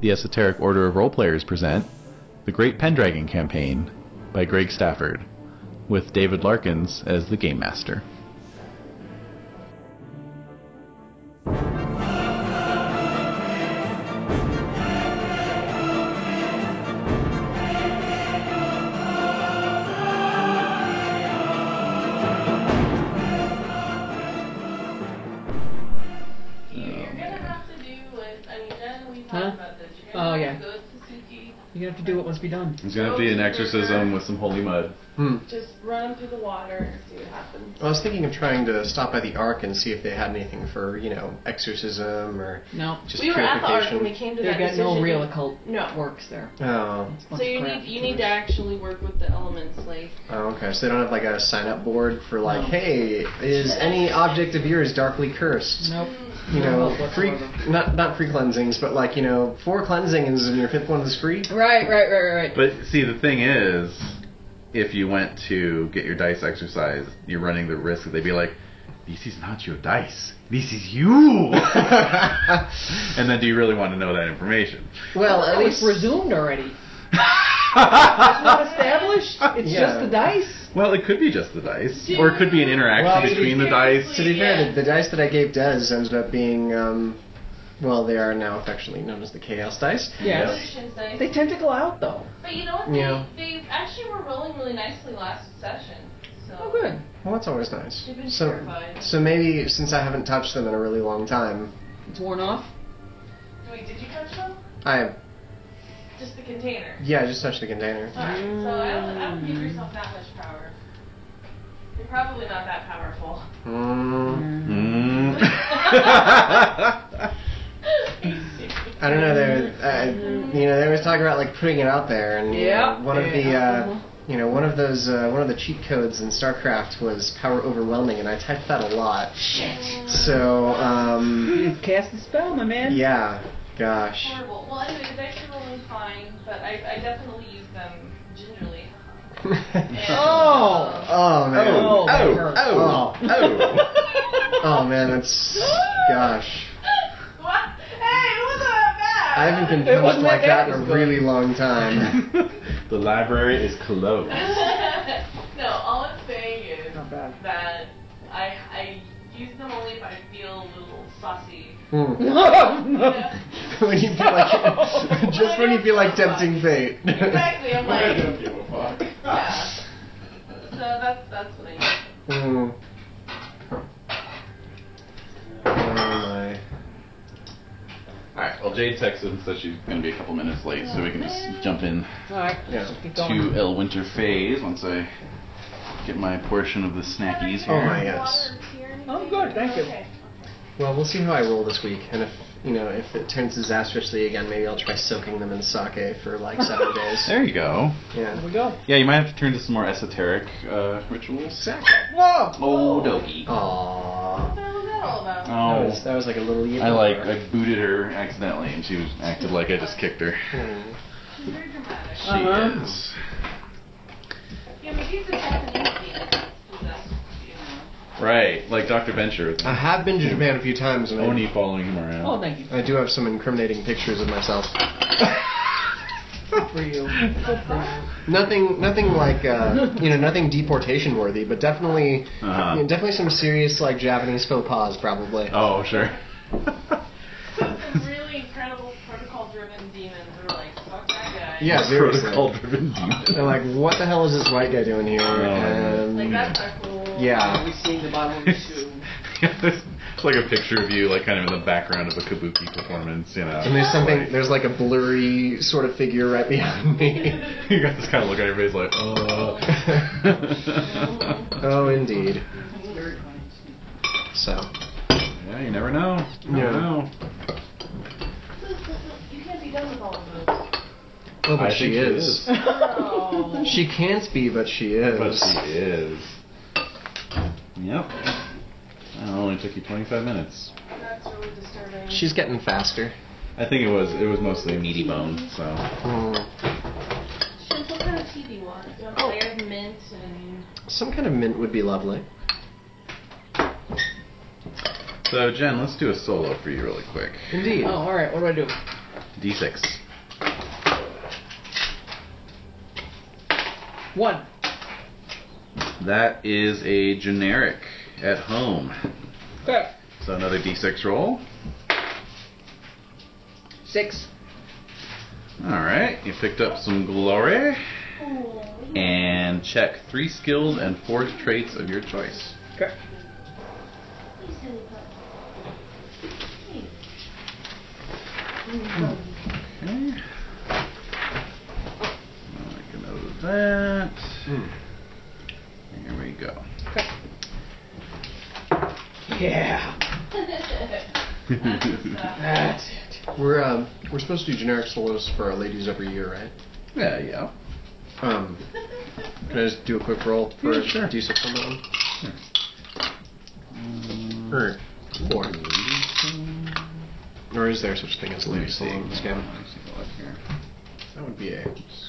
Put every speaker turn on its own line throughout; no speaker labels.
The Esoteric Order of Roleplayers present The Great Pendragon Campaign by Greg Stafford, with David Larkins as the Game Master.
You're gonna have to do what, I mean, Jen, we
Huh?
talked about this. You're
Oh,
gonna
yeah.
have to go to Suzuki,
You have to do what must be done.
It's gonna have to be an exorcism with some holy mud.
Hmm.
just run 'em through the water, see what happens.
I was thinking of trying to stop by the Ark and see if they had anything for, you know, exorcism or
No,
just
we were at the arc
purification.
when we came to
they
that
got
decision.
no real occult
No.
works there.
Oh.
It's a bunch
So you
of
need
crap.
you need to actually work with the elements, like
oh, okay. So they don't have like a sign up board for like,
No.
hey, is any object of yours darkly cursed?
Nope.
You
No
know,
help
free
whatsoever.
not not free cleansings, but like, you know, four cleansings and your fifth one is free.
Right, right, right, right. right.
But see, the thing is, if you went to get your dice exercised, you're running the risk that they'd be like, "This is not your dice. This is you." and then, do you really want to know that information?
Well, at
it's
least
resumed already. It's not established. It's
Yeah.
just the dice.
well, it could be just the dice, or it could be an interaction
Well,
between the dice.
To be fair, the, the dice that I gave Dez ended up being, um, well, they are now affectionately known as the Chaos dice.
Yes.
solutions, like-
They tentacle out though.
But you know what? They,
Yeah.
they actually were rolling really nicely last session. So
Oh, good.
Well, that's always nice.
They've been
So,
purified.
so maybe since I haven't touched them in a really long time,
It's worn off.
Wait, did you touch them?
I
Just the container.
yeah, I just touched the container.
Alright, so I don't, I don't give yourself that much power. You're probably not that powerful.
Oh.
Mm,
Hmm. Mm.
I don't know. There, uh, you know, they always talk about like putting it out there, and you
Yeah. Uh-huh.
know, one of the.
Yeah.
Uh, you know, one of those, uh, one of the cheat codes in StarCraft was power overwhelming, and I typed that a lot. Shit. So, um,
You've cast the spell, my man.
yeah, gosh.
Horrible. Well, anyway, the dice are rolling fine, but I, I definitely use them gingerly. uh,
Oh.
Oh man.
Oh,
oh,
that
oh, oh.
Oh, man, that's gosh.
What? Hey, it wasn't that bad.
I haven't been
It
punished
wasn't
like
that
that
bad,
in
it was
a really long time.
the library is closed.
no, all I'm saying is
Not bad.
that I I use them only if I feel a little saucy.
Hmm.
Yeah.
when you feel like just when you feel like tempting fate.
exactly. I'm like,
give a fuck.
yeah. So that's that's what I use.
Hmm. Oh my.
Alright, well, Jade texted and said she's going to be a couple minutes late, so we can just jump in
All right.
Yeah.
Just keep going.
to El Winter Phase once I get my portion of the snackies here.
Oh my yes.
Oh, good. Thank you.
Okay.
Well, we'll see how I roll this week, and if you know if it turns disastrously again, maybe I'll try soaking them in sake for like seven days.
There you go.
Here
Yeah.
we go.
Yeah, you might have to turn to some more esoteric uh, rituals.
Whoa.
Oh, doggy.
Aww.
What the hell is that all about?
That
Oh.
was, that was like a little.
I like, I booted her accidentally, and she was acted like I just kicked her.
Hmm.
She's very dramatic.
She
Uh-huh.
is.
Yeah, but he's a Japanese demon. He's a- you know.
Right, like Dr. Venture.
I have been to Japan a few times, and
Oni
I,
following him around.
Oh, thank you.
I do have some incriminating pictures of myself.
Good for you. Good for you.
Nothing, nothing like uh, you know, nothing deportation worthy, but definitely,
Uh-huh.
you know, definitely some serious like Japanese faux pas, probably.
Oh, sure.
Some really incredible protocol-driven demons are like, fuck that guy.
Yeah, seriously.
Protocol-driven demon.
They're like, what the hell is this white guy doing here?
Oh.
Like
And
that's not cool.
yeah,
seeing the bottom of
Yeah, there's, it's like a picture of you, like kind of in the background of a kabuki performance, you know.
and there's something,
Like,
there's like a blurry sort of figure right behind me.
you got this kind of look on your face, like, oh.
oh, indeed.
Very funny.
So,
yeah, you never know. You never
Yeah.
know.
You can't be done with all of those.
oh, but
I
she
think she
is.
is.
Oh.
She can't be, but she is.
But she is. Yep. It only took you 25 minutes.
That's really disturbing.
She's getting faster.
I think it was it was mostly a meaty bone, so.
Hmm.
Shin, what kind of tea do you want? You
Oh.
want layered mint and
Some kind of mint would be lovely.
So Jen, let's do a solo for you really quick.
Indeed.
Oh, all right. What do I do?
D6.
One.
That is a generic at home.
Okay.
So another D6 roll.
Six.
All right, you picked up some glory. And check three skills and four traits of your choice.
Okay.
Okay. I'll make a note of that. Here we go.
Okay. Yeah. That's it.
We're um, we're supposed to do generic solos for our ladies every year, right?
yeah, yeah.
Um, can I just do a quick roll for
Yeah, sure.
D6 on that one?
Um,
Or four? Or is there such thing as a ladies solo in this game?
Let's take a look here.
That would be a.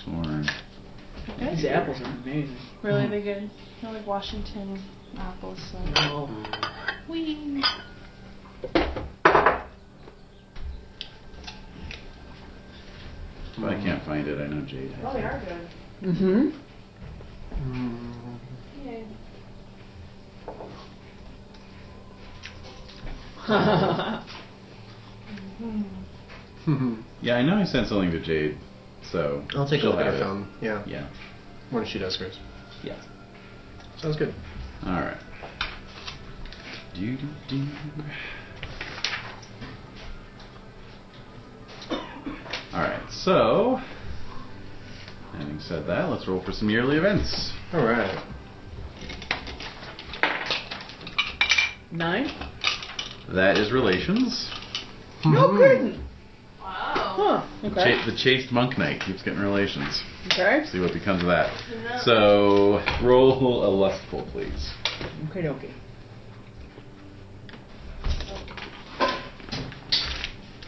Sworn.
These apples are amazing.
Really, they good. They're like Washington apples. So.
Oh.
Wee.
If I can't find it, I know Jade has
Probably
it.
are good.
Mm-hmm.
Yeah.
Yeah, I know I sent something to Jade, so
I'll take a
she'll
look at
have
her phone. Yeah,
it. Yeah.
when she does hers.
Yeah.
Sounds good.
All right. Do do do. All right. So, having said that, let's roll for some yearly events.
All right.
Nine.
That is relations.
No kidding.
Wow.
Huh. Okay.
Cha- the chaste monk knight keeps getting relations.
Okay.
See what becomes of that.
No.
So, roll a lustful, please.
Okay. Okay.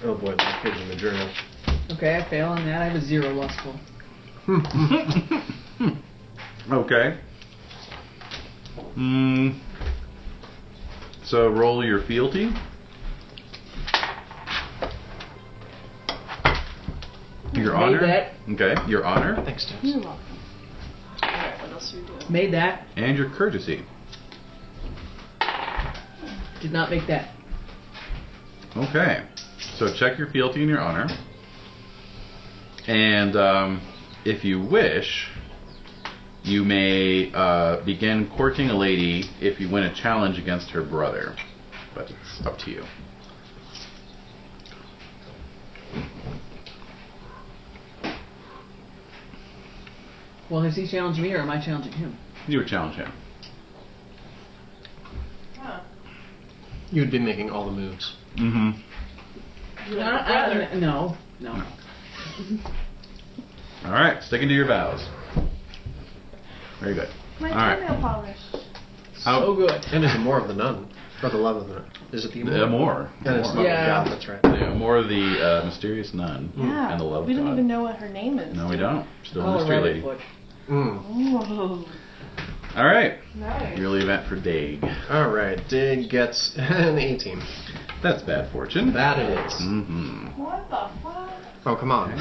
Oh boy, the page in the journal.
Okay. I fail on that. I have a zero lustful.
okay. Mm. So roll your fealty.
Made
Your honor.
that.
Okay, your honor
Thanks, Debs.
You're welcome. Alright, what else are you doing?
Made that.
and your courtesy.
Did not make that.
Okay. So check your fealty and your honor. And um, if you wish, you may uh, begin courting a lady if you win a challenge against her brother. But it's up to you.
Well, has he challenged me or am I challenging him?
You would challenge him.
Huh.
You'd be making all the moves.
Mm-hmm.
You
No,
have a
I-
brother.
no, no.
All right, sticking to your vows. Very good.
My
All right.
fingernail polish.
How-
So good.
And is it more of the nun? Or the love of the nun? Is it the
The
more?
Amor.
And it's
Amor.
love
Yeah.
yeah. yeah, that's right.
The Amor, the uh, mysterious nun.
Yeah.
Hmm, And the love
we
of
don't
God.
even know what her name is.
No, we don't. Still a
I'll
mystery
write
lady.
it for-
Mm.
Ooh.
All right.
Nice.
Yearly event for Daig.
All right, Dig gets an 18.
That's bad fortune.
That it is.
hmm
What the fuck?
Oh, come on.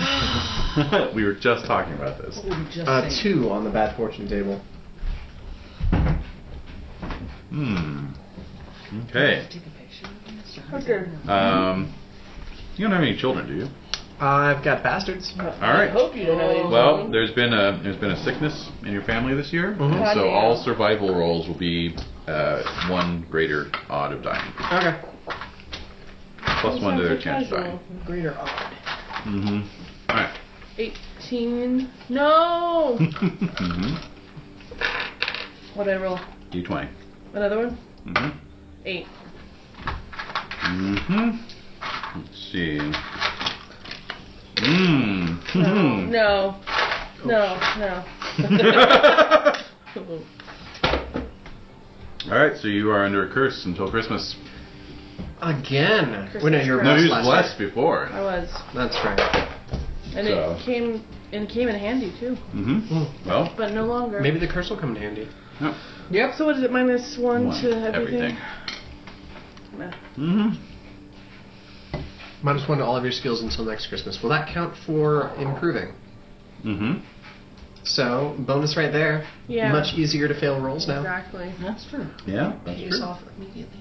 we were just talking about this.
What were we just
Uh,
saying?
two on the bad fortune table.
Hmm. Okay.
Take a picture.
Okay.
Um, you don't have any children, do you?
I've got bastards.
All
I
right.
hope you don't have any
Well,
children.
there's been a there's been a sickness in your family this year,
Mhm.
and so
Goddamn.
all survival rolls will be uh, one greater odd of dying,
Okay.
plus one to their chance of dying.
Greater odd.
Mm-hmm. All right.
18. No!
mm-hmm.
what I roll?
D twenty.
Another one?
Mm-hmm.
8.
Mm-hmm. Let's see. Mm.
Oh,
Mhm.
No. No, no.
All right, so you are under a curse until Christmas.
Again. Wait, no, you're
Christmas
No,
blessed.
you was
last
blessed before.
I was.
night. That's right.
And
So.
it came and it came in handy too,
Mm-hmm. Well,
but no longer.
Maybe the curse will come in handy.
no.
Yep.
So what is it? Minus one,
One,
to everything.
everything. Mm-hmm.
minus one to all of your skills until next Christmas. Will that count for improving?
Mm-hmm.
So bonus right there.
Yeah.
Much easier to fail rolls now.
Exactly.
That's true.
Yeah. That's
Use
true.
off immediately.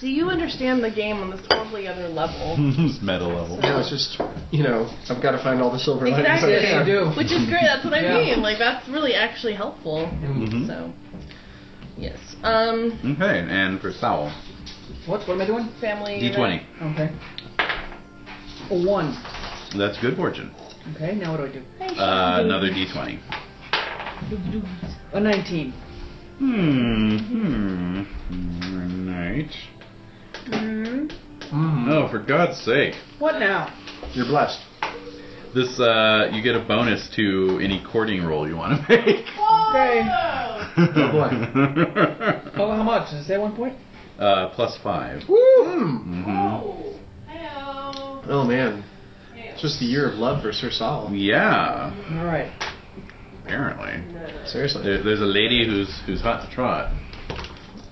So you understand the game on this totally other level,
it's meta level.
Now it's just you know I've got to find all the silver linings. I
Exactly.
Yeah,
can.
you do.
which is great. That's what I
Yeah.
mean. Like that's really actually helpful.
Mm-hmm.
Mhm.
So, yes. Um,
Okay, and for Saul,
What? What am I doing?
family.
D20.
Okay. A one.
That's good fortune.
Okay. Now what do I do?
Uh, another D20.
A nineteen.
Hmm. Hmm. Hmm. Right.
Mhm.
Mm-hmm.
Mhm.
Oh, for God's sake.
What now?
You're blessed.
This, uh, you get a bonus to any courting roll you want to make.
Okay.
Mm-hmm.
Oh,
Oh, how much? Is that one point?
uh, plus five.
Woo!
Mm-hmm.
oh, hello.
Oh man,
Hey,
it's just the year of love for Sir Saul.
Yeah,
All right.
apparently.
Mm-hmm.
Seriously.
There, there's a lady who's who's hot to trot.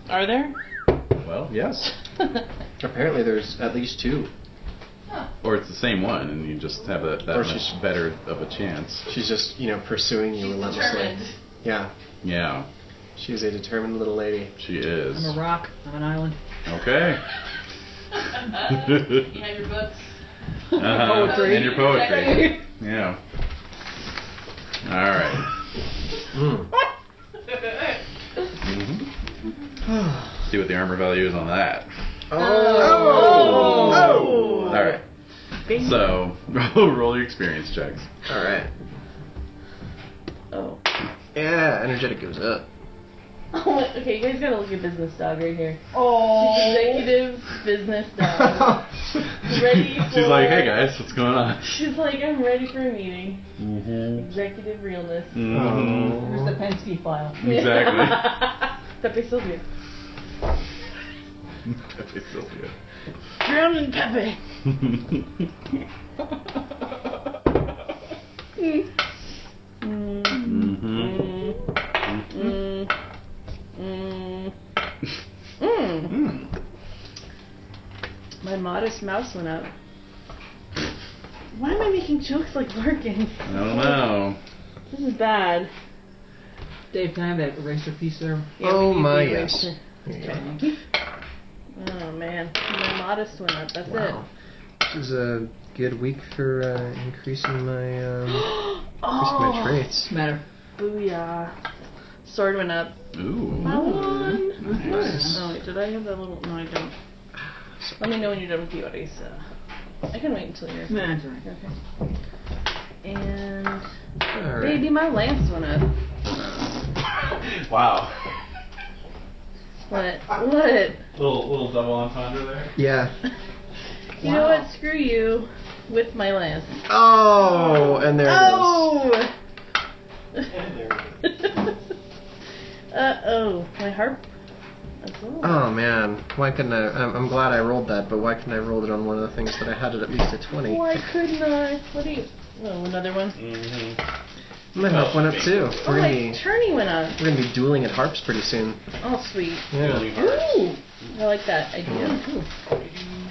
Are there?
Well, yes.
Apparently there's at least two.
Or it's the same one, and you just have a, that
Or
much
she's-
better of a chance.
She's just you know pursuing you
She's
relentlessly.
determined.
Yeah,
Yeah,
she's a determined little lady.
she
I'm
is.
a rock. I'm an island.
Okay.
you have your books.
Uh-huh.
Poetry.
And your poetry. Yeah. All right.
Mm.
Mm-hmm. See what the armor value is on that.
Oh.
All right. So roll your experience checks.
All right.
Oh.
Yeah, energetic goes up.
Oh, wait, okay, you guys gotta look at business dog right here.
Oh.
Executive business dog. Ready
She's like, hey
for-
guys, what's going on?
She's like, I'm ready for a meeting.
Mm-hmm.
Executive realness.
Oh.
Here's the Penske file.
Exactly.
Pepe Sylvia.
Pepe Sylvia.
Drown in Pepe.
Mm-hmm.
Mm.
mm-hmm.
Mm. Mm. Mm. Mm. My modest mouse went up. Why am I making jokes like Larkin?
I don't know.
This is bad.
Dave, can I have that eraser piece there?
Yeah,
Oh
we need
my
the
yes.
eraser.
There you go.
Oh man, my modest went up. That's
Wow. This is a good week for uh, increasing my um,
it.
increasing my
oh,
traits.
Matter.
booyah! Sword went up.
Ooh.
My one.
Nice.
Oh, wait, did I have that little? No, I don't. Let me know when you're done with the Oddies. Uh, I can wait until you're.
Nah, it's all right.
Okay. And
All right.
baby, my lance went up.
Wow.
What? What?
Little little double entendre there.
Yeah.
You know what? Screw you with my lance.
Oh, and there
oh!
it is.
uh oh, my harp. That's all.
Oh man, why couldn't I? I'm, I'm glad I rolled that, but why couldn't I roll it on one of the things that I had at at least a 20?
Why couldn't I? What do you? Oh, another one.
Mm-hmm.
My harp went up too.
Oh,
We're
my
gonna be
tourney went up.
we're gonna be dueling at harps pretty soon.
Oh, sweet.
Yeah.
Ooh, I like that idea.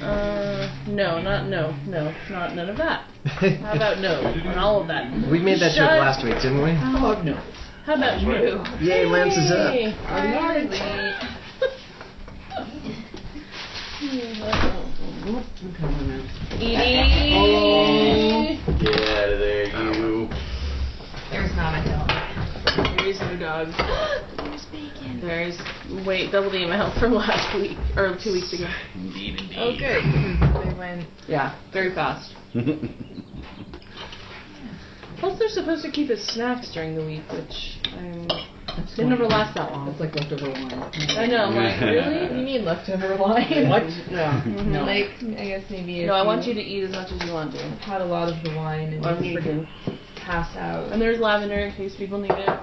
Uh, no, not no, no, not none of that. How about no on all of that?
we made that joke
Shut
last week, didn't we?
Oh, no.
How about you?
Yay, Lance is up.
Hey,
Alright.
Edie.
Yeah, there you.
There's not a hill.
There is no dog. There's bacon. There's wait, double the amount from last week or two weeks ago.
Indeed,
Oh,
indeed.
good. 'cause They went
Yeah, very fast. Plus, they're supposed to keep us snacks during the week, which I'm,
That's
they
fine.
never last that long.
It's like leftover wine.
I know. I'm like, really?
You need leftover wine. What? No.
Mm-hmm.
No.
like I guess maybe. if
No, I want you to eat as much as you want to.
had a lot of the wine and
Well,
you
we
freaking
do.
pass out.
And there's lavender in case people need it.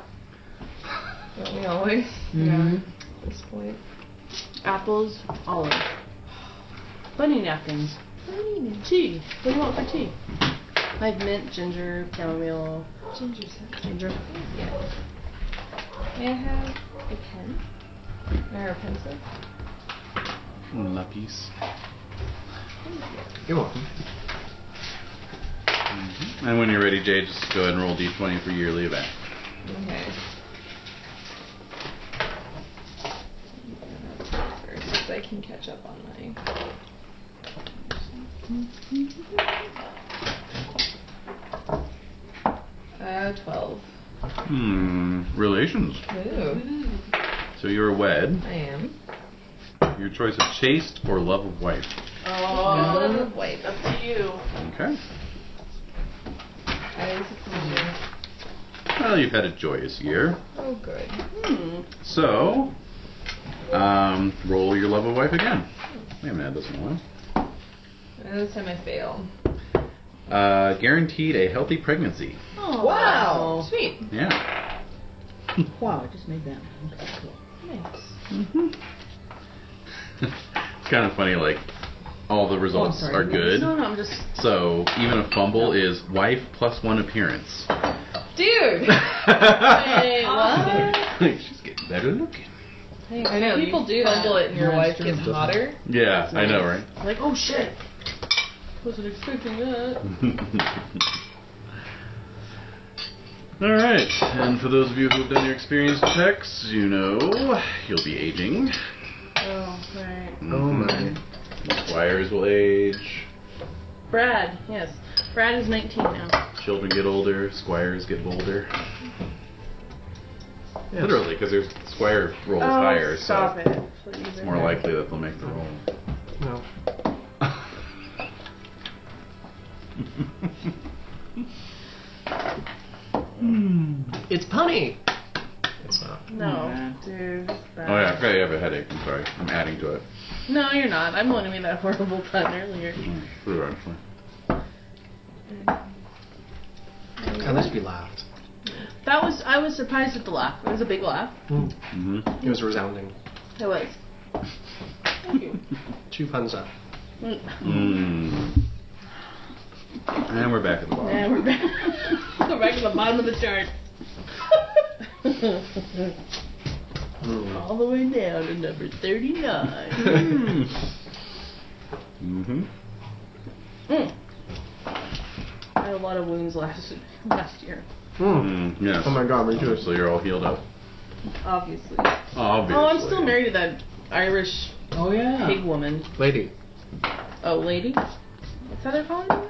Don't we always?
Mhm.
uh,
Yeah. At this point.
Apples, olives, bunny napkins, tea. What do you want for tea? I have mint, ginger, chamomile,
Ginger soda.
ginger.
Yeah. May I have a pen? Or a pencil?
Lapis.
You're welcome.
And when you're ready, Jay, just go ahead and roll d20 for your yearly event.
Okay. First, so I can catch up on my. Uh, 12.
Hmm. Relations.
Ooh.
So you're wed.
I am.
Your choice of chaste or love of wife.
Oh,
Love of wife.
that's up to you.
Okay.
I was thinking-
Well, you've had a joyous year.
Oh, good.
So, um, roll your love of wife again. We haven't had this in a while.
And this time I fail.
Uh, guaranteed a healthy pregnancy.
Oh,
Wow! Sweet.
Yeah.
Wow, I just made that.
Nice.
it's kind of funny, like, all
Oh,
the results
sorry.
are good.
No, no, I'm just.
So, even a fumble is wife plus one appearance.
Dude!
Hey, what?
She's getting better looking.
I know. People do fumble it and your wife gets hotter.
Yeah, I know, right?
Like, oh shit. Wasn't expecting that.
All right, and for those of you who've done your experience checks, you know you'll be aging.
Oh, right.
Oh my.
Squires will age.
Brad, yes. Brad is 19 now.
Children get older. Squires get bolder.
Yes.
Literally, because their squire roll is
oh,
higher,
stop
so
it. Please.
it's more likely that they'll make the roll.
No. It's punny. It's not.
No, dude. Brad.
Oh yeah, I forgot you have a headache. I'm sorry. I'm adding to it.
No, you're not. I'm the one who made that horrible pun earlier.
Mm, true, actually.
At least we laughed.
That was. I was surprised at the laugh. It was a big laugh.
Mhm.
It was resounding.
It was.
Two puns up.
Mm. And we're back at the bottom.
And we're back. we're back to the bottom of the chart.
Mm.
All the way down to number 39.
hmm
Mm. I had a lot of wounds last last year,
Mm.
Mm, yes.
Oh my god, me too.
So you're all healed up.
obviously.
Obviously.
Oh, I'm still married to that Irish
Oh yeah.
pig woman.
Lady.
Oh, lady. What's that they're calling her?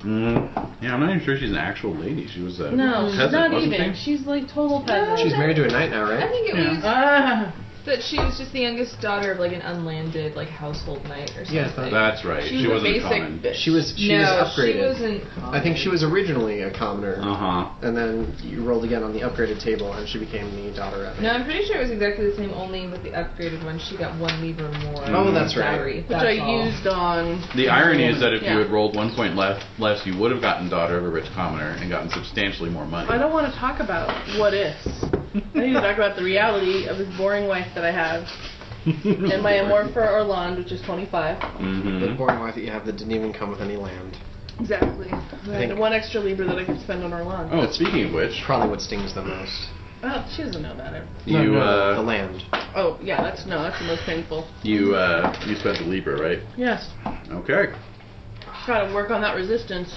Mm, yeah, I'm not even sure she's an actual lady. She was a
No, she's
peasant,
not
wasn't
even.
She?
She's like total peasant.
She's married to a knight now,
I
right?
think it
Yeah.
was
Ah,
that she was just the youngest daughter of like an unlanded like household knight or something.
Yeah, that-
That's right.
She was
She
a
wasn't
basic
common.
bitch.
She was she
no,
was upgraded.
she wasn't.
I think she was originally a commoner,
Uh huh.
and then you rolled again on the upgraded table, and she became the daughter of.
No, I'm pretty sure it was exactly the same, only with the upgraded one. She got one lever more.
Oh, that's right.
dowry.
which
That's
I
all.
used on.
The irony is that if
Yeah.
you had rolled one point less, less, you would have gotten daughter of a rich commoner and gotten substantially more money.
I don't want to talk about what ifs. I need to talk about the reality of this boring wife that I have and my amor for Orlando, which is 25.
The
Mhm.
boring wife that you have that didn't even come with any land.
Exactly. I had
think-
one extra Libra that I could spend on Orlando.
Oh, speaking of which,
Probably what stings the most.
Oh, she doesn't know about it.
you
no, no,
uh,
the land.
Oh, yeah, that's no, that's the most painful.
you uh, you spent the Libra, right?
Yes.
Okay.
Gotta work on that resistance.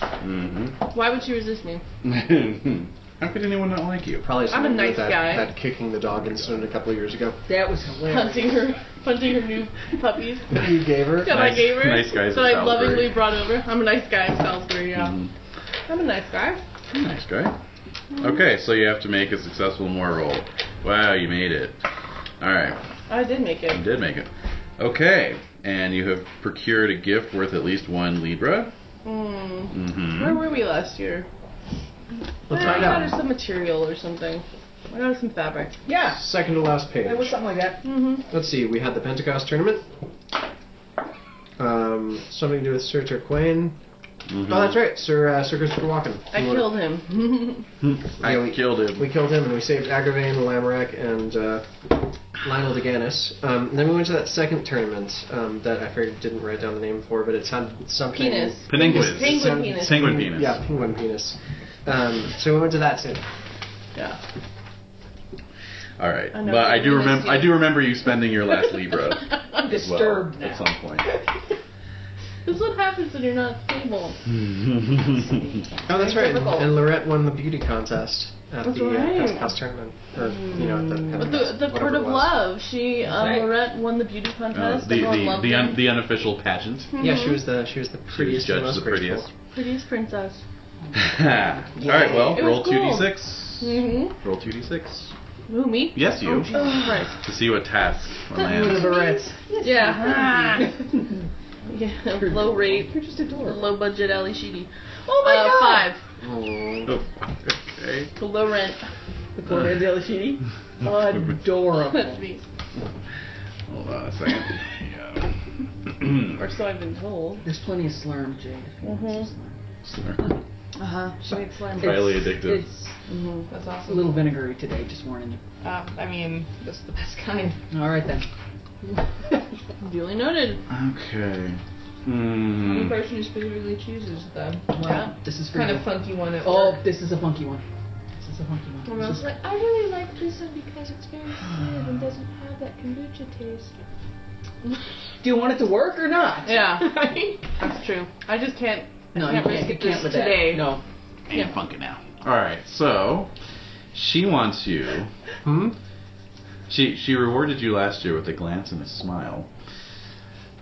Why would she resist me?
Mm-hmm. How could anyone not like you?
Probably something
nice
with that,
guy.
That kicking the dog incident a couple of years ago
That was hilarious.
Hunting her, hunting her new puppies
that you gave her.
that I
Nice-
gave her.
nice guys
That
in
I
Salisbury.
lovingly brought over. I'm a nice guy in Salisbury, yeah.
Mhm.
I'm a nice guy.
Nice guy. Okay, so you have to make a successful more roll. Wow, you made it. All right,
I did make
you
it.
did make it. Okay, and you have procured a gift worth at least one libra.
Mm. Where
Mm-hmm.
were we last year?
Let's
I
find
got her
out.
some material or something. I got her some fabric.
Yeah.
Second to last page.
It was something like that.
Mm-hmm.
Let's see. We had the Pentecost tournament. Um, something to do with Sir Turquain.
Mm-hmm.
Oh, that's right, Sir uh, Sir Christopher Walken.
I killed him.
Yeah,
I
we-
killed him.
We killed him, and we saved Agravain, Lamorak, and uh, Lionel DeGanis. Um, and then we went to that second tournament um, that I figured didn't write down the name for, but it sounded something.
Penis.
Penguins.
Penguin
sounded-
penis.
Penguin penis.
Yeah, penguin penis. Um, so we went to that too.
yeah.
All right,
I know,
but I
penguin
do
penis,
remember. I
yeah.
do remember you spending your last libra
I'm
as well
disturbed
at
now.
some point.
This is what happens when you're not at the table.
Oh, that's right.
Difficult.
And Lorette won the beauty contest at
That's
the uh,
right. Mm.
House House tournament, or you know, at the
But the the
whatever
Court
it
of
was.
Love, she um,
Right.
Lorette won the beauty
Uh,
contest.
the
Everyone
the
loved
the,
her.
un, the unofficial pageant.
Yeah,
Mhm.
she was the she was the
She was
prettiest, and
judged
most
the prettiest.
prettiest princess.
All right, well,
It was
roll two d
cool.
six.
Mm-hmm.
Roll two d six
Who me?
Yes, you.
Oh, Jesus Christ.
to see what task or
With
land.
the barrettes.
Yeah. yeah. Low rate,
You're just adorable.
low budget Ali Sheedy.
Oh my
uh,
god.
Five.
prettiest.
Oh, okay.
Low rent.
The Gloria Della Sheedy. Adorable.
That's me.
Hold on a second.
Or so I've been told.
There's plenty of slurm, Jade.
Yeah.
Uh huh. Mm-hmm. She made slime.
Highly
Uh-huh. It's-
addictive.
It's
Mm-hmm.
That's
a
awesome.
little vinegary today, just warning you.
Uh,
Um,
I mean, that's the best kind.
All right then.
Duly noted.
Okay.
The
Mm.
person who specifically chooses the
Wow, This is for
kind
you.
of funky one at
Oh,
work.
this is a funky one. This is a funky one.
And I
This
was
is-
like, I really like this one because it's very smooth and doesn't have that kombucha taste.
Do you want it to work or not?
Yeah. That's true. I just can't.
No,
I
you
can't
can't.
risk
You
it
can't
just
with
today.
that. No.
And funk it now. All right. So she wants you.
Hmm?
She she rewarded you last year with a glance and a smile.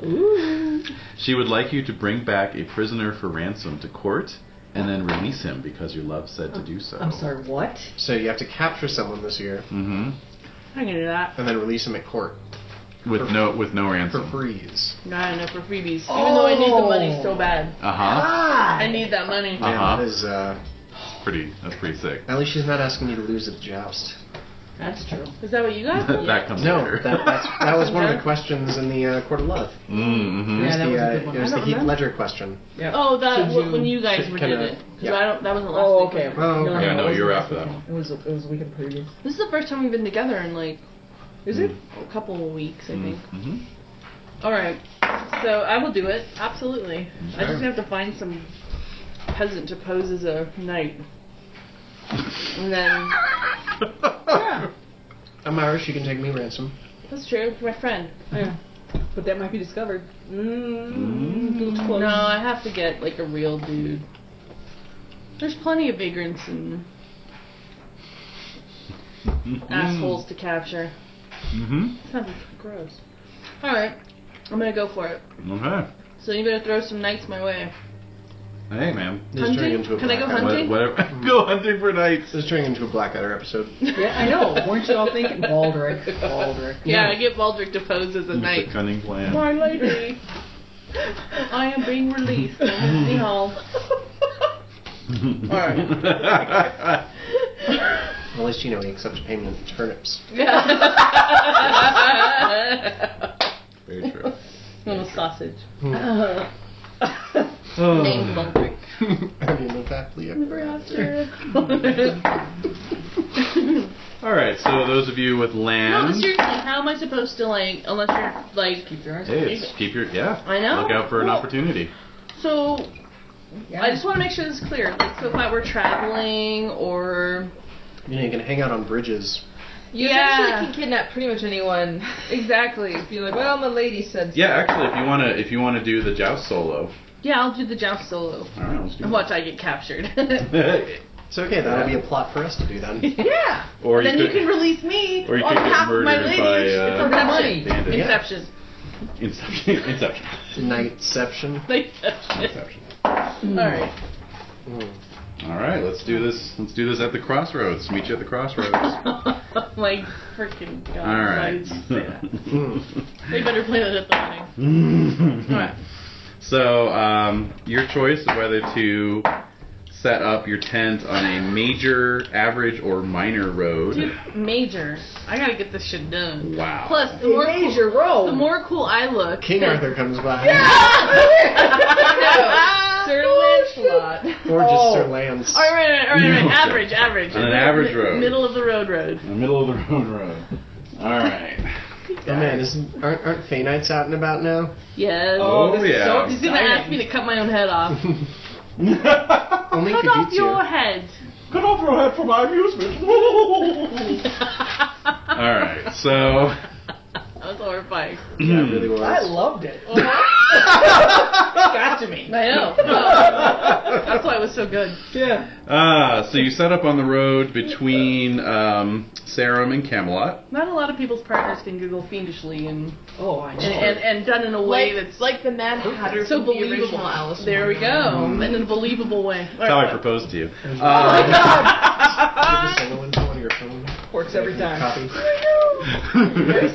Ooh.
She would like you to bring back a prisoner for ransom to court and then release him because your love said to do so.
I'm sorry. What?
So you have to capture someone this year
hmm
I can do that.
and then release them at court
With no with no
for
ransom.
freeze.
Not enough for freebies. Even though I need the money
Oh.
so bad.
Uh huh.
I need that money.
Uh-huh.
Man, that is. Uh,
Pretty. That's pretty sick.
at least she's not asking you to lose at the joust.
That's true.
Is that what you got?
that comes
No,
later.
that, that's, that was one of the questions in the uh, court of love.
mm-hmm.
Yeah, that
the,
was a
uh,
good one.
It was
I
the
don't
Heath
remember.
Ledger question.
Oh, that
Did
w- when
you-
you guys
should
were did
kinda-
it. 'Cause
yeah.
I don't. That wasn't last.
Oh,
weekend.
okay.
Oh, okay.
Yeah, no,
it wasn't
you're
last
after that
weekend. It was it was the weekend previous.
This is the first time we've been together in like
Is it?
a couple of weeks, I think.
Mm-hmm.
All right. So I will do it. Absolutely. I just
Okay.
have to find some peasant to pose as a knight. And then yeah,
I'm Irish. You can take me ransom.
that's true. My friend.
Yeah. But that might be discovered.
Mm-hmm.
Mm, no, I have to get like a real dude. There's plenty of vagrants and
Mm.
assholes to capture.
Mm-hmm.
Sounds gross. All right, I'm gonna go for it.
Okay.
So you better throw some knights my way.
Hey, man.
This is turning
Hunting?
into a
Can I go
Blackadder-
Hunting?
What, whatever. Go hunting for knights.
This is turning into a Blackadder episode.
Yeah, I know. Weren't you all thinking Baldric? Baldric.
Yeah, I get Baldric to pose as a
It's
knight.
a cunning plan.
My lady, I am being released from Disney Hall.
Alright.
At least you know he accepts payment in turnips.
Very true.
Little sausage.
Oh.
Named Baldric.
I mean, exactly.
Alright, so those of you with
No,
land.
but seriously, how am I supposed to like unless you're like?
Keep your eyes.
Hey, it's keep your yeah.
I know.
Look out for an
Well,
opportunity.
So
Yeah.
I just want to make sure this is clear. Like, so if I were traveling or
You know, you can hang out on bridges.
You
Yeah.
essentially can kidnap pretty much anyone.
exactly,
Be like, well, my lady said.
Yeah, actually, if you wanna if you wanna do the joust solo.
yeah, I'll do the joust solo.
Alright, let's do
And watch I get captured. yeah.
that.
It's okay. That'll be a plot for us to do then.
or you
then you
could
can release me
or you
on
could get
behalf of my
murdered
lady.
by, uh,
for
Inception.
money.
bandit.
Yeah.
Inception.
Inception. Inception.
Nightception.
Inception.
Inception.
All right.
Mm.
All right, let's do this. Let's do this at the crossroads. Meet you at the crossroads. All
like freaking Oh god. why
right.
did you say that?
Hmm.
They better play that at the wedding. All right.
so, um, your choice is whether to set up your tent on a major, average, or minor road.
Dude, major. I gotta get this shit done.
Wow.
Plus, the more cool,
your role.
the more cool I look.
King Arthur comes by.
Sir Lancelot.
Or just
Oh.
Sir Lance.
All right, all right, all right, all right.
Okay.
Average, average.
On an average road.
Middle of the road, road.
In the middle of the road, road. All right.
Oh man, isn't, aren't, aren't Fey Knights out and about now?
Yes.
Oh,
this is so
yeah.
He's gonna ask me to cut my own head off.
Only
cut off your
Kabuto.
head.
Cut off your head for my amusement. All right. So.
That was horrifying.
Yeah, it really was.
I loved it. got to me.
I know. That's why it was so good.
Yeah.
Ah, so you set up on the road between um, Sarum and Camelot.
Not a lot of people's partners can giggle fiendishly and
Oh, I
and,
know.
and, and done in a way that's
like the Mad Hatter
so
from the
believable.
original Alice. in
there we go,
Wonderland.
and in a believable way.
That's how I proposed to you. Oh,
Um,
Ah!
Did you send one to one of your phone?
Works every time.
Copy.
Yes.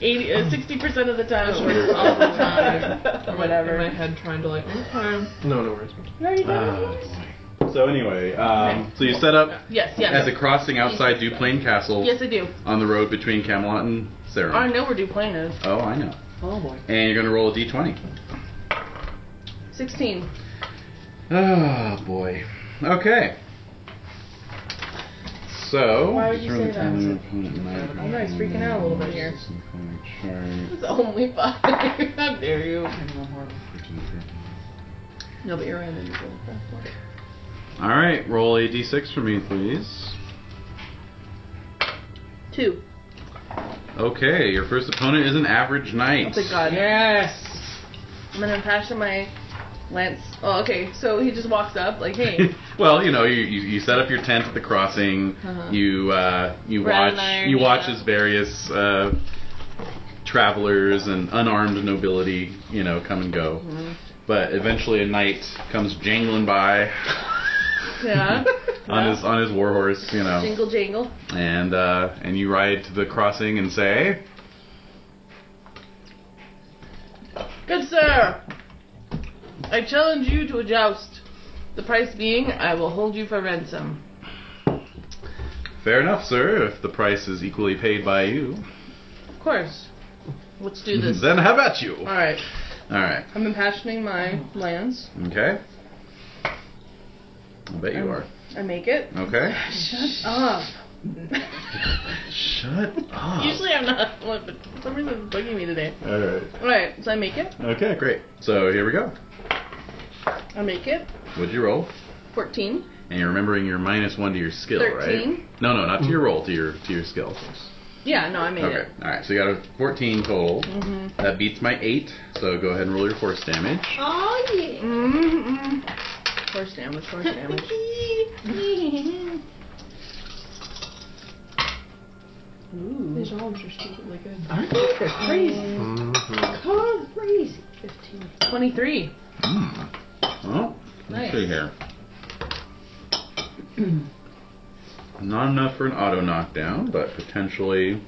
80, uh, 60% of the time.
Oh,
sure.
all the time. I'm, like,
Whatever.
In my head, trying to like. Okay.
No, no worries.
Ah, boy. So anyway, um, so you set up
Yes,
as
yes.
a crossing outside Duplain Castle
Yes, I do.
on the road between Camelot and Sarum.
I know where Duplain is.
Oh, I know.
Oh boy.
And you're gonna roll a d20.
16.
Oh boy. Okay. So.
Why would you
Turn
say
the
that?
time your opponent might-
I know he's freaking out a little bit here.
Charge.
It's only 5. How dare you? No, but you're right. I didn't roll a crap one.
All right, roll a d6 for me, please.
Two.
Okay, your first opponent is an average
Oh,
knight.
thank God.
Yes.
I'm gonna fashion my lance. Oh, okay. So he just walks up, like, hey.
well, you know, you, you, you set up your tent at the crossing. You uh, you
Brad and I
watch
are
you watch
gonna-
as various uh, travelers and unarmed nobility, you know, come and go. But eventually, a knight comes jangling by
yeah.
on his on his war horse, you know,
Jingle jangle.
and uh, and you ride to the crossing and say,
Good sir! I challenge you to a joust. The price being, uh, I will hold you for ransom.
"Fair enough, sir. If the price is equally paid by you,
Of course. Let's do this.
then how about you?" All
Alright.
right.
I'm impassioning my lance.
Okay. I bet you are.
I make it.
Okay.
Shut up.
Shut up.
Usually I'm not, but for some reason it's bugging me today.
All right.
Alright, so I make it.
Okay, great. So here we go.
I make it.
What'd you roll?
14.
And you're remembering your minus one to your skill, right?
13.
No, no, not to your roll, to your to your skill.
Yeah, Mm-hmm. no, I made
Okay.
it.
All right. So you got a 14 total. That beats my eight. So go ahead and roll your force damage.
Oh yeah.
Mm-mm. Force damage, force damage. Ooh.
His arms are stupidly good.
Aren't they? They're crazy.
Mhm.
Crazy. Fifteen.
23.
Mm. Oh,
Nice.
let's see here. Not enough for an auto knockdown, but potentially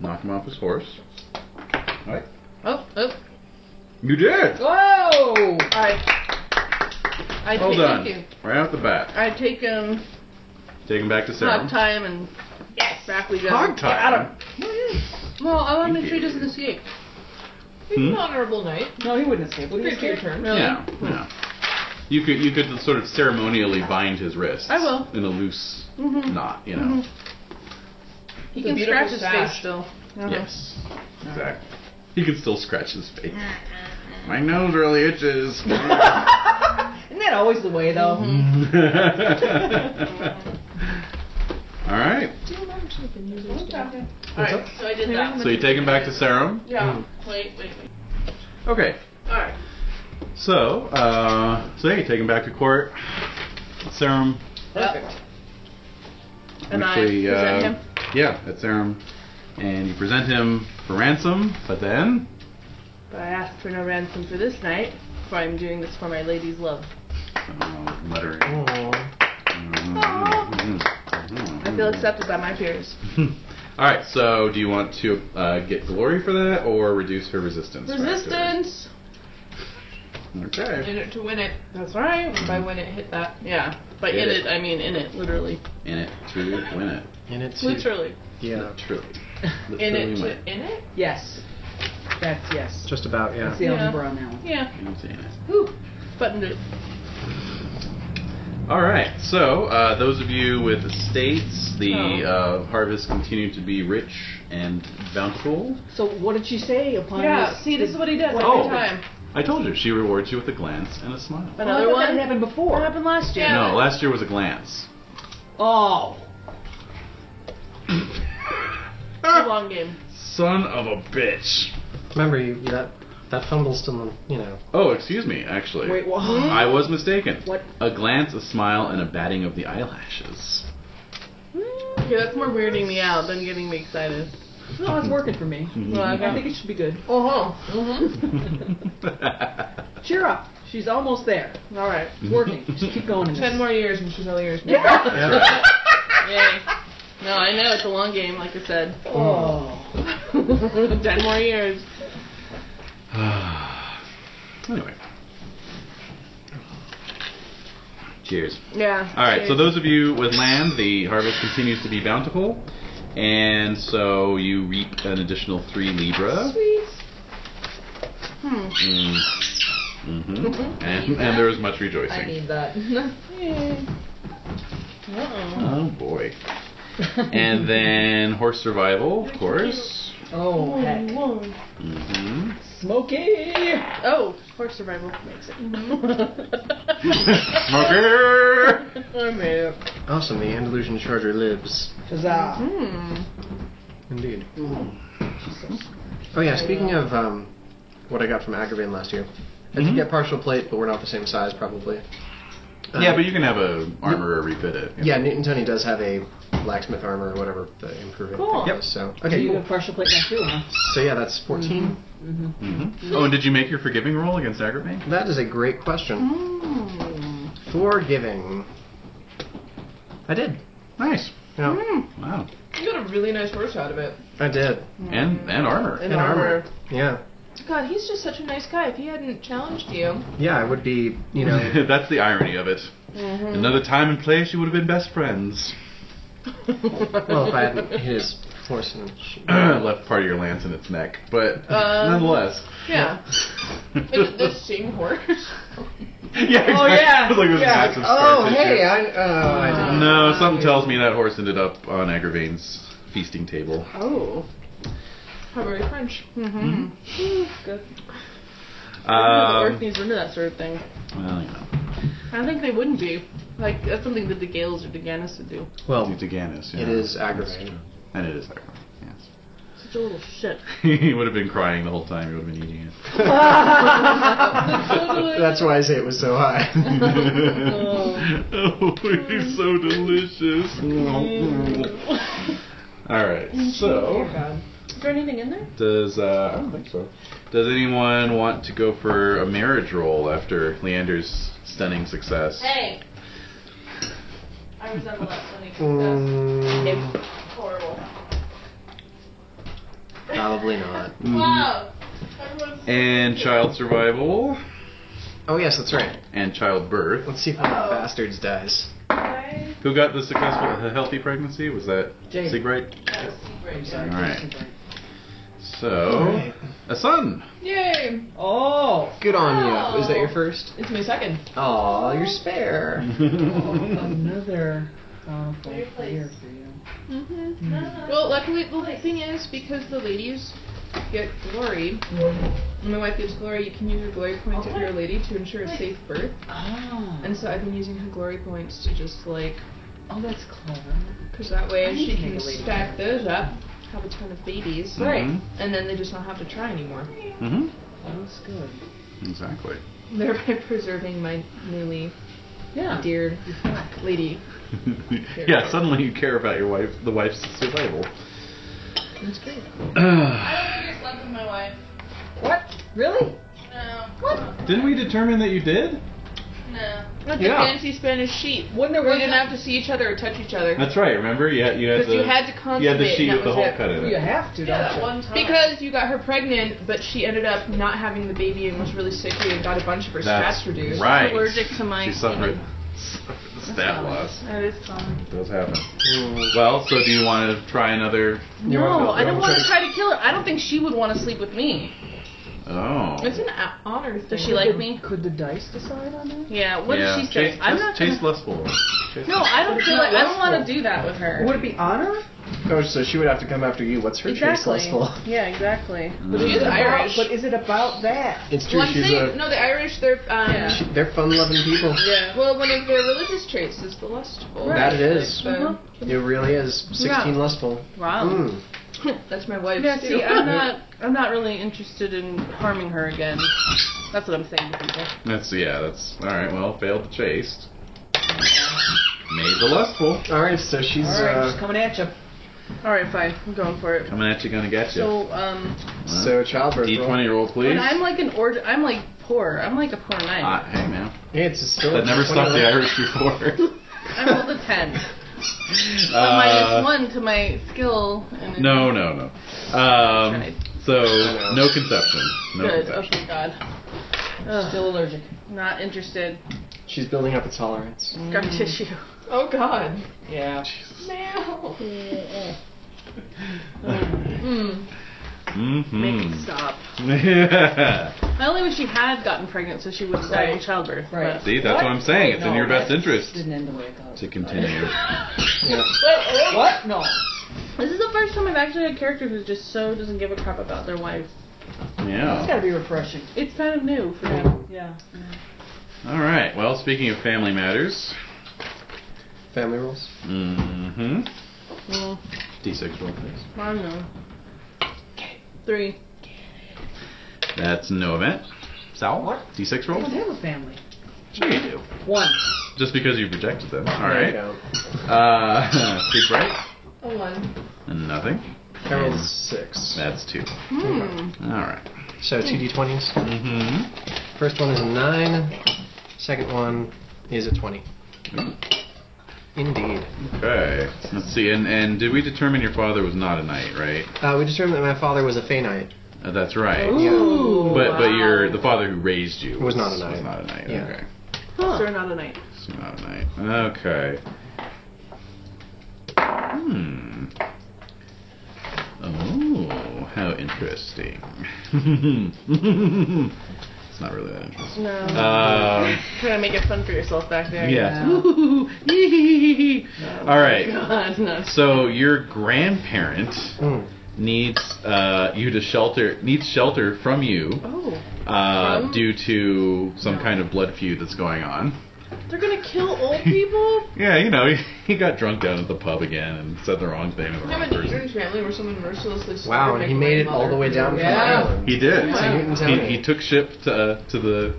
knock him off his horse. All right.
Oh, oh.
You did.
Whoa.
I. I
Well
take,
done.
Thank you.
Right off the bat.
I take him
Take him back to Sarah.
hog time and back we go.
Hog
Got
tie.
him. Well, I want to
You
make sure he
did.
doesn't escape.
He's an honorable knight.
No, he wouldn't escape. Would he
Your
escape?
turn.
Really?
Yeah, yeah. You could you could sort of ceremonially bind his wrists.
I will.
In a loose
Mhm.
knot, you know.
It's a
He can
beautiful
scratch his face
sash.
still. Uh-huh.
Yes. Exactly. He could still scratch his face.
Mm-hmm.
My nose really itches.
Isn't that always the way though?
Mm-hmm.
All right.
Damn, I'm sleeping. You're just
Alright, so I did that.
So you take him back to Sarum.
Yeah. Wait, wait, wait.
Okay.
Alright.
So, uh, so yeah, you take him back to court. Sarum
Perfect.
And I
actually,
present
uh,
him.
yeah, at Sarum, and you present him for ransom. But then,
But I asked for no ransom for this night, for I'm doing this for my lady's love.
uh, muttering.
Aw.
I feel accepted by my peers.
All right. So, do you want to uh, get glory for that, or reduce her resistance? factor?
Resistance!
Okay.
In it to win it.
That's right.
By when it hit that.
Yeah. But in
Get it.
it, I mean in it, literally.
In it to win it.
And it's
Literally.
yeah,
Literally.
In
Literally
it
win
to
it.
in it?
Yes. That's yes.
just about yeah.
That's the
Yeah.
algebra on that one.
Yeah.
You see it.
Whew. Buttoned it.
All right. So uh, those of you with estates, the
Oh.
uh, harvest continued to be rich and bountiful.
So what did she say upon
Yeah,
this?
see, this is what he does
Oh.
every time.
I told you, she rewards you with a glance and a smile.
Oh, I
Another
thought
one?
That happened before.
What happened last
Oh.
year?
No, last year was a glance.
Oh.
It's a long game.
Son of a bitch.
Remember you that That fumble's still, you know.
Oh, excuse me, actually.
Wait, what?
Hmm?
I was mistaken.
What?
A glance, a smile, and a batting of the eyelashes.
Okay, that's more weirding me out than getting me excited.
No, it's working for me.
Mm-hmm.
Well, I
I
got
think it should be good.
Oh,
Uh huh. Mm-hmm.
Cheer up. She's almost there.
All right.
Mm-hmm.
It's working. Just keep going. in this.
Ten more years and she's all yours.
Yeah.
That's right.
Yay. No, I know it's a long game, like I said.
Oh.
Ten more years.
anyway. Cheers.
Yeah.
All right, so those of you with land, the harvest continues to be bountiful, and so you reap an additional three libra. Sweet.
Hmm.
hmm And, and there is much
I
rejoicing.
need that.
Uh-oh.
Oh boy. and then horse survival, of course.
Oh, heck.
Mm-hmm.
hmm
Smokey!
Oh, horse survival makes it.
Mm-hmm.
Smoker.
I made it.
Also, the Andalusian Charger lives.
Huzzah.
Mm-hmm.
Hmm.
Indeed. Oh yeah, speaking of um, what I got from Agravain last year, I did
Mhm.
get partial plate, but we're not the same size probably. Uh,
Yeah, but you can have a armorer refit it.
yeah, Newton Tony does have a blacksmith armor or whatever the improving
Cool.
thing
Yep.
is. So
So
okay,
you
cool.
have partial plate back too, huh?
so yeah, that's 14
Mm-hmm.
hmm Oh, and did you make your forgiving roll against Agrabah?
That is a great question.
Hmm.
Forgiving. I did.
Nice.
Yeah,
Wow.
you got a really nice horse out of it.
I did.
And and armor.
In armor. Yeah.
God, he's just such a nice guy. If he hadn't challenged you,
Yeah, it would be, you know,
That's the irony of it.
Mm-hmm.
Another time and place, you would have been best friends.
well, if I hadn't hit his horse and sh-
Left part of your lance in its neck, but
Um,
nonetheless.
yeah,
yeah,
is it the same horse?
exactly.
Oh, yeah.
It's like this
Yeah.
massive scar
Oh,
tissue.
hey, I, oh, I
uh,
didn't.
No, something tells me that horse ended up on Agravain's feasting table.
Oh.
How very French.
Mm-hmm. Good. the
Um,
Orkneys were into that sort of thing.
well, you know,
I think they wouldn't be. Like that's something that the Gales or the Ganis would do.
Well,
it's Aganis, yeah.
it is
That's
Agravain.
true. And it is Agravain, yes.
Such a little shit.
he would have been crying the whole time. He would have been eating it.
that's why I say it was so high.
oh, it's so delicious. Mm. All right.
Mm.
So,
Oh, Is there anything in there?
does uh, I don't think so. Does anyone want to go for a marriage roll after Leander's stunning success?
Hey! I resemble that stunning success.
Mm,
Horrible.
probably not.
Mm-hmm.
Wow! Everyone's
And child survival
Oh yes, that's right.
and childbirth.
Let's see if one of the
Oh.
bastards dies.
okay.
Who got the successful, the healthy pregnancy? Was that
Jade.
Siegfried?
That was secret.
All right. So, Oh.
Alright.
a son.
Yay!
Oh.
Good on you. Is that your first?
It's my second.
Aw, your spare.
Another powerful
Very place.
year for you.
Mm-hmm.
No, no, no.
Well, luckily, well, the thing is, because the ladies get glory, and my wife gives glory, you can use your glory points if you're a lady to ensure a safe birth.
Ah.
And so I've been using her glory points to just like,
oh, that's clever.
because that way
I need
she
to make
can
a Mm-hmm. lady
stack those up, have a ton of babies,
Right. Mhm.
And then they just don't have to try anymore,
hmm
That's good.
Exactly.
thereby preserving my newly
Yeah.
dear lady.
yeah, suddenly you care about your wife, the wife's survival.
That's great.
I don't think I slept with my wife.
What? Really?
No. What?
Didn't we determine that you did?
No.
Like
Yeah.
a fancy Spanish sheet.
Wasn't there
We
one
didn't have to see each other or touch each other.
That's right. Remember? Yeah, you had
Because
the
you had to
you had the
consummate,
sheet
and
with the
that
hole
was it.
cut in
You
it.
have to,
Yeah,
don't
that
you?
one time.
Because you got her pregnant, but she ended up not having the baby and was really sickly and got a bunch of her
That's
stats reduced.
right.
Allergic to my.
She suffered suffered stab loss.
That is common.
Those happen. Well, so do you want to try another?
You wanna-
No,
you
I don't
wanna
want
try
to try
to-
to kill her. I don't think she would want to sleep with me.
Oh.
It's an a- honor thing.
Does she like me?
Could the dice decide on that?
Yeah. What
yeah.
does she say?
Chase,
I'm not.
chase
Gonna,
lustful.
no, I don't feel like I don't want to do that with her.
Would it be honor?
Oh, so she would have to come after you. What's her chase
exactly.
lustful?
Yeah, exactly.
But is
She's
it about-
Irish.
But is it about that?
It's true.
One
She's
thing,
a.
no, the Irish, they're, um,
Yeah.
she- they're fun-loving people.
Yeah.
well, one of their religious traits is the lustful.
That it is.
Mm-hmm.
So,
It really is. 16
Yeah.
lustful.
Oh.
Wow.
Mm.
That's my wife.
Yeah,
too.
see, I'm not, I'm not really interested in harming her again. That's what I'm saying to people.
That's yeah. That's all right. Well, failed the chaste. Made the lustful.
All right, so she's
All right, she's
uh,
coming at you.
All right, fine. I'm going for it.
Coming at you, gonna get you.
So, um,
Huh?
so childbirth. roll.
D20 roll, please.
and I'm like an ord. I'm like poor. I'm like a poor knight.
Ah, hey, man.
Hey, it's a story.
That never stopped the Irish before.
I rolled a ten.
Uh,
minus one to my skill. And
no, no, no. Um,
Tried.
so, no conception. No
Good.
Oh,
conception.
Okay, God. Ugh,
Still allergic.
not interested.
She's building up a tolerance.
Scar tissue.
Oh God.
Yeah.
Hmm. Make it
Mm-hmm.
stop.
hmm.
I only wish she had gotten pregnant so she wouldn't die in
Right.
childbirth.
Right.
See, that's what, I'm saying. It's in
No,
your best
that
interest
Didn't end the way it goes.
to continue.
Yeah.
What? No.
but This is the first time I've actually had a character who just so doesn't give a crap about their wife.
It's
yeah.
gotta be refreshing.
It's kind of new for me.
Yeah.
All right. Well, speaking of family matters.
Family rules.
Mm-hmm.
Mm,
D6 roll, please.
I don't know. Three.
That's no event. Sal?
What?
D6
I
roll?
don't have a family.
Sure you do.
One.
Just because you've rejected them. All
There
right.
you go.
Uh, big break.
A one.
And nothing.
I rolled a six.
That's two.
Hmm.
All right.
So two d20s.
Mm-hmm.
First one is a nine. Second one is a twenty. Indeed.
Okay. Let's see. And and did we determine your father was not a knight, right?
Uh, we determined that my father was a Fey Knight.
Uh, that's right.
Ooh.
But but your
wow.
the father who raised you
Was not a knight.
Was not a knight.
Yeah.
Okay.
Huh. Sir, not a knight.
So not a knight. Okay. Hmm. Oh, how interesting. it's not really that interesting.
No.
Um,
Trying to make it fun for yourself back there.
Yes.
Yeah.
All right.
God, no.
So your grandparent
Mm.
needs uh, you to shelter needs shelter from you
Oh,
uh,
From?
due to some
No.
kind of blood feud that's going on.
they're gonna kill old people.
Yeah, you know, he got drunk down at the pub again and said the wrong thing to the
I
wrong
have an Eastern
person.
family where someone mercilessly slaughtered
Wow, and
my
he made it all the way down from
Yeah.
Ireland.
He did.
To Newton Tony.
He, he took ship to uh, to the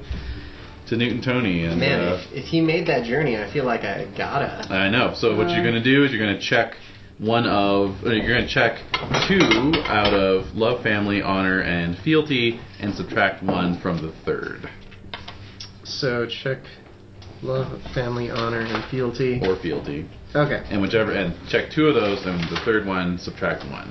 to Newton Tony and
Man,
uh,
if, if he made that journey, I feel like I gotta.
I know. So what you're gonna do is you're gonna check one of or you're gonna check two out of love, family, honor, and fealty, and subtract one from the third
So check love, of family, honor, and fealty.
or fealty,
Okay.
and whichever and check two of those, and the third one subtract one.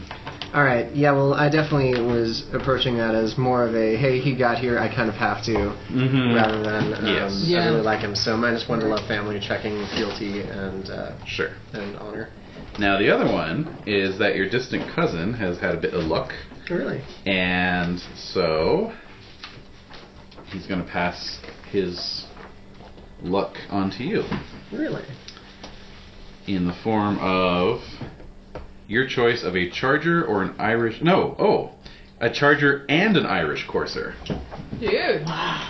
All right. Yeah. Well, I definitely was approaching that as more of a hey, he got here, I kind of have to,
Mhm.
rather than um,
Yes.
I
Yeah.
really like him. So minus one to love, family, checking fealty, and uh,
Sure.
and honor.
Now the other one is that your distant cousin has had a bit of luck,
Really?
and so he's gonna pass his luck on to you.
Really?
in the form of your choice of a charger or an Irish. No, oh, a charger and an Irish courser.
Dude.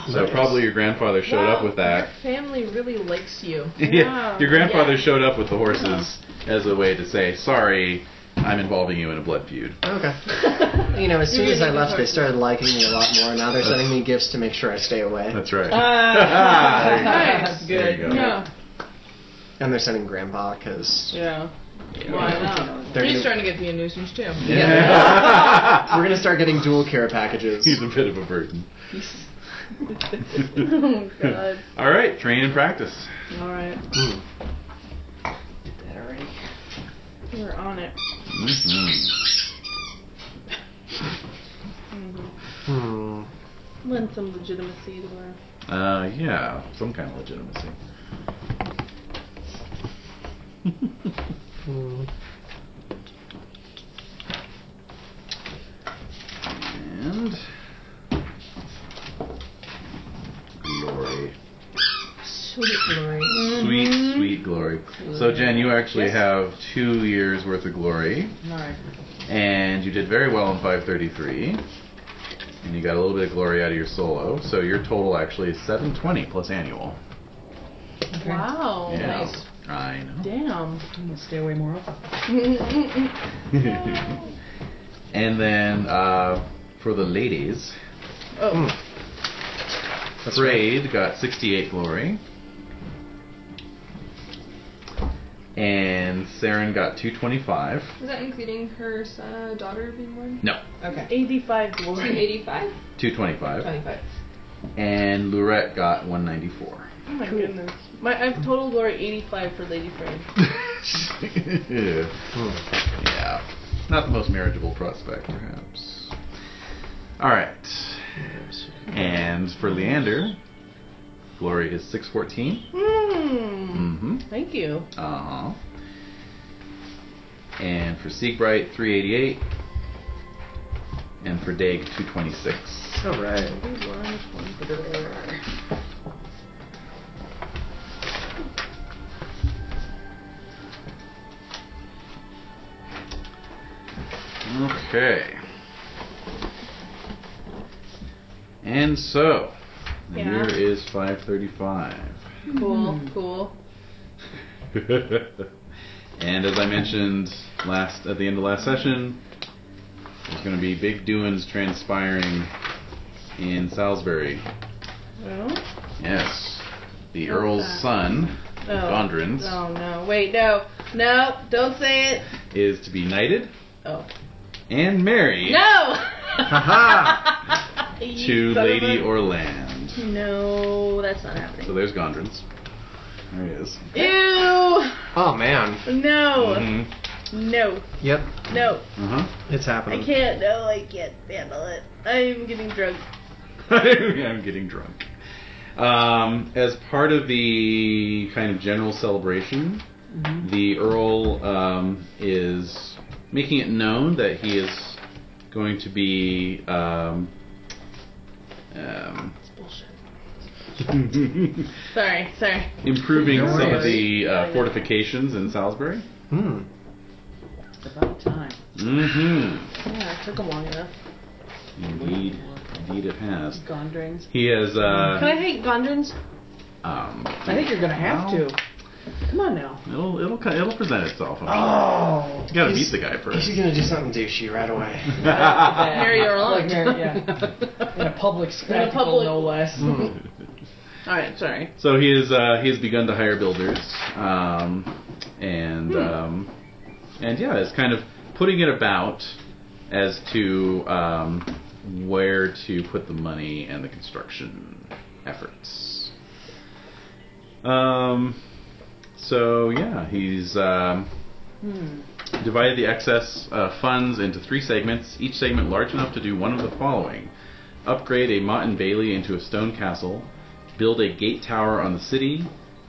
So
Nice.
probably your grandfather showed up
Wow,
with that.
Your family really likes you.
yeah, your grandfather
Yeah.
showed up with the horses
Uh-huh.
as a way to say, "Sorry, I'm involving you in a blood feud."
Okay. you know, as soon as I left, they started liking me a lot more. Now they're sending me gifts to make sure I stay away,
That's
Uh.
right.
That's
There you
good.
go.
Yeah.
and they're sending grandpa because
Yeah.
Yeah.
Why not?
they're
He's
gonna,
starting to get to be a nuisance too.
Yeah.
we're gonna start getting dual care packages.
He's a bit of a burden.
oh God.
All right, train and practice. Hmm.
All right.
Mm.
We're on it.
Mhm.
Hmm.
Lend some legitimacy to our.
Uh, yeah, some kind of legitimacy.
Hmm.
And glory,
Sweet glory.
sweet, sweet glory. So Jen, you actually have two years worth of glory,
All right.
and you did very well in 533, and you got a little bit of glory out of your solo. So your total actually is 720 plus annual.
Wow.
yeah,
nice.
I know.
Damn.
I'm gonna stay away more often.
All And then uh, for the ladies,
Oh,
That's
Braid got 68 glory. And Saren got 225.
is that including her uh, daughter being born?
No,
Okay.
85 glory.
285?
225.
25.
And Lurette got 194.
Oh my goodness. My I have total glory 85 for Lady Frame.
yeah. Not the most marriageable prospect, perhaps. Alright. And for Leander, Glory is 614.
Mmm.
Mm hmm.
Thank you.
Uh huh. And for Siegbright, 388. And for Dag, 226.
All right.
Okay. And so, the
Yeah.
year is 535.
Cool, cool.
and as I mentioned last at the end of last session, there's going to be big doings transpiring in Salisbury.
Oh,
Yes, the Earl's son,
no.
Gondrins,
Oh no. Wait, no. No, don't say it.
is to be knighted
Oh.
and married
No!
Oh.
Ha
You
to
son of
Lady
a-
Orland.
No, that's not
So
happening.
there's Gondrins. There he is.
Ew!
Oh man.
No!
Mm-hmm.
No.
Yep.
No.
Uh
It's
I
happening.
can't. No, I can't handle it. I'm getting drunk.
huh. I'm getting drunk. Um, as part of the kind of general celebration,
Mm-hmm.
the Earl um, is making it known that he is going to be. Um, um,
Sorry, sorry.
improving
Don't
some
worry.
of the uh, fortifications in Salisbury.
Hmm.
It's about time.
Mm-hmm.
Yeah, it took him long enough.
Indeed, indeed it has.
Gondrings.
He has.
Can
Uh,
I hate Gondrins?
um,
I think you're gonna have
well,
to. Come on now.
It'll it'll co- it'll present itself.
Oh.
You gotta
he's-
beat the guy first.
He's gonna do something douchey right away.
Mary Orlando.
Uh, Like, yeah. In a public spectacle,
public-
no less.
Alright, sorry.
So he is uh, he has begun to hire builders, um, and um, and yeah, it's kind of putting it about as to um, where to put the money and the construction efforts. Um, so yeah, he's um,
Hmm.
divided the excess uh, funds into three segments, each segment large enough to do one of the following upgrade a Mott and Bailey into a stone castle, build a gate tower on the city,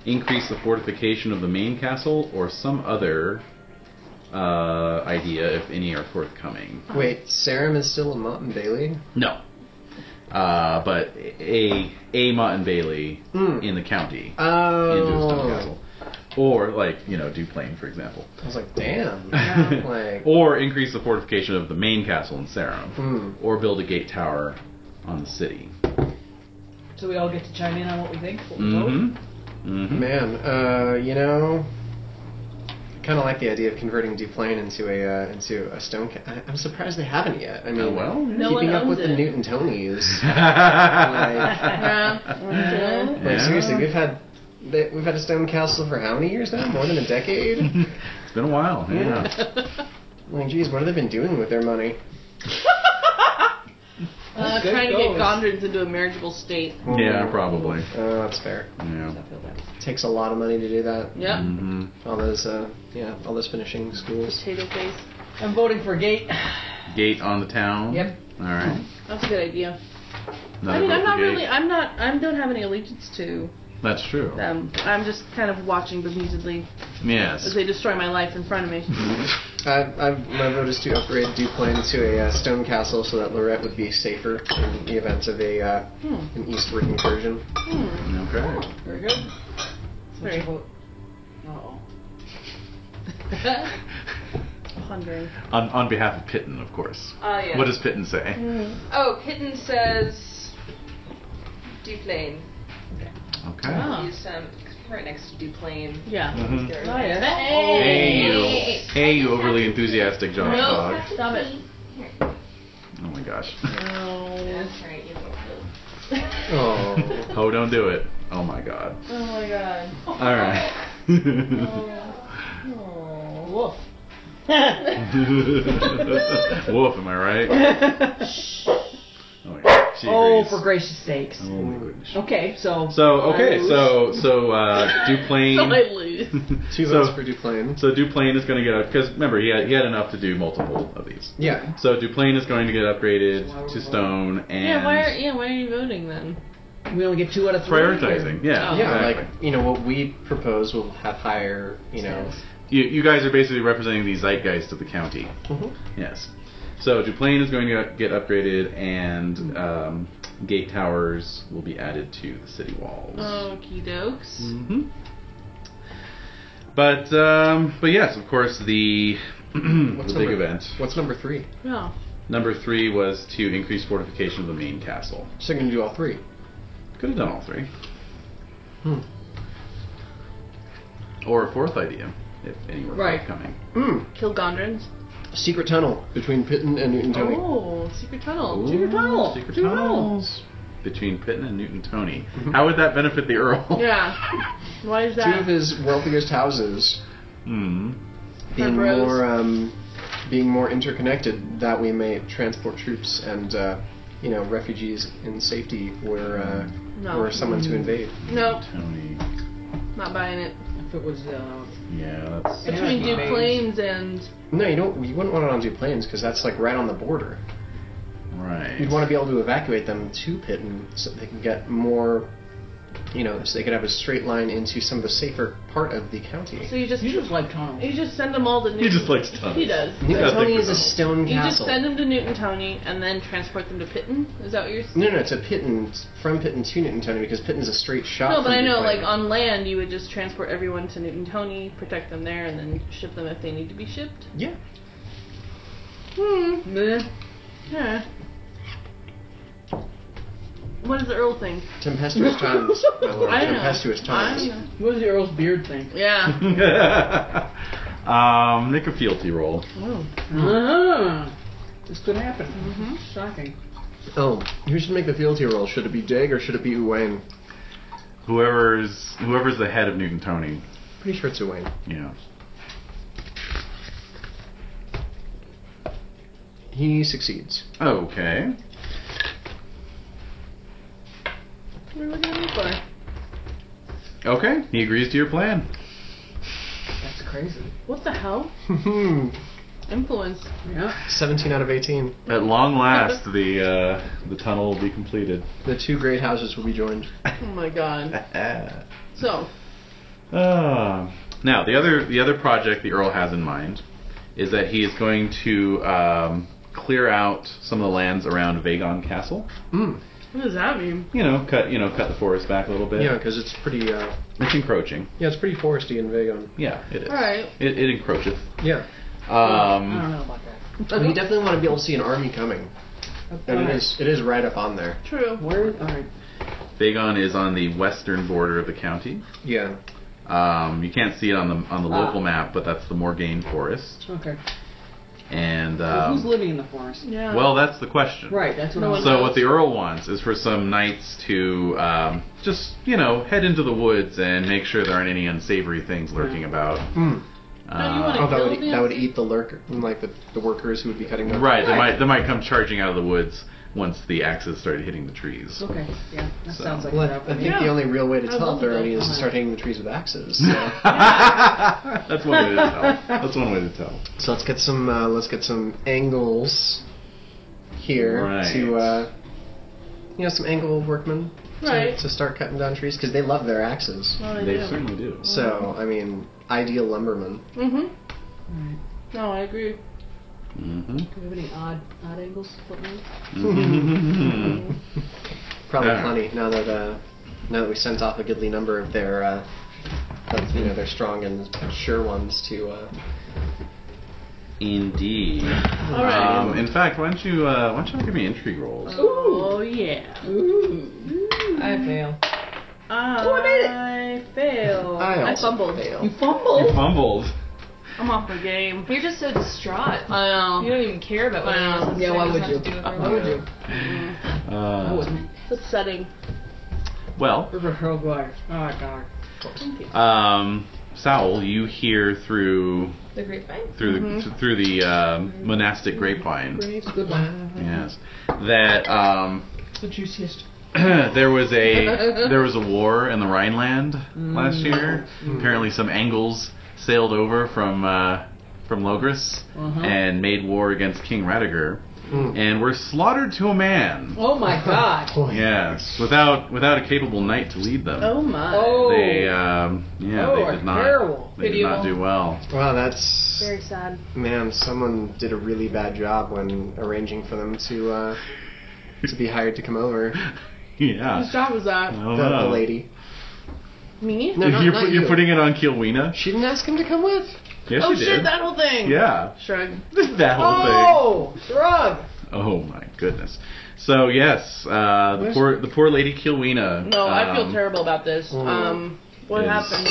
increase the fortification of the main castle, or some other uh, idea, if any, are forthcoming.
Wait, Sarum is still a Mott and Bailey?
No. Uh, but a a Mott and Bailey
Mm.
in the county into a stone
Oh.
castle, or like you know Duplain, for example.
I was like, damn. like,
or increase the fortification of the main castle in Sarum,
Hmm.
or build a gate tower on the city.
So we all get to chime in on what we think. What we vote.
hmm hmm
man, uh, you know, kind of like the idea of converting Duplain into a uh, into a stone. Ca- I- I'm surprised they haven't yet. I mean,
Oh, well.
No one
keeping up
owns
with the
it.
Newton Tonys.
Yeah.
Like seriously, we've had they, we've had a stone castle for how many years now? More than a decade.
It's been a while. Yeah.
like, geez, what have they been doing with their money?
Uh,
Good
trying to get
goes.
Gondrins into a marriageable state.
yeah, probably.
Oh, that's fair.
Yeah.
Takes a lot of money to do that.
Yep.
hmm
All those, uh, yeah, all those finishing schools.
Potato face.
I'm voting for Gate.
Gate on the town.
Yep.
All right.
That's a good idea.
Another
I mean,
vote
I'm
for
not
gate.
really. I'm not. I don't have any allegiance to
That's true.
them. I'm just kind of watching bemusedly as
Yes.
they destroy my life in front of me.
I, I, my vote is to upgrade Duplain to a uh, stone castle so that Lorette would be safer in the event of a uh,
Hmm.
an eastward incursion.
Hmm.
Okay.
Very good. So what's
Very.
your vote? Uh-oh.
Pondering.
On, on behalf of Pitten, of course.
Ah,
Oh, yeah.
What does Pitten say?
Oh, Kitten says Duplain.
Okay.
Ah.
He's um, right next to Duplain.
Yeah.
Mhm.
There.
Oh, yeah.
Hey you, hey you, overly enthusiastic
No.
Josh Dog.
Stop it.
Oh my gosh.
That's right, you little fool.
Oh.
oh, don't do it. Oh my god.
Oh my god.
All right.
Oh, woof.
Wolf, am I right? Oh, my God. She
oh,
agrees.
for gracious sakes.
Oh my goodness.
Okay, so.
So okay,
I
so
So
so uh,
I
Duplain.
lose.
Two
so,
votes for Duplain.
So Duplain is going to get up because remember he had, he had enough to do multiple of these.
Yeah.
So Duplain is going to get upgraded to stone and
Yeah, why are yeah, why are you voting then?
lose. We only get two out of three.
prioritizing. Yeah,
Oh.
Yeah,
exactly.
like you know what we propose will have higher, you know.
you, you guys are basically representing the zeitgeist of the county.
Mhm.
Yes. So Duplain is going to get upgraded, and um, gate towers will be added to the city walls.
Oh.
Okie dokes.
hmm But um, but yes, of course the the
What's
big
number-
event.
What's number three?
No.
Number three was to increase fortification of the main castle.
So I'm gonna do all three.
Could have done all three,
Hmm.
or a fourth idea if any were
Right.
forthcoming.
Mm.
Kill Gondrans.
Secret tunnel between Pitten and Newton Tony.
Oh, secret tunnel.
Ooh,
Secret tunnel.
Secret
Secret
tunnels. Between Pittman and Newton Tony.
Mm-hmm.
How would that benefit the Earl?
Yeah. Why is
Two
that?
of his wealthiest houses
Hmm.
being
bros.
more um, being more interconnected. That we may transport troops and uh, you know refugees in safety were uh,
No.
were someone to invade.
Nope,
Tony.
not buying it.
If it was. Uh,
Yeah, that's.
Yeah,
Between
it's
Duke
not.
Plains and
No, you don't. You wouldn't want it on two planes because that's like right on the border.
Right.
You'd want to be able to evacuate them to Pitten so they can get more, you know, so they could have a straight line into some of the safer part of the county.
so you just
you
you
just like tunnels.
just send them all to Newton.
He just likes tunnels.
He does.
Yeah, I
Newton
think
Tony
we
is a
know.
stone
You just
castle.
send them to Newton Tony and then transport them to Pitten. Is that what you're? saying?
no, no, to Pitten, from Pitten to Newton Tony because Pitten's a straight shot.
No,
from
but I know,
Duplain.
like on land, you would just transport everyone to Newton Tony, protect them there, and then ship them if they need to be shipped.
Yeah.
Hmm.
Meh.
Yeah. What does the Earl think?
Tempestuous times, my lord.
I don't know.
Tempestuous
I
times.
don't know.
What does the Earl's beard think?
Yeah.
um, make a fealty roll.
Oh. Uh-huh. This could happen.
hmm
Shocking.
Oh, who should make the fealty roll? Should it be Dig or should it be Uwain?
Whoever's whoever's the head of Newton Tony.
Pretty sure it's Uwain.
Yeah.
He succeeds.
Okay.
What are we looking at me for?
Okay. He agrees to your plan.
That's crazy.
What the hell?
17
Influence.
Yeah.
out of 18.
At long last, the uh, the tunnel will be completed.
The two great houses will be joined.
Oh my god. So,
Ah. now the other the other project the Earl has in mind is that he is going to um, clear out some of the lands around Vagon Castle.
Mm.
what does that mean?
You know, cut you know cut the forest back a little bit.
Yeah, because it's pretty. Uh,
It's encroaching.
yeah, it's pretty foresty in Vagon.
Yeah, it is.
Alright.
It, it encroaches.
Yeah,
I don't
Um,
know about that.
but you definitely want to be able to see an army coming, and it is it is right up on there.
True.
Where? All right.
Vagon is on the western border of the county.
Yeah,
Um, you can't see it on the on the
Ah.
local map, but that's the Morgaine Forest.
Okay.
And
So who's
um,
living in the forest?
Yeah.
well, that's the question.
Right. That's what
No
I'm.
one-
So what the Earl wants is for some knights to um, just you know head into the woods and make sure there aren't any unsavory things lurking about.
Mm.
No, you
Uh,
wanna
oh, that
Kill
would
the
that would
unseen-
eat the lurker, like the, the workers who would be cutting up.
right, they might they might come charging out of the woods once the axes started hitting the trees.
Okay. Yeah. That
So-
sounds like
Well,
that.
I think
Yeah.
the only real way to
I
tell if
love
they're
those.
ready is to start hitting the trees with axes. So,
That's one way to tell. That's one way to tell.
so let's get some uh, let's get some angles here
Right.
to uh, you know some angle workmen to,
Right.
to start cutting down trees because they love their axes.
What do
They
they do?
certainly do.
So I mean, ideal lumberman.
Mm-hmm.
Right.
No, I agree.
Mm-hmm.
Do we have any odd odd angles? footnotes?
hmm
Mm-hmm.
Probably
Yeah.
plenty now that uh, now that we sent off a goodly number of their uh, of, you know their strong and sure ones to uh,
Indeed.
All right.
Um, in fact, why don't you uh, why don't you give me intrigue rolls?
Oh yeah.
I fail.
I,
I made
failed.
I also
fumbled.
fail.
Oh.
You fumbled.
You fumbled.
I'm off my game.
You're just so distraught.
I
You don't even care about what anyone else has to
Yeah,
say.
why
It
would
doesn't have
you?
to do with
Uh,
her.
why would you?
I
Uh,
wouldn't.
It's upsetting.
well,
River Hurl Guard. Oh, God.
um, Saul, you hear through
The grapevine?
through the through the uh, monastic grapevine,
It's a good one.
yes, that um,
It's the juiciest.
there was a there was a war in the Rhineland last year.
Mm.
Apparently, some Angles sailed over from uh, from Logris
Uh-huh.
and made war against King Radiger,
Mm.
and were slaughtered to a man.
Oh, my God.
Boy.
Yes, without without a capable knight to lead them.
Oh my.
Oh.
They um, yeah,
Oh,
they
are
did not
terrible.
they did not do well.
Wow, that's
Very sad.
man. Someone did a really bad job when arranging for them to uh, to be hired to come over.
yeah.
Whose job was
I
that?
don't
the, the
know.
lady.
Me?
No, not,
Oh, you're,
not
you're
you.
putting it on Kilwina?
She didn't ask him to come with.
Yes,
oh
you
shit,
did.
that whole thing.
yeah,
Shrug.
that whole thing.
Oh, drug.
Oh my goodness. So yes, uh, the
Where's-
poor the poor lady Kilwina.
No, I feel
um,
terrible about this.
Mm.
Um, what
is-
happened?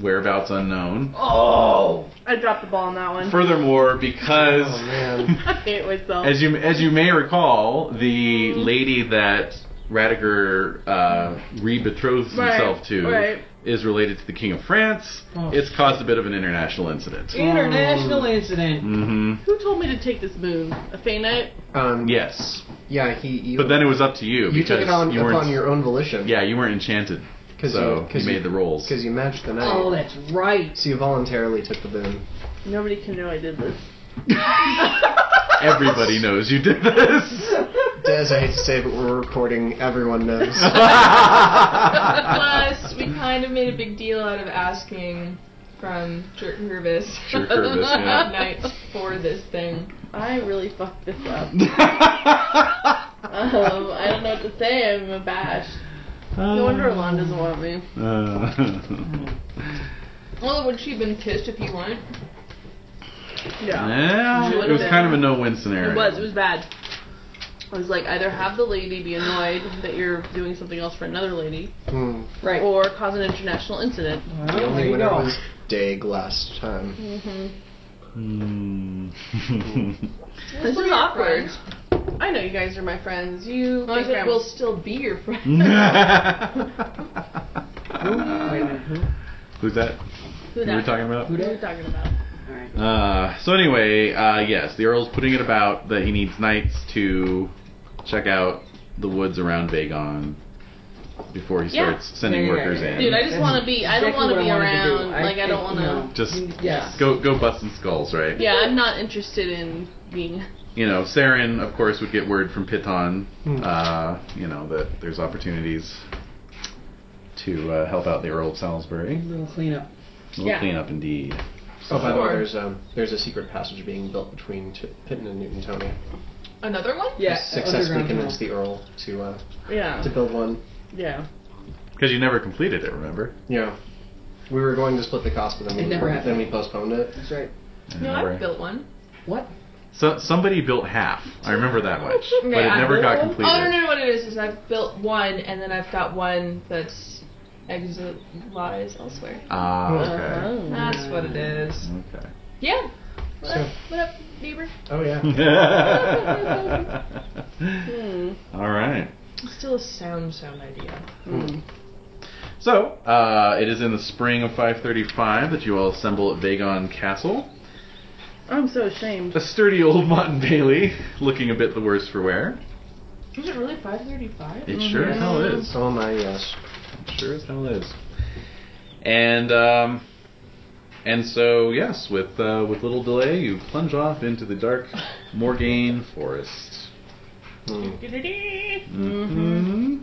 Whereabouts unknown.
Oh.
I dropped the ball on that one.
Furthermore, because
Oh man.
I hate myself.
As you as you may recall, the lady that Radiger uh, re-betrothed
Right,
himself to
right.
is related to the King of France.
Oh.
It's caused a bit of an international incident.
International incident.
hmm
Who told me to take this moon? A Feynight?
Um,
Yes,
Yeah. He. You,
but then it was up to you
you
because
took it on
you
upon
weren't.
your own volition.
yeah, you weren't enchanted,
Because
so
you,
you, made the rolls.
Because you matched the night.
Oh, that's right.
so you voluntarily took the boon.
Nobody can know I did this.
Everybody knows you did this.
Des, I hate to say, it, but we're recording. Everyone knows.
Plus, we kind of made a big deal out of asking from Jerk Hervis
Jerk Hervis, yeah.
that night for this thing.
I really fucked this up. Um, I don't know what to say. I'm abashed. No wonder Alon doesn't want me.
Uh,
Well, would she have been pissed if you weren't?
Yeah.
yeah, it
Would've
was
been.
kind of a no-win scenario.
It was. It was bad. I was like, either have the lady be annoyed that you're doing something else for another lady,
Hmm.
Right.
or cause an international incident.
Well,
The
Oh, there
only
you
winner
go.
was Dag last time.
Hmm.
This is awkward. I know you guys are my friends. You
Well, I
think
said
I'm-
we'll still be your friend.
Wait a minute. Who?
Who's that?
who
You were
that?
talking about?
Who
Who are
did?
you talking about?
Uh, so anyway, uh, yes, the Earl's putting it about that he needs knights to check out the woods around Vagon before he
Yeah.
starts sending
Yeah, yeah,
workers
yeah, yeah.
Dude,
in.
I just want to be. I don't
Exactly
want to
what
be
I wanted to do.
around. like I don't want to.
Just
Yeah.
go go busting skulls, right?
Yeah, I'm not interested in being.
You know, Saren, of course, would get word from Piton,
Hmm.
uh, you know, that there's opportunities to uh, help out the Earl of Salisbury.
Little cleanup.
We'll
Yeah.
clean up indeed.
Oh, by the way,
Sure.
there's um, there's a secret passage being built between t- Pittman and Newton Tony.
Another one?
Yeah.
Successfully
underground
convinced the Earl to uh,
Yeah.
to build one.
Yeah.
Because you never completed it, remember?
Yeah. We were going to split the cost, but then we
It never happened.
then we postponed
tunnel.
it.
That's right.
No,
Never.
I've built one.
What?
So somebody built half. I remember that much, but it
I
never
built
got
one.
completed.
Oh, no, no, no, what it is is I've built one, and then I've got one that's exilized elsewhere.
Oh,
Ah,
That's what it is.
okay.
Yeah. What
Sure.
up, what up neighbor?
Oh yeah.
Ah, Okay.
Hmm.
All right.
It's still a sound, sound idea.
Mm.
So uh, it is in the spring of 535 that you all assemble at Vagon Castle.
I'm so ashamed.
A sturdy old Mott Bailey, looking a bit the worse for wear.
Is it really Mm-hmm. 535?
It sure as hell is.
Oh my yes.
Sure as hell is. And um, and so yes, with uh, with little delay, you plunge off into the dark Morgaine forest.
Hmm.
Oh,
Mm-hmm.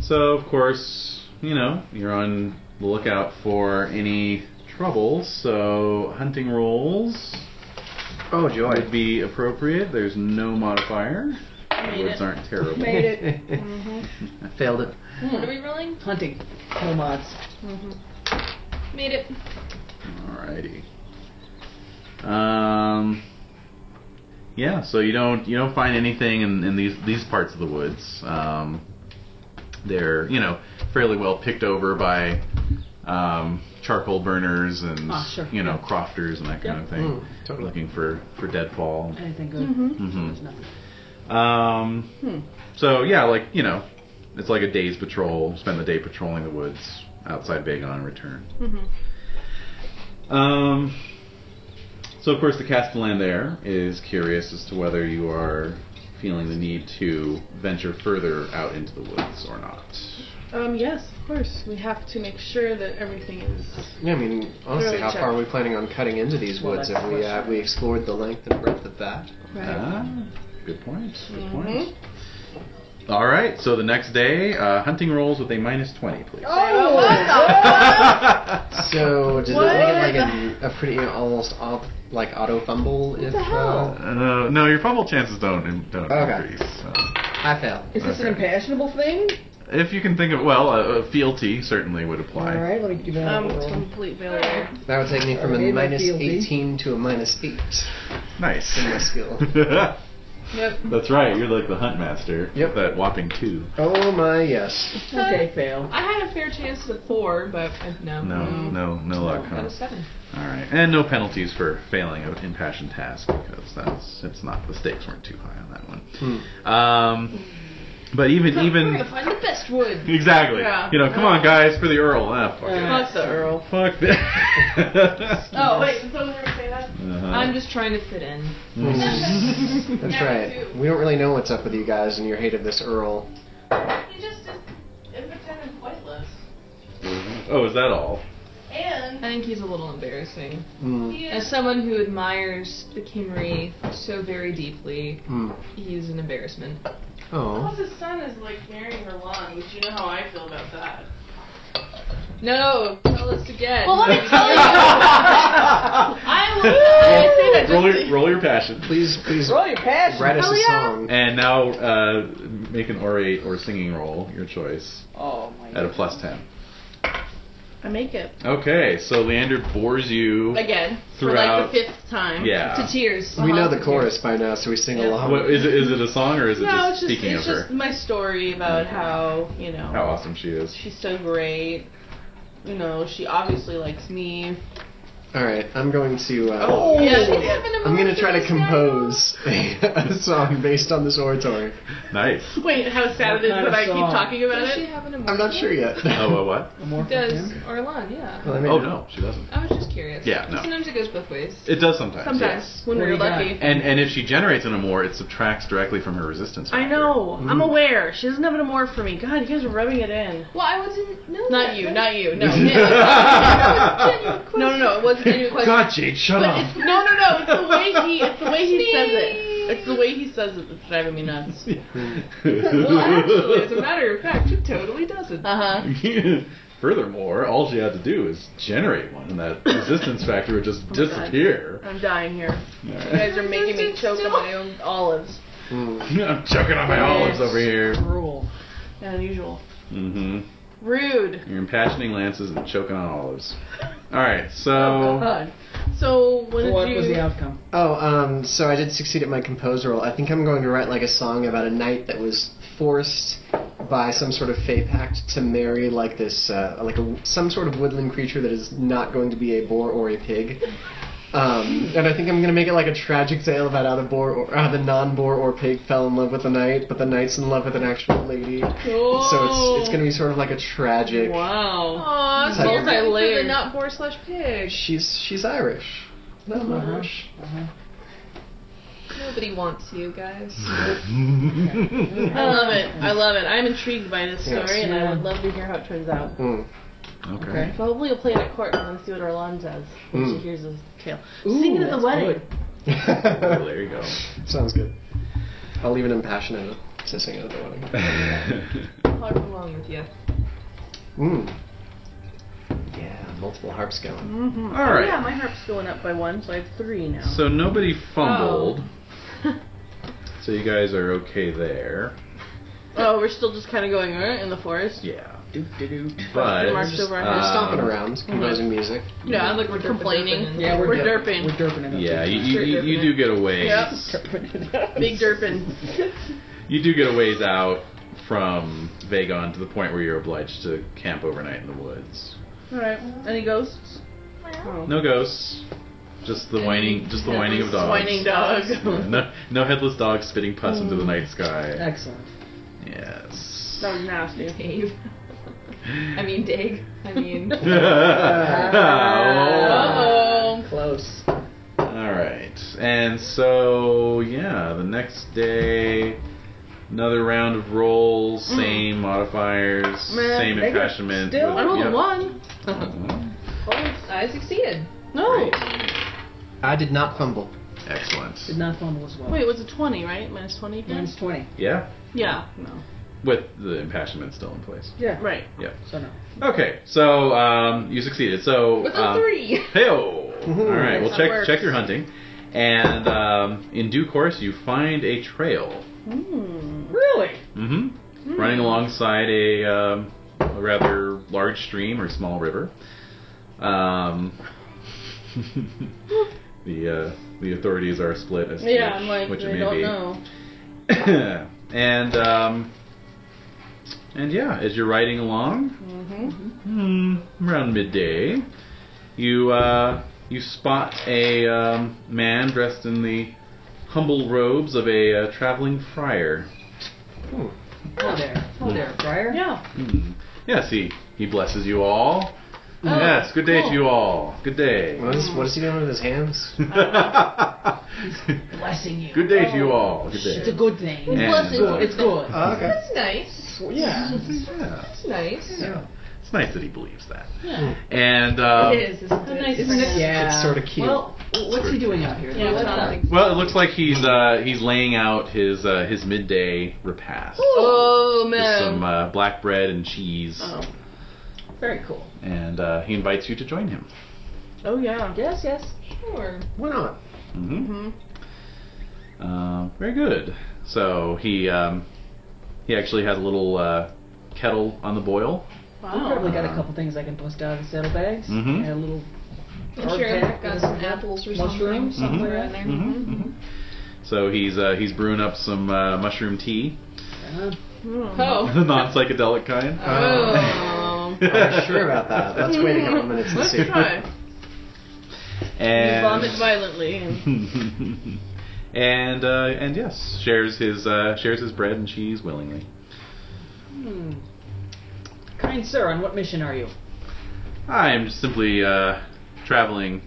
So of course, you know you're on the lookout for any trouble. So hunting rolls
Oh joy.
would be appropriate. There's no modifier.
Made
Words
it.
aren't terrible.
Made it.
Failed it.
What Mm-hmm. Hmm. are we rolling?
Hunting. Kill mods.
Made it.
Alrighty. Um. Yeah, so you don't you don't find anything in, in these these parts of the woods. Um, they're you know fairly well picked over by uh, um, charcoal burners and
Ah, sure.
you know crofters and that kind of thing,
Mm, totally.
looking for for deadfall.
Anything good?
Mm-hmm.
Mm-hmm.
Mhm.
There's nothing.
Um,
Hmm.
So yeah, like you know, it's like a day's patrol. Spend the day patrolling the woods outside Bagon and return. Um, so of course the Castellan there is curious as to whether you are feeling the need to venture further out into the woods or not.
Um, yes, of course. We have to make sure that everything is.
Yeah, I mean, honestly,
Really
how
check.
far are we planning on cutting into these
Well,
woods?
that's
Have we
the
uh, we explored the length and breadth of that?
Ah, good point. Good point. All right. So the next day, uh, hunting rolls with a minus twenty, please.
Oh,
So does it make it like an, a pretty almost op, like auto fumble if uh,
Uh, no, your fumble chances don't don't
Okay.
increase. so.
I fail?
Is this an
Okay.
impassionable thing?
If you can think of, well, uh, uh, fealty certainly would apply.
All right, let me give it
Um,
another roll.
complete failure.
That would take me from
Are we
a
in a
minus
field, B?
18 to a minus 8.
Nice.
In my skill.
Yep.
That's right. You're like the hunt master.
Yep.
That whopping two.
Oh my yes.
Okay, fail.
I had a fair chance with four, but uh, no.
No, no, Mm-hmm. no luck.
Got
Huh?
a seven.
All right, and no penalties for failing an impassioned task because that's it's not the stakes weren't too high on that one. Um, but even
We're
even
gonna find the best wood.
exactly,
Yeah.
you know, come on guys for the earl. Ah, fuck it.
Fuck the Earl.
Fuck that.
Oh wait.
Did someone ever say that?
I'm just trying to fit in.
Mm.
That's
Yeah,
right.
too.
We don't really know what's up with you guys and your hate of this Earl.
He just is impotent and pointless.
oh, is that all?
I
And
think he's a little embarrassing.
Mm,
he
As
is
someone who admires the Kimri so very deeply,
mm.
he's an embarrassment.
Oh.
plus his son is like marrying her lawn, which you know how I feel about that.
No, tell us again.
Well, let me tell you. I love I say that just
roll your roll your passion.
Please, please
Roll your passion.
write us a song.
And now uh, make an orate or singing roll, your choice,
Oh my
at a plus 10.
I make it
Okay, so Leander bores you.
again for like
Throughout-
the fifth time.
Yeah.
to tears.
We know
Uh-huh.
the chorus by now, so we sing along.
What, is, it, is it a song or is it
No, it's
just
just
speaking
it's
of
just
her?
my story about how you know
How awesome she is.
she's so great. You know, she obviously likes me.
All right, I'm going to. Uh,
Oh.
Yeah, she's having a
I'm gonna
moment
try to
with me now.
compose a, a song based on this oratory.
Nice.
Wait, how sad it is
What kind
that
of
I keep
song?
talking about
Does she
it?
have an
I'm not sure yet.
Oh, a what?
More for
Does
him?
Orlan, yeah.
Well, I made
Oh,
it.
no, she doesn't.
I was just curious.
Yeah, no.
Sometimes it goes both ways.
It does sometimes.
Sometimes
yes.
when
What do
we're
you got?
lucky.
And, and if she generates an amour, it subtracts directly from her resistance.
I
factor.
know.
Mm-hmm.
I'm aware. She doesn't have an more for me. God, you guys are rubbing it in.
Well, I wasn't. No,
Not you, not you. No, him.
God,
no, no, no. It wasn't any question.
Jade, shut
But
up.
it's, no, no, no. It's the way he. It's the way he says it. It's the way he says it that's driving me nuts.
Well, actually, as a matter of fact, it totally doesn't.
Uh huh.
Furthermore, all she had to do is generate one, and that resistance factor would just disappear.
Oh.
I'm dying here. You
Alright.
guys are making me choke on my own olives.
Mm.
I'm choking on my olives over here.
Cruel.
Unusual.
Mm-hmm.
Rude.
You're impassioning lances and choking on olives. All right, so
Oh, God.
So what did
What
you?
was the outcome?
Oh, um, so I did succeed at my compose role. I think I'm going to write like a song about a knight that was forced by some sort of fey pact to marry like this, uh, like a, some sort of woodland creature that is not going to be a boar or a pig. Um, and I think I'm going to make it like a tragic tale about how the boar or how the non-boar or pig fell in love with the knight, but the knight's in love with an actual lady. So it's it's going to be sort of like a tragic.
Wow.
Aw, so you're fighting for the not boar slash pig.
She's she's Irish. No, I'm
Uh-huh.
Irish.
Nobody wants you guys.
I love it. I love it. I'm intrigued by this story,
Yes.
and
Yeah.
I would love to hear how it turns out.
Mm.
okay.
So hopefully you'll play it at court and see what Orlan says when she
Mm.
hears this tale.
Hmm. Ooh,
Sing it at the
that's
wedding.
good.
Well, there you go.
Sounds good. I'll leave an impassioned sissing at the wedding.
I'll go along with you.
Mm. Yeah, multiple harps going. Um,
All
Oh, yeah,
right.
my harp's going up by one, so I have three now.
So nobody fumbled.
Oh.
So you guys are okay there.
Oh, we're still just kind of going uh, in the forest.
Yeah.
Doot-de-doot.
But
Mark's
just-
over
uh,
our
We're stomping around, composing music.
Yeah, I'm like we're complaining.
Yeah,
We're
derp-
derping.
We're derping it up.
yeah, you, you,
Sure,
you, you do get away.
Yep.
Derping it up.
Big derping.
You do get a ways out from Vagon to the point where you're obliged to camp overnight in the woods.
Alright. Any ghosts?
No ghosts. Just the whining, just the whining of dogs.
Whining dog.
No, no headless dogs spitting pus into the night sky.
Excellent.
Yes.
That was nasty.
Dave. I mean, Dig. I mean,
Oh.
Uh-oh.
Close.
All right. And so, yeah, the next day, another round of rolls, same modifiers,
Mm. Man,
same
they got-
impassionment.
still,
with-
I rolled a
yep.
one.
Mhm.
Oh, I succeeded.
No.
I did not fumble.
Excellent.
Did not fumble as well.
Wait, it was a 20, right? Minus 20 again?
Mine's 20.
Yeah,
Yeah. No.
with the impassionment still in place.
Yeah.
Right.
So no.
Okay, so um, you succeeded. So
With a
um,
three.
Hey, all right. Well,
That
check
works.
check your hunting, and um, in due course you find a trail.
Really?
hmm Running alongside a, um, a rather large stream or small river. Um, the uh, the authorities are split as to
Yeah,
which,
I'm like,
which
they
it may
don't
be.
know.
and um, and yeah, as you're riding along,
Mm-hmm.
hmm, around midday, you uh, you spot a um, man dressed in the humble robes of a uh, traveling friar.
Hello there. Hello there, Briar.
Yeah.
Hmm. Yes, he he blesses you all. yes, good day to you all. Good day.
What is, what is he doing with his hands?
Blessing you.
good day to you all. Good
It's a
day.
good thing.
And-
It's good.
Oh, okay.
That's nice.
Yeah.
Yeah,
That's nice.
yeah.
it's nice that he believes that. And um,
It is. Isn't it?
nice
Isn't it?
Yeah.
It's sorta cute.
Well, what's he doing out here?
Yeah, what's
What's
up?
Well, it looks like he's uh, he's laying out his uh, his midday repast.
Oh
There's
man.
some uh, black bread and cheese,
Very cool.
and uh, he invites you to join him.
Oh, yeah.
Yes, yes.
Sure.
Why not?
Mm-hmm. Uh, very good. So he um, he actually has a little uh, kettle on the boil.
I've
Wow.
probably got a couple things I can bust out of the saddlebags.
Mhm.
And a little
I'm
herb
sure
pack
I've got
with
some apples or something
mushrooms somewhere
somewhere
in
in
there.
there.
Mm-hmm. So he's uh, he's brewing up some uh, mushroom tea,
Uh,
Oh.
the non psychedelic kind.
Oh.
I'm not sure about that. Let's wait a couple minutes and
Let's
see.
try.
and
Vomit violently. And
and uh, and yes, shares his uh, shares his bread and cheese willingly.
hmm. Kind sir, on what mission are you?
I'm just simply uh, traveling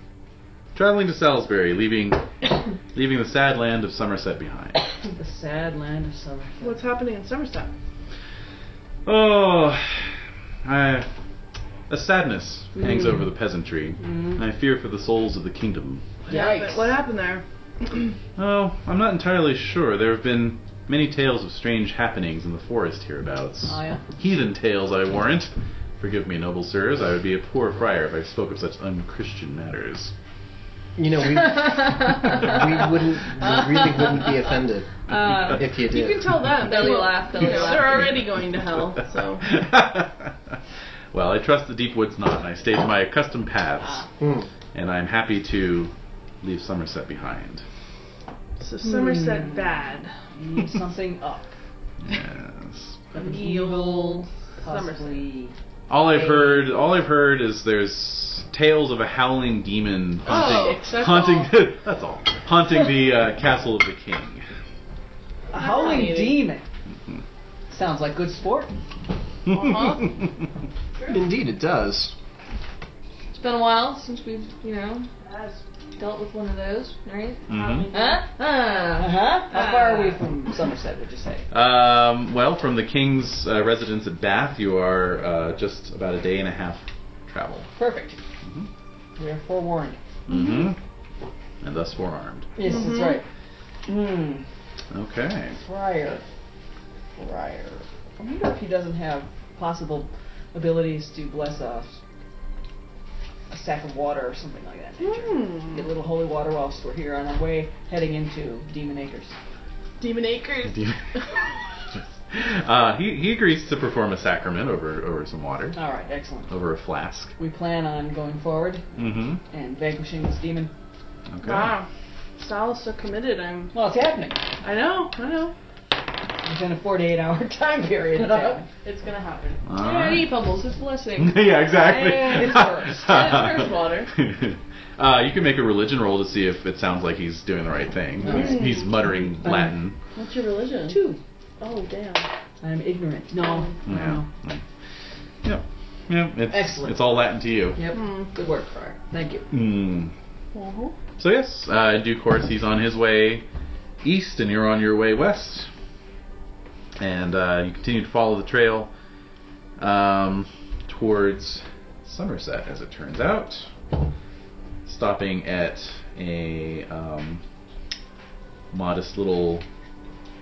traveling to Salisbury, leaving leaving the sad land of Somerset behind.
The sad land of summer.
what's happening in Somerset?
Oh, I, a sadness hangs
Mm.
over the peasantry,
Mm-hmm.
and I fear for the souls of the kingdom.
Yikes.
What happened there?
Oh, I'm not entirely sure. There have been many tales of strange happenings in the forest hereabouts.
Oh, yeah.
Heathen tales, I warrant. Forgive me, noble sirs. I would be a poor friar if I spoke of such unchristian matters.
You know, we, we wouldn't, we really wouldn't be offended if you
You
did.
can tell them.
Belly
they will-
laugh, belly laugh.
They're already going to hell, so.
well, I trust the deep woods not, and I stay to my accustomed paths,
Mm.
and I am happy to leave Somerset behind.
So Somerset
Hmm.
bad.
Mm, something up.
Yes.
An evil, possibly.
All I've heard, all I've heard is there's tales of a howling demon
Oh,
haunting,
that's
haunting. that's all. Haunting the uh, castle of the king.
A howling demon. Ah. Sounds like good sport.
Uh-huh.
Mm-hmm.
Indeed, it does.
It's been a while since we've, you know, dealt with one of those, right?
Mhm.
Huh?
Uh
Huh?
huh. How far are we from Somerset, would you say?
Um, well, from the king's uh, residence at Bath, you are uh, just about a day and a half travel.
Perfect. We are forewarned.
Mm-hmm. And thus forearmed.
Yes, that's right. Hmm.
Okay.
Friar. Friar. I wonder if he doesn't have possible abilities to bless us. A sack of water or something like that. nature.
Hmm.
Get a little holy water whilst we're here on our way heading into Demon Acres.
Demon Acres.
uh, he, he agrees to perform a sacrament over, over some water,
All right, excellent.
over a flask.
We plan on going forward
Mm-hmm.
and vanquishing this demon.
Okay.
Wow. Sal's Ah. so committed. I'm.
Well, it's happening.
I know. I know.
within a 48 hour time period.
It's gonna happen.
Alright.
Eat bubbles, it's a blessing.
yeah, exactly.
It's worse.
It's worse, water.
uh, you can make a religion roll to see if it sounds like he's doing the right thing. He's, he's muttering Latin.
What's your religion?
Two.
Oh, damn.
I'm ignorant. No.
Yeah. Yep. Yep. It's,
Excellent.
It's all Latin to you.
Yep.
Hmm.
Good work, Fryer. Thank you.
Hmm. So yes, uh, in due course, he's on his way east, and you're on your way west, and uh, you continue to follow the trail um, towards Somerset, as it turns out, stopping at a um, modest little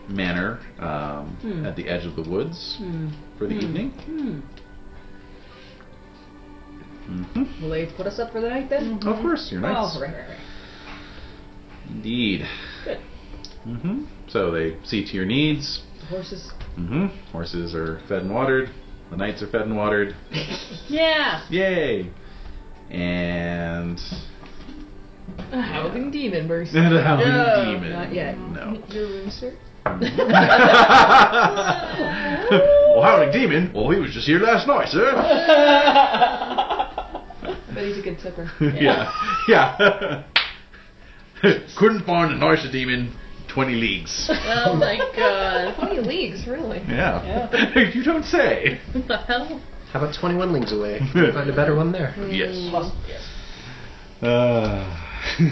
manor um,
Hmm.
at the edge of the woods
Hmm.
for the
Hmm.
evening.
Hmm.
hmm
Will they put us up for the night then?
Of course, you're nice.
Oh, right, right, right.
Indeed.
Good.
Mm-hmm.
hmm So they see to your needs.
Horses.
hmm Horses are fed and watered. The knights are fed and watered.
Yeah.
Yay! And
A howling demon, Mercy.
and a howling
No,
demon.
not yet.
No.
Your room, sir?
well, howling demon. Well, he was just here last night, sir.
I bet he's a good tipper.
yeah. Yeah. Couldn't find a nicer demon. Twenty leagues.
Oh my god.
Twenty leagues, really.
Yeah. you don't say.
What the hell?
How about 21 leagues away? Find a better one there.
Yes.
Plus, yes. Mm.
Uh,
Oh,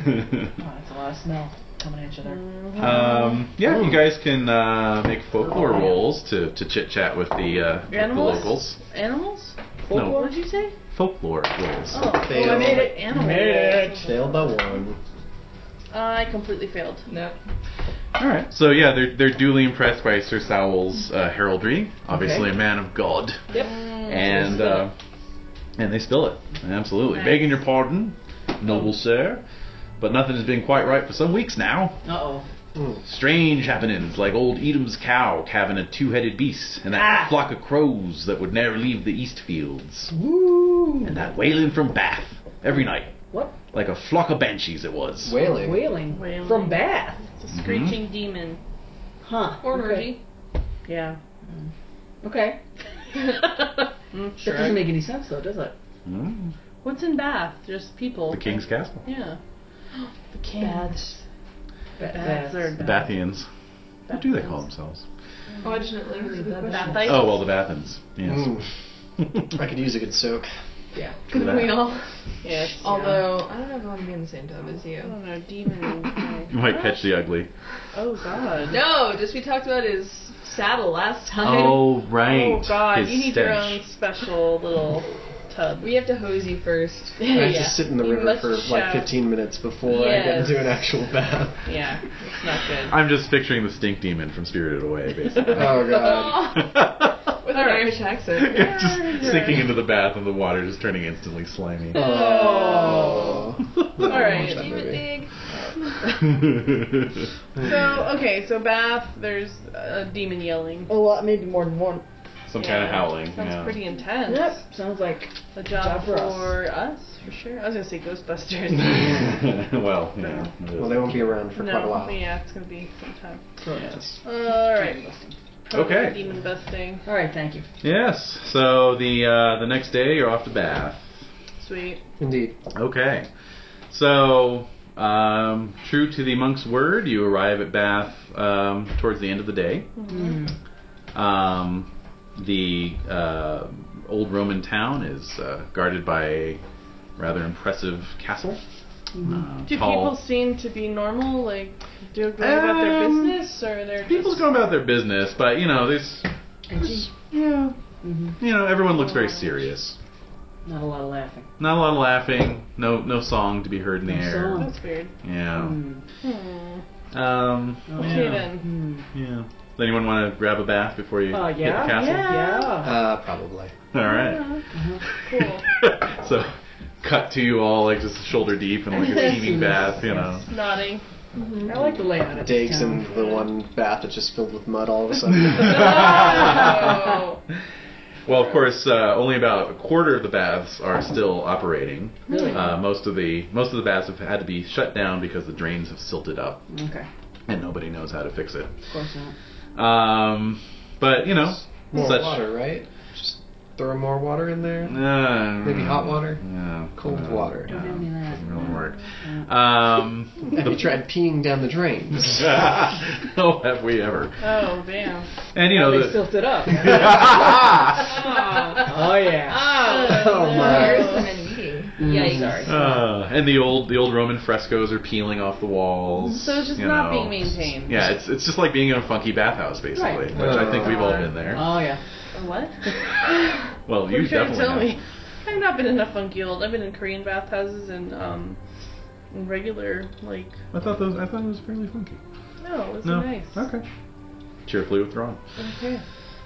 that's a lot of smell coming at you there.
Um, yeah, you guys can uh, make folklore
Oh.
rolls to, to chit chat with the, uh, with the
Animals?
locals.
Animals?
Folklore?
What did you say?
No, folklore rolls.
Oh.
Fail.
Animals.
Fail by one.
I completely failed.
No.
All right. So yeah, they're they're duly impressed by Sir Sowl's uh, heraldry. Obviously,
Okay.
a man of God.
Yep.
And uh, and they spill it. Absolutely,
Nice.
begging your pardon, noble sir. But nothing has been quite right for some weeks now.
Uh oh.
Strange happenings, like old Edom's cow calving a two-headed beast, and that
Ah.
flock of crows that would never leave the east fields,
Woo!
and that wailing from Bath every night,
What?
like a flock of banshees it was.
Wailing.
Wailing.
Wailing.
From Bath.
It's a screeching
Mm-hmm.
demon.
Huh.
Or
okay.
Mergy.
Yeah.
Okay.
Mm,
That doesn't make any sense though, does it?
Mm,
What's in Bath? Just people.
the king's castle.
Yeah. the king.
Baths. Ba-
Baths are
The Bathians. What do they call themselves?
Oh, I just didn't let her leave that.
Bathites.
Oh well, the Bathans. Yes.
Mm, I could use a good soak.
Yeah.
Couldn't we all?
Yes.
Although I don't know if I want to be in the same tub as
I
you.
don't know, demon.
You might catch the ugly.
oh god.
No, just we talked about his saddle last time.
Oh right.
Oh god,
His
you need your own
stench.
special little
Oh.
tub.
We have to hose you first.
I have
yeah.
to sit in the
You
river
must
for like
shout.
15 minutes before I get
Yes.
into an actual bath.
Yeah, it's not good.
I'm just picturing the stink demon from Spirited Away, basically.
Oh god.
With an Irish accent.
Yeah, just sinking into the bath and the water just turning instantly slimy.
Oh.
All
right. That
Demon
movie.
dig.
So okay, so Bath, there's a demon yelling.
Oh, Well, lot, maybe more than one.
Some
Yeah.
kind of howling.
Sounds
yeah.
pretty intense.
Yep. Sounds like
A job,
Job for
for,
us.
us. for sure. I was gonna say Ghostbusters.
well, yeah. it is.
Well, they won't be around for quite a
no,
while.
yeah, it's gonna be some time.
yes.
All right.
Okay.
Demon busting.
All right. Thank you.
Yes. So the uh, the next day you're off to Bath.
Sweet.
Indeed.
Okay. So um, true to the monk's word, you arrive at Bath um, towards the end of the day.
Mm-hmm.
Um, the uh, old Roman town is uh, guarded by a rather impressive castle. Uh,
Do
tall-
people seem to be normal? Like, do they go about their
Um,
business or they're
People's
just
going about their business, but you know, there's, there's yeah, you know, everyone looks very serious.
mm-hmm. Not a lot of laughing.
Not a lot of laughing. No, no song to be heard in the
No
air.
song.
that's weird.
Yeah.
Hmm.
Hmm.
Um.
Oh,
Okay
yeah.
then.
Hmm.
Yeah. Does anyone want to grab a bath before you
Oh
hit
yeah.
the castle?
Yeah.
Uh, probably.
All right.
Cool.
so, cut to you all like just shoulder deep in like a steaming bath, you know.
Nodding.
I like the layout. Of
Digs
this town.
in the one bath that's just filled with mud all of a sudden.
Oh.
Well, of course, uh, only about a quarter of the baths are still operating.
Really?
Uh, most of the most of the baths have had to be shut down because the drains have silted up
okay.
and nobody knows how to fix it.
Of course not.
Um, but you know,
More
such
water, right? Just throw more water in there.
Uh,
Maybe hot water?
Yeah,
Cold
uh,
water.
yeah,
Don't give me that.
Doesn't really work. Um,
Have you tried peeing down the drain?
oh, have we ever?
Oh, damn.
And you know,
They
the,
silted up.
Ah.
oh yeah. Mm-hmm.
Oh,
Oh, my.
Here's an meeting.
Mm.
Yikes. Sorry.
uh, and the old the old Roman frescoes are peeling off the walls.
So it's just
you
not
know.
being maintained.
Yeah, it's it's just like being in a funky bathhouse, basically.
Right.
Which I think we've all
Uh,
been there.
Oh yeah.
What?
Well,
what
you
are trying to
definitely
tell
have.
me? I've not been in a funky old. I've been in Korean bathhouses and um, in regular like.
I thought those. I thought it was fairly funky.
No, it was
No.
nice.
Okay. Cheerfully withdrawn.
Okay.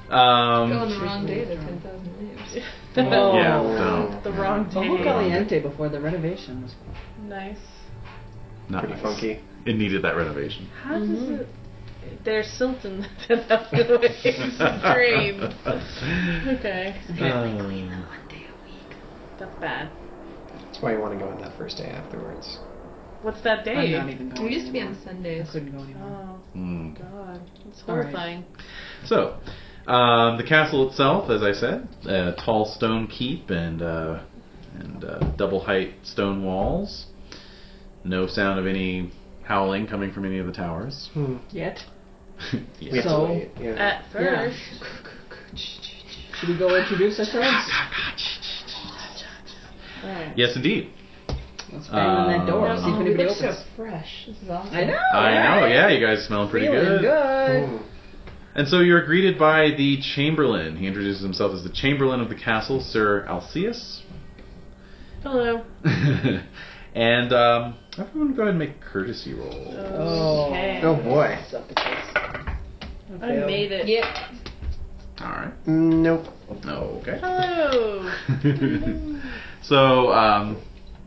Go on
Um,
the wrong day to 10,000 leaves.
Oh.
yeah. Oh, No.
the wrong day.
Ojo Caliente before the renovation was.
Nice.
Not
Pretty
nice.
funky.
It needed that renovation.
How does it? They're silting Mm-hmm. that up the way it's drained. Okay,
Um,
that's bad.
That's why you want to go on that first day afterwards.
What's that
I'm
day?
not even going.
We used to be on
anymore. I
Sundays.
couldn't go anymore.
Oh
hmm.
God, it's
All right.
horrifying.
So, um, the castle itself, as I said, a tall stone keep and uh, and uh, double height stone walls. No sound of any howling coming from any of the towers.
Hmm.
Yet.
We have
So-
to wait. Yeah.
At first,
Uh,
Should we go introduce ourselves?
Alright.
Yes, indeed.
Let's bang on that door.
Um,
see if
Oh,
anybody
we look
opens.
so fresh. This is awesome.
I know.
I know.
right?
Yeah, you guys smelling pretty
Feeling
good.
good.
Hmm.
And so you're greeted by the chamberlain. He introduces himself as the chamberlain of the castle, Sir Alceus.
hello.
and um, everyone, go ahead and make a courtesy roll.
Oh.
Okay.
Oh boy.
Suck it, guys.
I
failed.
made it.
Yep.
All right.
Nope.
Okay.
Hello.
so, um,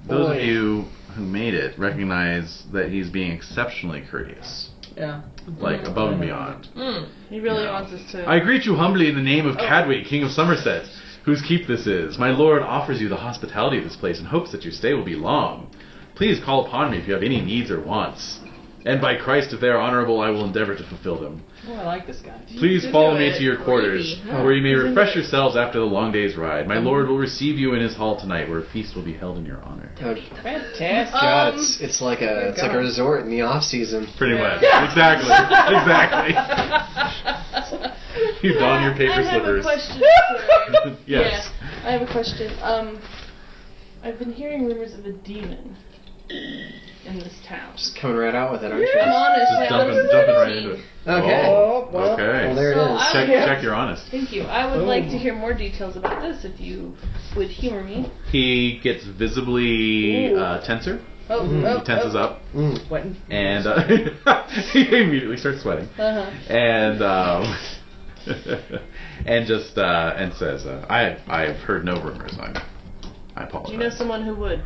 those
Boy.
of you who made it recognize that he's being exceptionally courteous,
Yeah.
like above and beyond.
Mm.
He really
Yeah.
wants us to.
I greet you humbly in the name of Cadwig, King of Somerset, whose keep this is. My lord offers you the hospitality of this place and hopes that your stay will be long. Please call upon me if you have any needs or wants. And by Christ, if they are honorable, I will endeavor to fulfill them.
Oh, I like this guy.
Please
do
follow me
it.
to your quarters,
Really, huh?
where you may refresh yourselves after the long day's ride. My lord will receive you in his hall tonight, where a feast will be held in your honor.
Oh,
Fantastic.
God, it's, it's like a it's like a
God.
resort in the off season.
Pretty much. Exactly. exactly. You don your paper
I have a
slippers.
question. sir.
yes.
I have a question. Um, I've been hearing rumors of a demon in this town.
Just coming right out with it, aren't
I'm
you?
honest.
Just
I
dumping,
was
dumping right into it.
Okay.
Oh,
well,
Well,
okay.
there
So
it is.
I-
Check,
Yeah.
check you're honest.
Thank you. I would
Oh.
like to hear more details about this if you would humor me.
He gets visibly
Ooh.
uh, tenser.
Oh,
Mm.
oh,
He tenses
oh.
up
Mm.
Sweating.
and uh, he immediately starts sweating.
Uh-huh.
and um, and just uh, and says, uh, "I I've heard no rumors. I I apologize."
Do you know someone who would?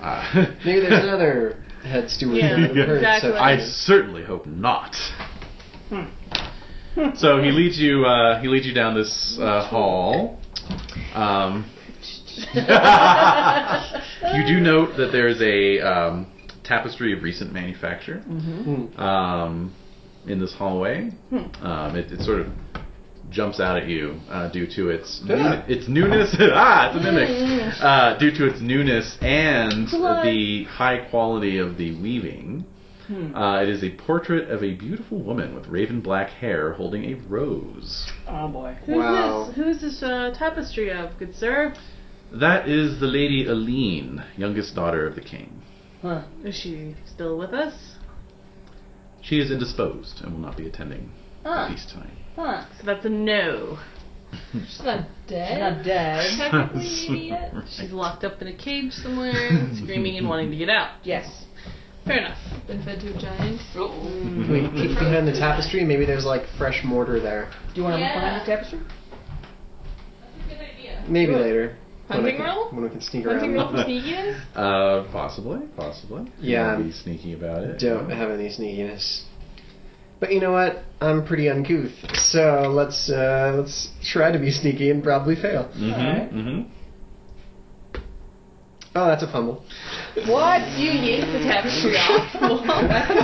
Uh,
Maybe there's another head steward.
Yeah,
that I've heard,
exactly.
so-
I certainly hope not. so he leads you uh, he leads you down this uh, hall. Um, you do note that there is a um, tapestry of recent manufacture
Mm.
um, in this hallway. Um, it, it sort of jumps out at you uh, due to its new,
Yeah.
its newness. ah, it's a mimic. Uh, due to its newness and the high quality of the weaving.
Hmm.
Uh, it is a portrait of a beautiful woman with raven black hair holding a rose.
Oh boy.
Who's
Wow.
this? Who's this uh, tapestry of, good sir?
That is the Lady Aline, youngest daughter of the king.
Huh.
Is she still with us?
She is indisposed and will not be attending
Ah.
the
Huh.
feast tonight.
Huh.
So that's a no.
She's not dead.
She's not dead.
Technically, maybe yet.
She's locked up in a cage somewhere, screaming and wanting to get out.
Yes.
Fair enough.
Been fed to a giant.
Can we peek behind the tapestry? Maybe there's like fresh mortar there.
Do you want to look
Yeah.
behind the tapestry?
Maybe later. When I
Hunting
can,
roll?
When we can sneak
Hunting
around.
roll for sneakiness?
Uh, possibly, possibly.
Yeah.
Be sneaky about it.
Don't have any sneakiness. But you know what? I'm pretty uncouth, so let's uh, let's try to be sneaky and probably fail.
Mm-hmm.
Alright.
Mm-hmm.
Oh, that's a fumble.
What? You yank the tapestry off.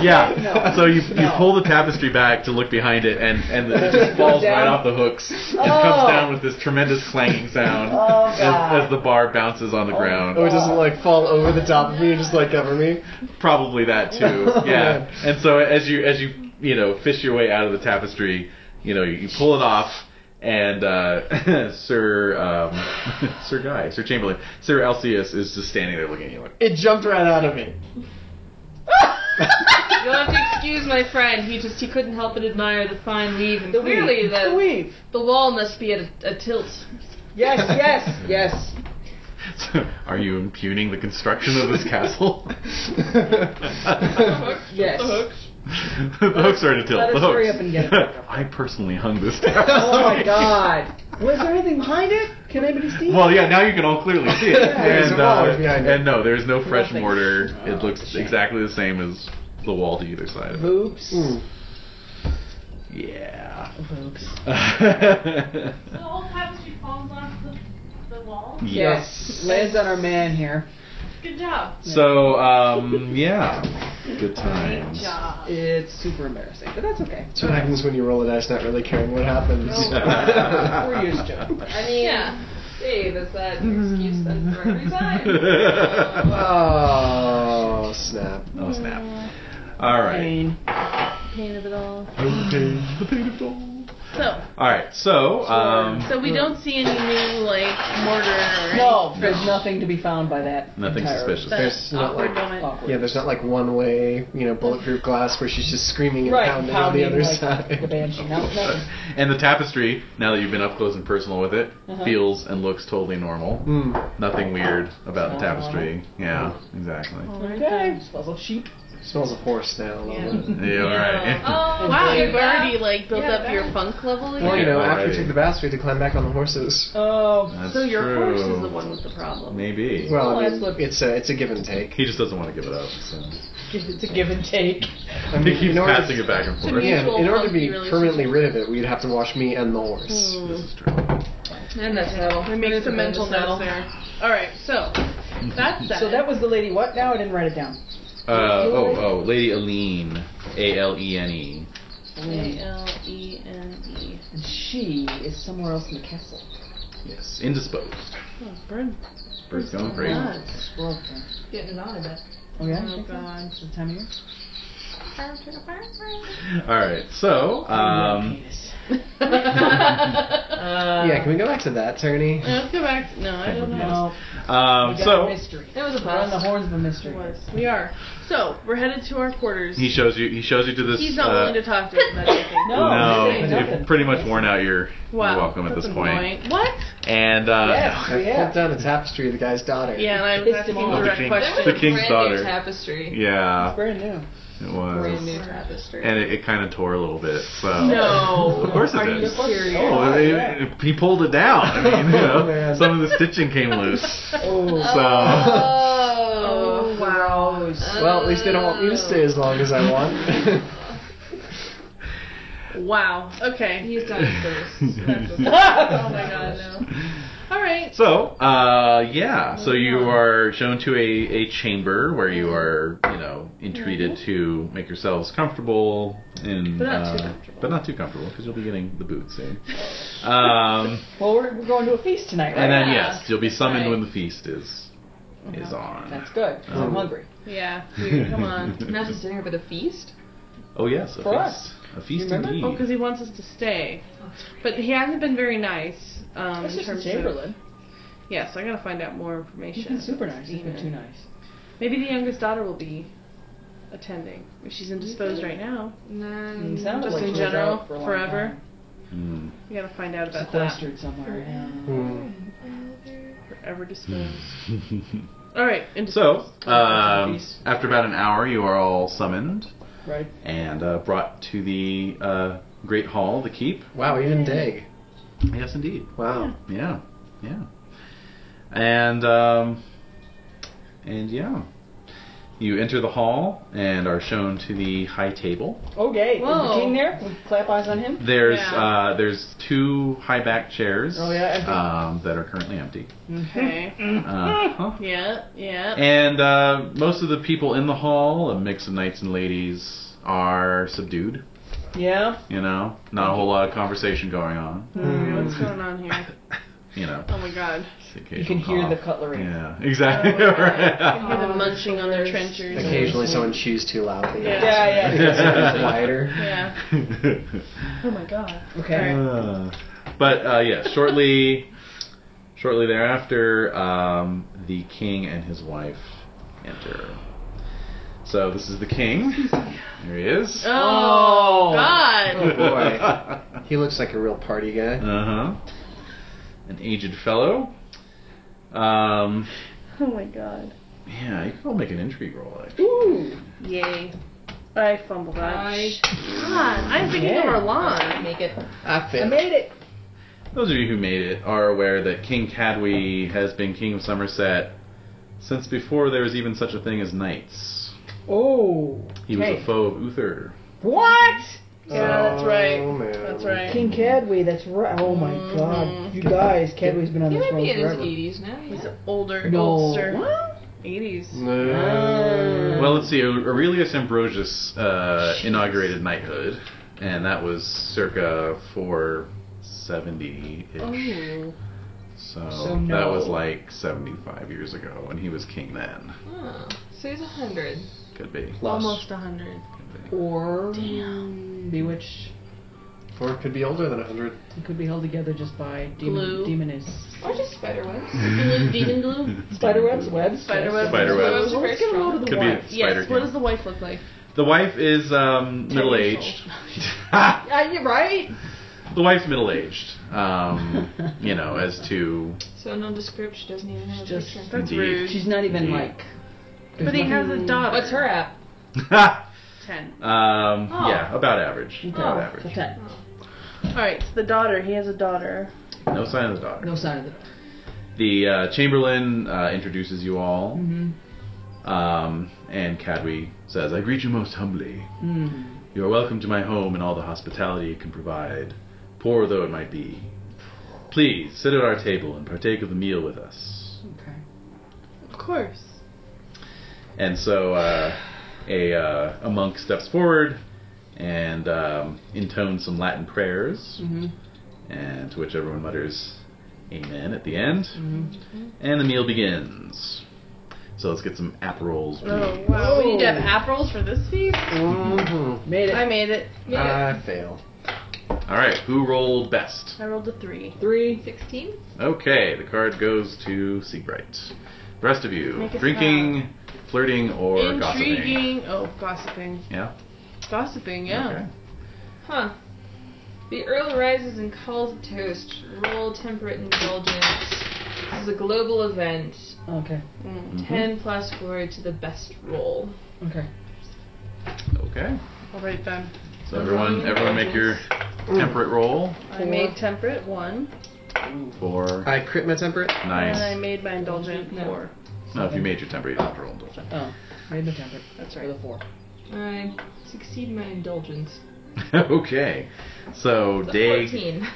Yeah.
No.
So you, you
No.
pull the tapestry back to look behind it, and, and it just falls right off the hooks and
Oh.
comes down with this tremendous clanging sound
Oh, God.
as, as the bar bounces on the ground.
Oh, it doesn't like fall over the top of me and just like cover me. Oh,
Probably that too. Yeah. And so as you as you you know fish your way out of the tapestry, you know you, you pull it off, and uh, Sir um, Sir Guy, Sir Chamberlain, Sir Alceus is just standing there looking at you like.
It jumped right out of me.
You'll have to excuse my friend. He just he couldn't help but admire the fine weave, and clearly
The
the
weave.
the wall must be at a, a tilt.
Yes, yes, yes.
So, are you impugning the construction of this castle?
Yes.
the hooks are to tilt.
Let
the
us
hooks.
hurry up and get it back up.
I personally hung this down.
Oh my god. Was there anything behind it? Can anybody see?
Well, yeah, now you can all clearly see it.
There's
and,
a wall
uh,
behind it.
and no, there's no fresh
Nothing.
mortar. it
Oh,
looks
shame.
exactly the same as the wall to either side of it.
Boobs.
Mm.
Yeah.
Boobs.
The whole tapestry falls off the, the wall.
Yes. Lands on our man here.
Good job.
So, um, yeah. Good times.
It's super embarrassing, but that's okay.
That's what happens when you roll a dice not really caring what happens.
We're used to it.
I mean, yeah.
Dave, is that an excuse then for every time?
oh,
Oh, snap.
snap. All right.
Pain.
Pain of it all.
Okay. The pain of gold.
So,
All right. So, um,
so we don't see any new like mortar or
No, there's nothing to be found by that.
nothing
entire
suspicious.
anything.
There's
That
not
awkward
like-
moment.
awkward-
Yeah, there's not like one way, you know, bulletproof glass where she's just screaming and
right,
pounding,
pounding
on the other
like The
side.
banshee. No, nothing.
and the tapestry, now that you've been up close and personal with it,
Uh-huh. Oh.
feels and looks totally normal.
Mm.
Nothing weird about the
Sounds
tapestry. Yeah, exactly.
Oh, Okay. Puzzle sheep.
Smells of horse now a little
Yeah.
bit.
Yeah, all right.
Oh
Wow,
yeah.
you've already like built
Yeah,
up your
that-
funk level
Well,
again.
you know,
Yeah,
after we
alrighty.
took the baths, we had to climb back on the horses.
Oh.
That's
So your
true.
horse is the one with the problem.
Maybe.
Well, I
Well,
mean,
that's what-
it's a it's a give and take.
he just doesn't want to give it up. So.
It's a give and take.
I
He keeps
in order,
passing it back and forth.
yeah, in order to
funky
be
relationship.
permanently rid of it, we'd have to wash me and the horse.
Hmm.
This is true.
And that's metal.
We make some mental notes there. All right, so that's that.
So that was the lady. What now? I didn't write it down.
Uh, oh, oh, Lady Aline. A L E N E.
A L E N E.
And she is somewhere else in the castle.
Yes, indisposed.
Oh, Brent.
Bird's going crazy.
It's broken.
Getting it on a bit.
Oh yeah.
Oh, God.
It's the time of year.
Alright, so, um.
Penis.
Uh,
Hmm.
Yeah, can we go back to that, Tony?
Let's go back. No, I don't know.
No.
Um,
Oh, we got a
so.
mystery.
It was a
We're on the
pause.
horns of a mystery.
We are. So we're headed to our quarters.
He shows you. He shows you to this.
He's not
uh,
willing to talk to us about anything.
No.
No,
this ain't
you've
nothing.
pretty much worn out your your
Wow.
welcome at
That's
this point.
annoying. What?
And uh,
Yes, we
I pulled
have.
down a tapestry of the guy's daughter.
Yeah, and I was
Pissed
asking
him off.
the,
direct
king-
questions.
the king's
Brand new
daughter.
tapestry.
Yeah,
Brand new.
it was,
Brand new tapestry.
and it, it kind of tore a little bit. So
No.
of course it
Are
did.
you serious?
Oh, it- it- he pulled it down. I mean, you
Oh,
know,
man.
some of the stitching came loose.
Oh.
So
Oh.
Oh, wow.
Well, at least they don't want me to stay as long as I want.
Wow. Okay.
He's done first.
Oh my god, no. All right.
So, uh, yeah. So you are shown to a, a chamber where you are, you know, entreated to make yourselves comfortable and
But not too
uh,
comfortable.
but not too comfortable because you'll be getting the boot soon. Um,
Well, we're, we're going to a feast tonight, right?
and then
Yeah.
yes, you'll be summoned
Right. Oh,
when the feast is is on.
That's good.
Um,
'cause I'm hungry.
Yeah.
Hmm.
Dude, come on.
Not just dinner, but a feast.
Oh yes, a
For
feast.
us.
A feast
Remember?
indeed.
Oh, because he wants us to stay, but he hasn't been very nice. Um,
That's
in
just a
terms of
Chamberlain.
yeah, so I gotta find out more
He's
information.
been super nice. He's been
Yeah.
too nice.
Maybe the youngest daughter will be attending if she's indisposed right now.
And then
He sounded
Mm, Just
like
in
he was
general,
out for a long
forever.
time.
Mm.
We gotta find out about that.
Sequestered somewhere. Yeah.
Hmm.
Forever disposed. All right.
So,
Indisposed.
um, after about an hour, you are all summoned
Right.
and uh, brought to the uh, great hall, the keep.
Wow, even Dag.
Yes, indeed.
Wow.
Yeah, yeah, and um, and yeah, You enter the hall and are shown to the high table.
Okay. Is
Whoa.
the king there? We clap eyes on him.
There's
Yeah.
uh, there's two high back chairs
Oh, yeah, empty.
um, that are currently empty.
Okay.
Uh-huh.
Yeah, yeah.
And uh, most of the people in the hall, a mix of knights and ladies, are subdued.
Yeah.
You know, not a whole lot of conversation going on.
Mm, what's going on here?
You know,
Oh my god.
it's
You can
occasional
hear
cough.
the Oh, cutlery.
Yeah, exactly. right.
I hear them munching on their trenchers.
Occasionally, someone chews too loudly.
Yeah.
Yeah, yeah.
It's quieter.
Yeah. Oh my god.
Okay.
Uh, but uh, yeah, shortly, shortly thereafter, um, the king and his wife enter. So this is the king. There he is.
Oh, god.
Oh boy. He looks like a real party guy.
Uh huh. An aged fellow. Um,
Oh my god.
yeah, you can all make an intrigue roll. Actually.
Ooh.
Yay. I fumbled that.
I
God, I'm thinking
Yeah.
over long.
make it.
I
I
failed.
made it.
Those of you who made it are aware that King Cadwy has been king of Somerset since before there was even such a thing as knights.
Oh.
He was
Okay.
a foe of Uther.
What?
Yeah, that's right.
Oh, man.
That's right.
King Cadway, that's right. Oh my god. You guys, Cadway's been on
He
this
might
throne
be in his
forever.
80s now.
He's
Yeah.
an older,
No.
oldster.
What?
80s.
Mm.
No.
Well, let's see. Aurelius Ambrosius uh, inaugurated knighthood, and that was circa 470 ish.
Oh,
Oh,
So,
So
that
no.
was like 75 years ago, and he was king then.
Oh, so he's 100.
Could be.
Lost.
Almost 100.
Could be.
Or Bewitched.
Or it could be older than 100.
It could be held together just by demon,
Glue.
demoness.
Or just spider webs.
Glue, demon glue?
Spider webs, webs.
Spider webs.
Spider webs.
So let's get a roll to the
Could
wife.
be spider
Yes. What
king.
does the wife look like?
The wife is um, middle
years
aged. the
Yeah, you're right.
wife's middle aged. Um, you know, as to
So nondescript. She doesn't even have a
Just-
picture.
That's
Indeed.
rude.
She's not even
Yeah.
like.
but he has a daughter.
What's her app?
Ten.
um,
Oh.
yeah, about average. About average.
Okay.
All right. So the daughter. He has a daughter.
No sign of the daughter.
No sign of the.
The uh, Chamberlain uh, introduces you all,
Mm-hmm.
um, and Cadwy says, I greet you most humbly.
Mm.
You are welcome to my home and all the hospitality it can provide, poor though it might be. Please sit at our table and partake of the meal with us.
Okay.
Of course.
And so uh, a, uh, a monk steps forward and um, intones some Latin prayers,
Mm-hmm.
and to which everyone mutters, Amen at the end,
Mm-hmm.
and the meal begins. So let's get some aperols.
Oh
please.
wow. We need to have apples for this feast.
Mm-hmm.
Made it.
I made it.
I fail.
All right, who rolled best?
I rolled a three.
Three.
16?
Okay, the card goes to Siegbright. The rest of you,
Make a
drinking, flirting, or gossiping.
Intriguing. Oh, gossiping.
Yeah.
Gossiping. Yeah.
Okay.
Huh. The Earl rises and calls a toast. Roll temperate indulgence. This is a global event.
Mm-hmm.
Okay.
Mm.
Mhm.
10 plus glory to the best roll.
Okay.
Okay.
All right then.
So everyone, everyone, make your temperate roll
I made temperate one,
for
I crit my temperate.
and I
nice.
made my indulgent
No.
four.
No, if you made your temperate, you don't have to roll indulgence.
Oh, made my temper.
That's
For
right.
the four.
I succeed my indulgence.
okay. So
It's a
Dig,
14.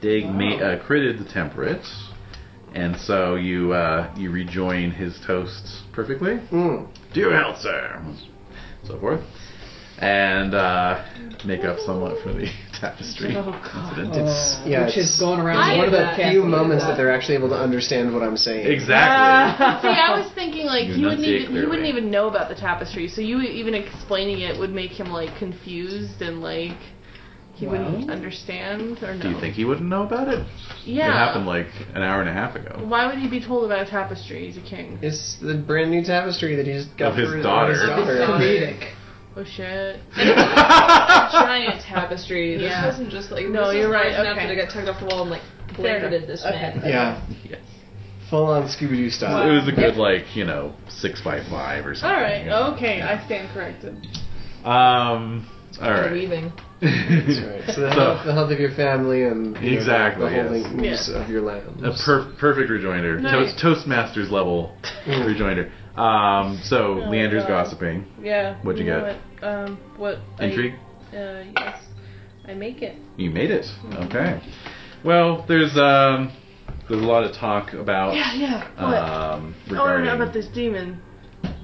Dig ma- uh, critted the temperate, and so you uh, you rejoin his toasts perfectly.
Mm.
Dear health, sir. So forth. And uh, make up somewhat for the tapestry incident.
Oh,
yeah,
which
it's-
has gone around.
It's
I
one of
did
the
that.
few moments that they're actually able to understand what I'm saying.
Exactly.
Uh,
See, I was thinking like
You
he wouldn't
enunciate
even he wouldn't
clearly.
even know about the tapestry, so you even explaining it would make him like confused and like he wouldn't
Well.
understand or no.
Do you think he wouldn't know about it?
Yeah.
It happened like an hour and a half ago.
Why would he be told about a tapestry? He's a king.
It's the brand new tapestry that he just got
Of his
for
daughter.
His
Of his
daughter.
comedic.
Oh shit.
Giant tapestry.
Yeah.
This wasn't just like
No,
this was
you're right,
large enough
okay.
that it got tugged off the wall and like
Fair enough.
blanketed this man.
Yeah,
Yes.
full on Scooby Doo style.
It was a good like you know six by five or something.
All right. oh.
you know.
Okay, I stand corrected.
Um. All
They're
right.
Weaving.
That's right. So the, health, the health of your family and you know,
Exactly,
the whole
yes.
link moves of your land.
A per- perfect rejoinder.
Nice.
Mm.
Toast- Toastmasters level rejoinder. Um, so
Oh,
Leander's
God.
gossiping.
Yeah.
What'd you
know
get?
What, um, what? I-
Intrigue.
uh, yes, I make it.
You made it. Okay. Well, there's um, there's a lot of talk about
Yeah, yeah. What?
um,
oh, I don't
regarding
know about this demon.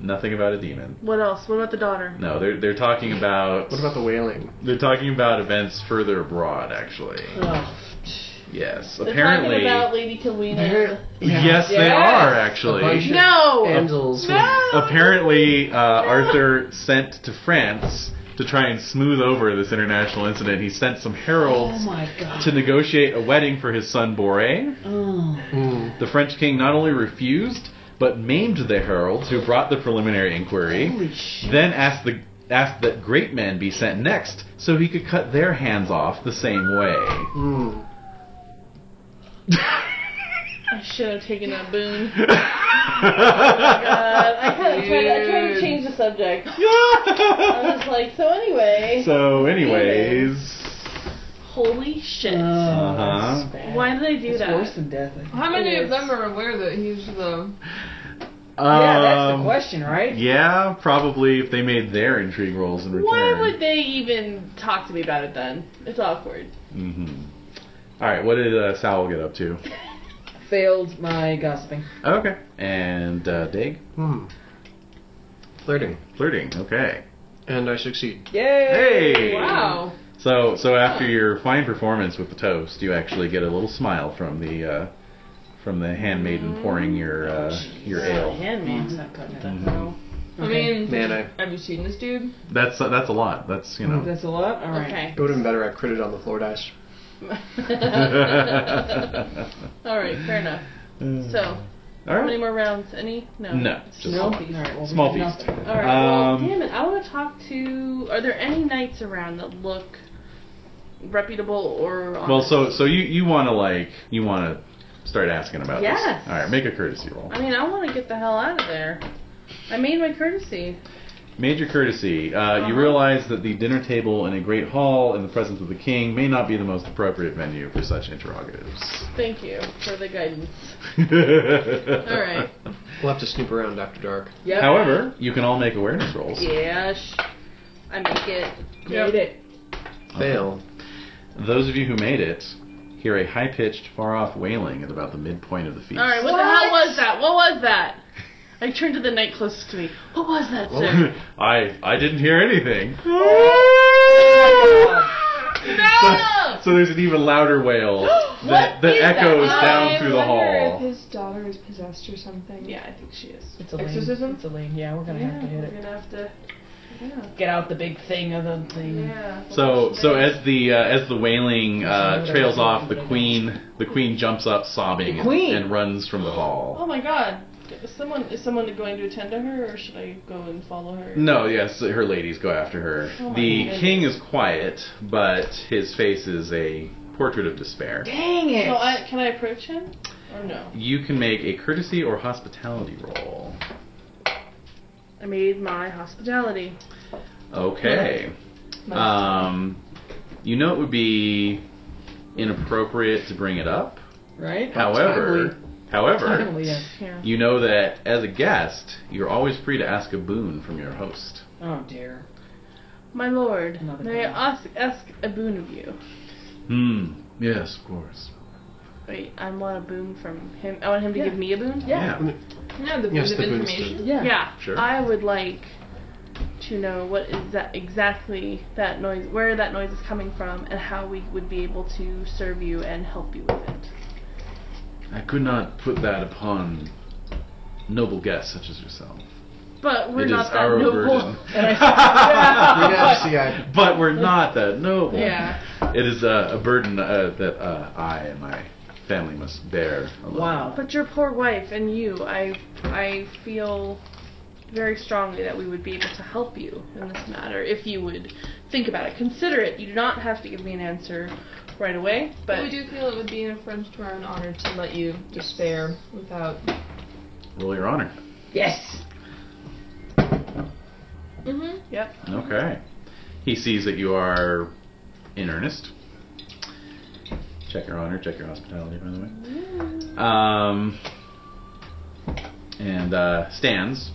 nothing about a demon.
What else? What about the daughter?
No, they're they're talking about
What about the wailing?
they're talking about events further abroad actually.
Oh.
Yes,
They're
apparently.
talking about Lady Kalina.
Appar-
Yes, they
Yes.
are
A bunch
actually.
of
No!
Damsels.
No!
Apparently, uh, Arthur sent to France to try and smooth over this international incident. He sent some heralds
Oh my god.
to negotiate a wedding for his son Boré.
Oh.
Mm.
The French king not only refused, but maimed the heralds who brought the preliminary inquiry,
Holy shit.
then asked the asked that great men be sent next so he could cut their hands off the same way.
Mm.
I should have taken that boon.
Oh
God, Uh, I kind of tried, I tried to change the subject. I was like, so anyway,
so anyways,
holy shit.
Uh-huh.
that's bad.
Why did I do
It's
that?
worse than death. I think.
How many
It is.
of them are aware that he's the?
yeah, that's the
um,
question, right?
Yeah, probably if they made their intrigue rolls in return.
Why would they even talk to me about it then? It's awkward.
Mm-hmm. All right, what did uh, Sal get up to?
Failed my gossiping.
Okay, and uh, Dig
Mm. Flirting.
flirting. Okay.
And I succeed.
Yay!
Hey.
Oh.
Wow.
So, so after your fine performance with the toast, you actually get a little smile from the uh, from the
Mm-hmm.
handmaiden pouring your uh, your ale.
Handmaid's
not cutting it.
Mhm.
I
Okay.
mean,
Man, I
have you seen this dude?
That's uh, that's a lot. That's you know.
That's a lot? Alright.
Okay.
it would have been better. I critted on the floor dice.
Alright, fair enough. So,
all
how many
right.
more rounds? Any? No.
Mm. No,
It's
just
No?
small
one.
piece.
Alright, well,
Small
we have
piece.
nothing.
All right.
Um,
well, damn it! I want to talk to. Are there any knights around that look reputable or?
Well,
honest?
so so you you want to like you want to start asking about
Yes.
this. All right, make a courtesy roll.
I mean, I want to get the hell out of there. I made my courtesy.
Major courtesy. Uh,
Uh-huh.
You realize that the dinner table in a great hall in the presence of the king may not be the most appropriate venue for such interrogatives.
Thank you for the guidance.
All right.
right.
We'll have to snoop around after dark.
Yep.
However, you can all make awareness rolls.
Yes, I make it.
Made it.
Uh-huh.
Fail.
Those of you who made it hear a high-pitched, far-off wailing at about the midpoint of the feast.
All right, what, the hell was that? What was that? I turned to the knight closest to me. What was that, sir?
I I didn't hear anything.
No!
So, so there's an even louder wail that,
What
that
is that?
echoes down
I
through the
wonder
hall.
if his daughter is possessed or something.
yeah, I think she is.
It's a
Exorcism?
lane. It's a lane. Yeah, we're gonna have to hit
we're
it.
gonna have to.
Get out the big thing of the thing.
Yeah.
Mm. So so as the uh, as the wailing uh, trails off, the queen the queen jumps up sobbing
The queen?
And, and runs from the
Oh
hall.
my God! Is someone is someone going to attend to her, or should I go and follow her?
No, yes, her ladies go after her.
Oh my
the
goodness.
king is quiet, but his face is a portrait of despair.
Dang it!
So I, can I approach him, or no?
You can make a courtesy or hospitality roll.
I made my hospitality.
Okay. Um, you know it would be inappropriate to bring it up.
right?
However, however,
Timely, yes.
Yeah.
you know that as a guest, you're always free to ask a boon from your host.
Oh dear.
My lord,
Another
may
thing.
I ask, ask a boon of you?
Hmm. Yes, of course.
Wait, I want a boon from him. I want him to give me a boon.
Yeah.
No, the
Yes,
bit
the
of
boots
information.
Yeah.
Sure.
I would like to know what is that exactly that noise, where that noise is coming from, and how we would be able to serve you and help you with it.
I could not put that upon noble guests such as yourself.
But we're
It is
not that
our
noble.
burden.
And
You're not see, I-
But we're not that noble.
Yeah.
It is uh, a burden uh, that uh, I and my family must bear. Alone.
Wow.
But your poor wife and you, I, I feel very strongly that we would be able to help you in this matter if you would think about it, consider it. You do not have to give me an answer right away,
But
but
we do feel it would be in a friend's to our own honor to let you despair without.
Roll your honor.
Yes.
Mm-hmm.
yep.
Okay. He sees that you are in earnest. Check your honor. Check your hospitality, by the way. Um, and uh, stands.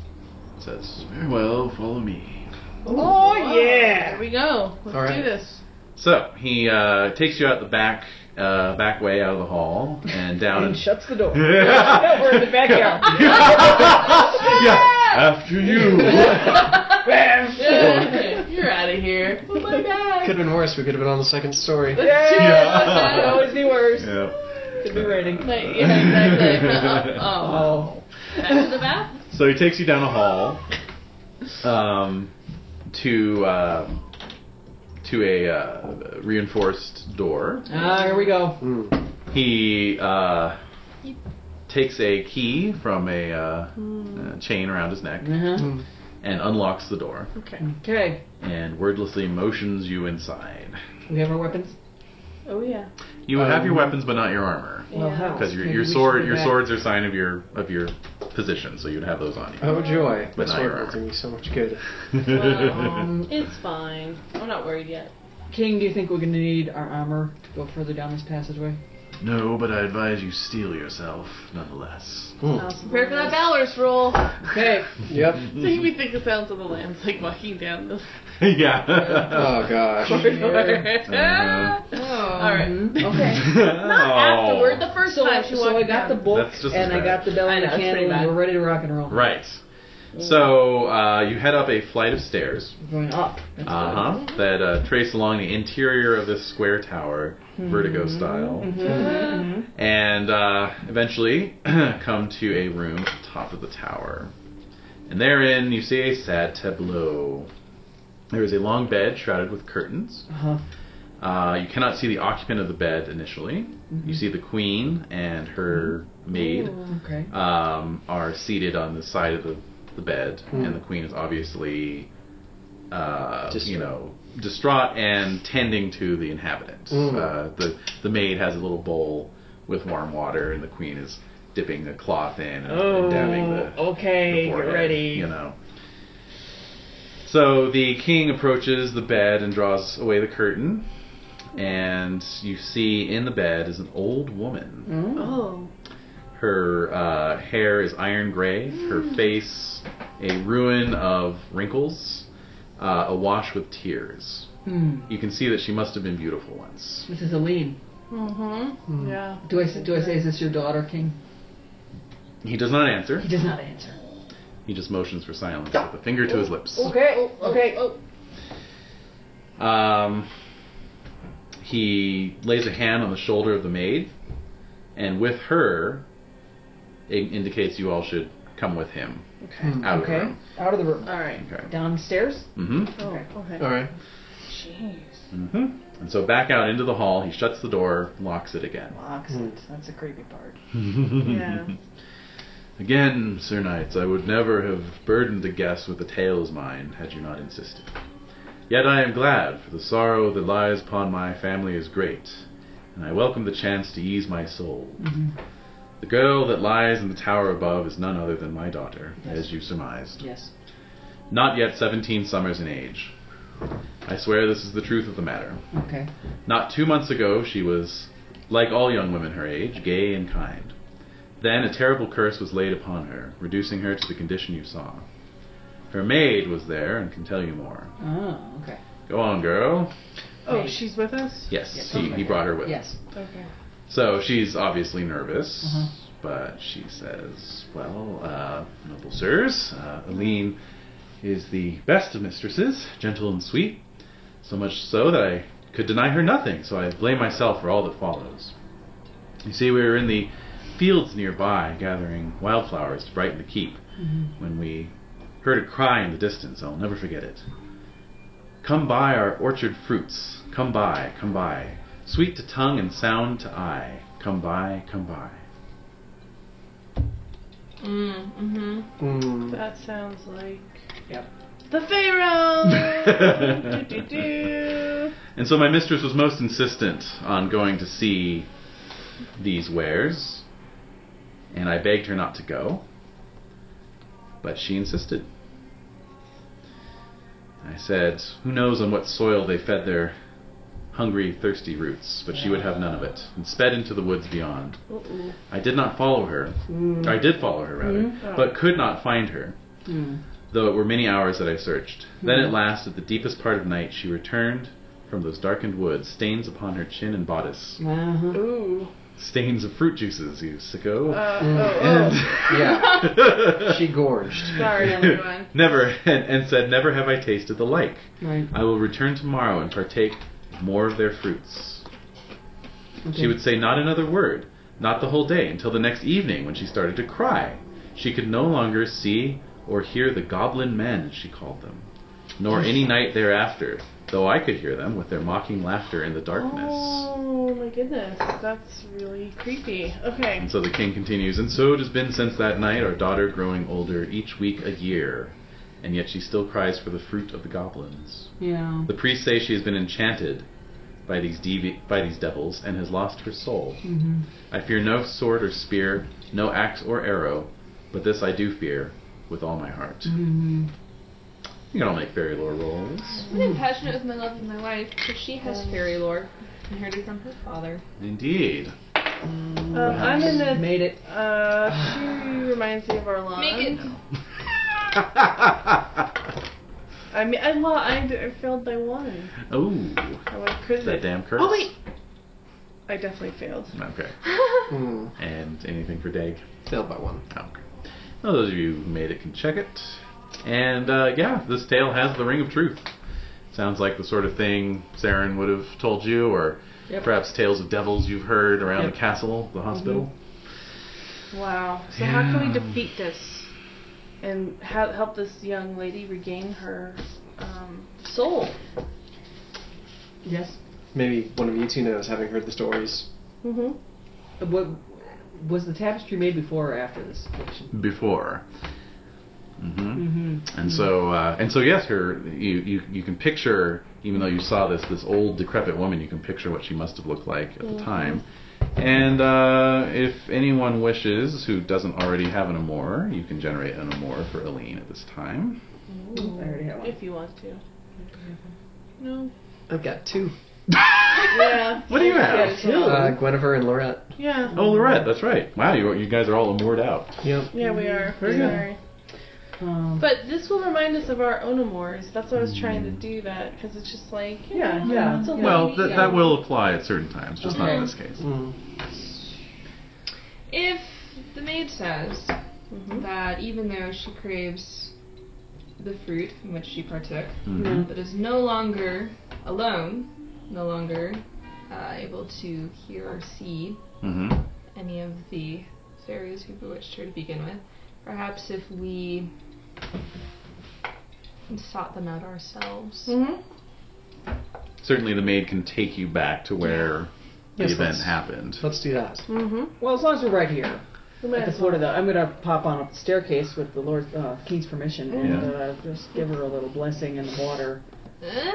Says, "Very well, follow me."
Oh yeah. Here we go. Let's
All right.
do this.
So he uh, takes you out the back uh, back way out of the hall and down.
And shuts the door.
yeah.
We're in the backyard.
After you.
You're out of here.
Could have been worse. We could have been on the second story.
Yeah.
Could always be worse.
yeah.
Could be raining.
Like, yeah, exactly. Uh, oh.
Oh.
Back to the bath.
So he takes you down a hall um, to uh, to a uh, reinforced door.
Uh,
Ah, here we go.
Mm.
He uh, takes a key from a uh,
Hmm.
uh, chain around his neck
Uh-huh.
and unlocks the door
Okay.
Okay.
and wordlessly motions you inside.
We have our weapons.
Oh yeah.
You have your
Um,
weapons, but not your armor.
Well,
Yeah.
hell.
Because your,
Maybe
your
we should
sword
go
your
back.
swords are sign of your of your position, so you'd have those on you.
Oh joy!
But
But
not
sword
your
will do me so much good.
Um,
It's fine. I'm not worried yet.
King, do you think we're gonna need our armor to go further down this passageway?
no, but I advise you steel yourself, nonetheless.
Mm.
Prepare for that valorous roll.
Okay.
Yep.
So you may think the sounds of the lambs like walking down the
yeah.
Oh gosh.
corridor.
Uh-huh. Oh.
All right.
Mm-hmm. Okay.
Not
Afterward, the first
So,
time she
so I
walked
got the
down.
book
That's just as
and I
bad.
got the bell
I
and the
know, it's pretty
candle and
bad.
we're ready to rock and roll.
Oh. Right. So uh, you head up a flight of stairs
We're going up. That's
uh-huh, that uh, trace along the interior of this square tower, vertigo style,
good. Mhm.
and uh, eventually come to a room at the top of the tower. And therein you see a sad tableau. There is a long bed shrouded with curtains.
Uh-huh.
Uh, you cannot see the occupant of the bed initially. You see the queen and her maid
Okay.
um, are seated on the side of the, the bed,
Mm.
and the queen is obviously, uh, you
Distraught.
know, distraught and tending to the inhabitants.
Mm.
Uh, the the maid has a little bowl with warm water, and the queen is dipping a cloth in and, and dabbing the,
Oh, okay.
the forehead, You know. So the king approaches the bed and draws away the curtain, and you see in the bed is an old woman.
Oh.
Her uh, hair is iron gray. Her face, a ruin of wrinkles, uh, awash with tears.
Hmm.
You can see that she must have been beautiful once.
This is Aline. Hmm.
Mm-hmm. Yeah.
Do I, s- do I say, is this your daughter, King?
He does not answer.
He does not answer.
He just motions for silence with a finger to his lips.
Oh,
Okay. Okay.
Um, he lays a hand on the shoulder of the maid, and with her, it indicates you all should come with him
Okay.
Hmm. out of the
Okay.
room.
Out of the room.
All right.
Okay.
Downstairs.
hmm
Oh, okay.
All right.
hmm And so back out into the hall, he shuts the door, locks it again.
Locks it. Oh,
Hmm.
That's the creepy part.
Yeah.
Again, Sir Knights, I would never have burdened the guests with a tale as mine had you not insisted. Yet I am glad, for the sorrow that lies upon my family is great, and I welcome the chance to ease my soul. The girl that lies in the tower above is none other than my daughter,
Yes.
as you surmised,
Yes.
not yet seventeen summers in age. I swear this is the truth of the matter.
Okay.
Not two months ago, she was, like all young women her age, gay and kind. Then a terrible curse was laid upon her, reducing her to the condition you saw. Her maid was there and can tell you more.
Oh. Okay.
Go on, girl.
Oh, she's with us.
Yes,
Yes,
he, he
okay.
brought her with.
Yes.
Okay.
So she's obviously nervous,
Uh-huh.
but she says, Well, uh, noble sirs, uh, Aline is the best of mistresses, gentle and sweet, so much so that I could deny her nothing, so I blame myself for all that follows. You see, we were in the fields nearby gathering wildflowers to brighten the keep when we heard a cry in the distance. I'll never forget it. Come buy our orchard fruits. Come buy, come buy. Sweet to tongue and sound to eye. Come buy, come buy.
Mm-hmm.
Mm.
That sounds like.
Yep.
The Pharaoh. do, do, do.
And so my mistress was most insistent on going to see these wares, and I begged her not to go, but she insisted. I said, Who knows on what soil they fed their hungry, thirsty roots, but she would have none of it, and sped into the woods beyond.
Uh-oh.
I did not follow her.
Hmm.
I did follow her, rather, but could not find her,
Hmm.
though it were many hours that I searched. Then at last, at the deepest part of night, she returned from those darkened woods, stains upon her chin and bodice.
Uh-huh.
Ooh.
Stains of fruit juices, you sicko.
Uh,
and
oh,
Yeah, she gorged.
oh. Sorry, everyone.
never, and, and said, Never have I tasted the like.
Hmm. Right.
I will return tomorrow and partake more of their fruits. She would say not another word, not the whole day, until the next evening when she started to cry. She could no longer see or hear the goblin men, she called them, nor any night thereafter, though I could hear them with their mocking laughter in the darkness.
Oh my goodness, that's really creepy. Okay.
And so the king continues, and so it has been since that night, our daughter growing older, each week a year, and yet she still cries for the fruit of the goblins.
Yeah.
The priests say she has been enchanted by these devi- by these devils and has lost her soul.
Mm-hmm.
I fear no sword or spear, no axe or arrow, but this I do fear with all my heart.
Mm-hmm.
You can all make fairy lore rolls.
I'm impassionate with my love of my wife, but she has fairy lore inherited from her father.
Indeed.
Um, I'm in the.
Made it.
Uh, she reminds me of our lawn.
Make it.
I mean, I, lo- I, d- I failed by one.
oh,
I would have crit
that
it.
damn curse.
Oh, wait. I definitely failed.
Okay.
Mm,
And anything for Dag?
failed by one.
Oh, okay. Well, those of you who made it can check it. And uh, yeah, this tale has the ring of truth. Sounds like the sort of thing Saren would have told you, or
Yep.
perhaps tales of devils you've heard around
Yep. Mm-hmm.
the castle, the hospital.
Wow. So how can we
Yeah.
defeat this and ha- help this young lady regain her um, soul?
Yes.
Maybe one of you two knows, having heard the stories.
Mm-hmm.
Uh, What was the tapestry made before or after this fiction?
Before. hmm
Mm-hmm.
And so, uh, and so, yes, her. You, you you can picture, even though you saw this this old decrepit woman, you can picture what she must have looked like at
Mm-hmm.
the time. And uh, if anyone wishes, who doesn't already have an amour, you can generate an amour for Aline at this time.
I already have one.
If you want to.
I've got two.
yeah.
What do you have?
Oh,
Uh, Guinevere and Lorette.
Yeah.
Oh, Lorette, that's right. Wow, you you guys are all amoured out.
Yep.
Yeah, we are.
Very good.
Sorry.
Um,
But this will remind us of our own amours. That's what I was trying to do that because it's just like
Yeah,
yeah,
yeah,
It's a
yeah.
Well,
lady,
that
yeah.
that will apply at certain times, just not in
Okay.
this case.
Mm.
If the maid says
Mhm.
that even though she craves the fruit from which she partook,
Mhm.
but is no longer alone, no longer uh, able to hear or see
Mhm.
any of the fairies who bewitched her to begin with. Perhaps if we sought them out ourselves.
Hmm?
Mhm.
Certainly, the maid can take you back to where the
Yes,
event
let's-
happened.
Let's do that.
Mhm.
well, as long as we're right here
We might
at the
as
foot
well.
of the, I'm gonna pop on up the staircase with the Lord uh, King's permission and uh, just give her a little blessing in the water.
Uh,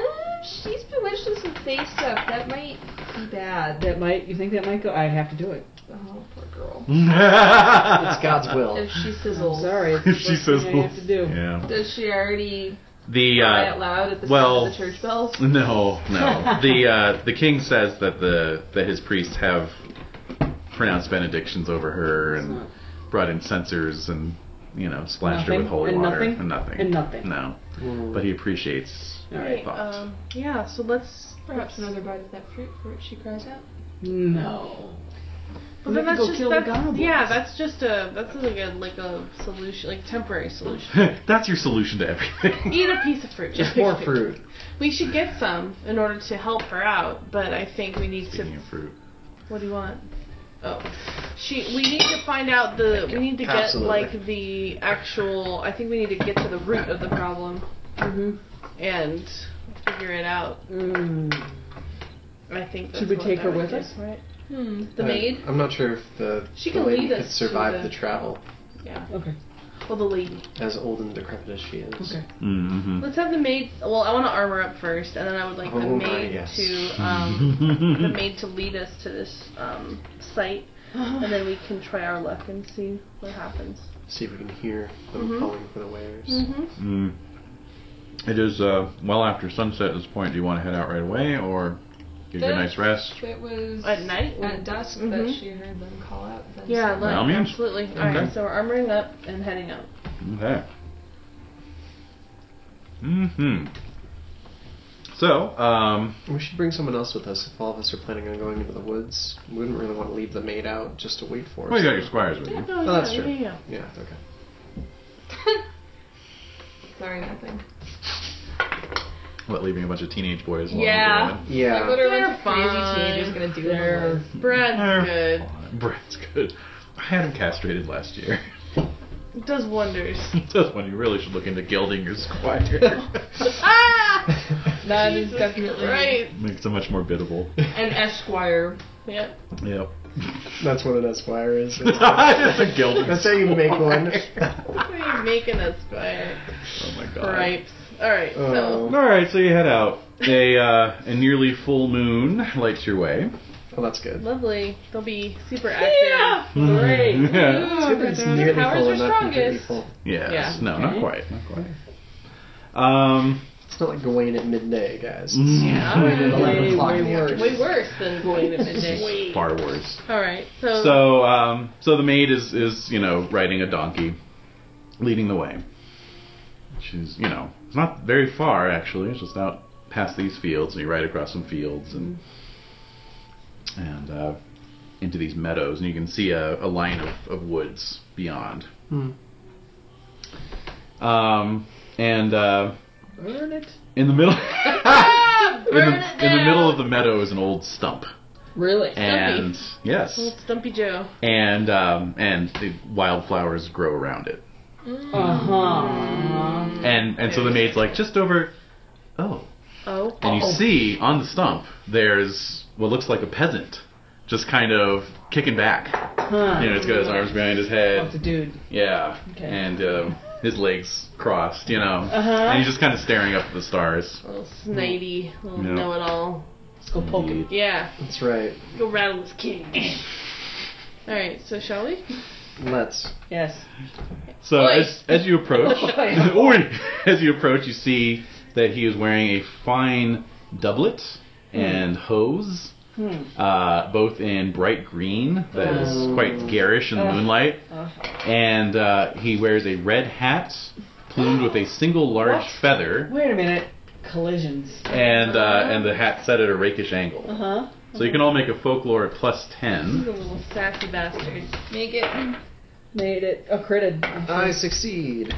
she's bewitched with some face stuff. That might be bad.
That might you think that might go? I have to do it.
Oh, poor girl.
It's God's will.
If she
I'm
sizzles.
sorry. it's the
If
first
she
thing
says,
I have to do.
yeah.
Does she already
The
cry
uh,
out loud at the
well-
sound of the church bells?
No, no. the uh, the king says that the that his priests have pronounced benedictions over her and brought in censers and you know splashed her with
Nothing?
holy
And
water
nothing?
and nothing
And nothing.
No,
Mm.
but he appreciates.
All right.
Right,
thought.
um, yeah. So let's
Perhaps another bite of that fruit for which she cries out.
No.
But
We
then
have
that's
to go
just
kill the
that's,
goblins.
yeah, that's just a that's like a like a solution, like temporary solution.
That's your solution to everything.
Eat a piece of fruit.
Just
pick a
more
piece.
fruit.
We should get some in order to help her out, but I think we need
Speaking
to.
of fruit.
What do you want? Oh, she. We need to find out the. We need to get
Absolutely.
like the actual. I think we need to get to the root of the problem
Mm-hmm.
and figure it out.
Mm.
I think. That's
Should we
what
take
I
her
would
with
do,
us?
Right.
Hmm.
The
Uh,
maid.
I'm not sure if the,
She
the
can
lady
lead
could
us to
survive
the-
the travel,
Okay.
Well, the lady.
as old and decrepit as she is.
Okay.
Mm-hmm.
Let's have the maid. Well, I want to armor up first, and then I would like the
Oh my,
maid
yes.
to um, the
Mm-hmm.
maid to lead us to this um, site, and then we can try our luck and see what happens.
See if we can hear them
Mhm.
calling for the wares.
Mm-hmm.
Mm. It is uh, well after sunset at this point. Do you want to head out right away or Give you a nice rest.
It was
At night?
at Mm-hmm. dusk that
Mhm.
she heard them call out. That's
Yeah,
By all
like,
means.
absolutely.
Okay.
Alright, so we're armoring up and heading out.
Okay. Hmm. So, um,
We should bring someone else with us if all of us are planning on going into the woods. We wouldn't really want to leave the maid out just to wait for us.
well, you got your squires with you.
No,
Oh, that's
yeah,
true.
yeah, yeah.
Yeah, okay.
Sorry, nothing.
What, leaving a bunch of teenage boys? along
Yeah. Like, what
Yeah.
are
They're
a bunch of
fine.
crazy teenagers gonna do? in the
They're-
woods?
the
Brad's
line?
good.
Fine. Brad's good. I had him castrated last year.
It does wonders.
That's when you really should look into gilding your squire.
Ah!
That is definitely
Right.
Makes it much more biddable.
an esquire.
Yeah.
Yep.
That's what an esquire is.
Just a gilded.
That's how you make one.
What are you making us by?
Oh my god.
Gripes. Alright,
Oh.
so.
All right, so you head out. A uh, a nearly full moon lights your way.
Well, that's good.
Lovely. They'll be super active.
Great. yeah.
It's
Oh,
good that it's nearly
powers
full
are
and not completely
strongest.
full.
Yes. No, not quite. Not quite. Um.
It's not like Gawain at midday, guys.
Yeah.
Gawain at 11 o'clock in the
way
afternoon.
Way worse than going at midday.
Far worse.
Alright, so.
So um. So the maid is is you know riding a donkey, leading the way. She's you know it's not very far actually. It's just out past these fields, and you ride across some fields and and uh, into these meadows, and you can see a, a line of, of woods beyond.
Hmm.
Um, and uh,
burn it.
in the middle, in, the, in the middle of the meadow is an old stump,
Really?
and yes,
Old Stumpy Joe.
and um, and the wildflowers grow around it,
Uh huh.
and and so the maid's like just over. Oh,
Oh.
and you see on the stump there's what looks like a peasant, just kind of kicking back.
Huh.
You know, he's got his arms behind his
That's a
head,
Uh-huh. dude.
yeah,
Okay.
and um, his legs crossed. You know,
Uh-huh.
and he's just kind of staring up at the stars.
Little snidey, little
Yeah.
know-it-all.
Let's go poke him.
Yeah,
That's right.
go rattle his cage. All right, so shall we?
Let's.
Yes.
So
Oi.
as, as you approach,
Oi.
Oi. as you approach, you see that he is wearing a fine doublet and hose,
Hmm.
uh, both in bright green that is
Oh.
quite garish in the
Ugh.
moonlight,
Uh,
and uh, he wears a red hat plumed with a single large
What?
feather,
wait a minute. Collisions.
and uh, and the hat set at a rakish angle.
Uh huh.
So you can all make a folklore at plus
He's
ten.
a little sassy bastard.
Make it.
Made it. Oh, critted.
I succeed.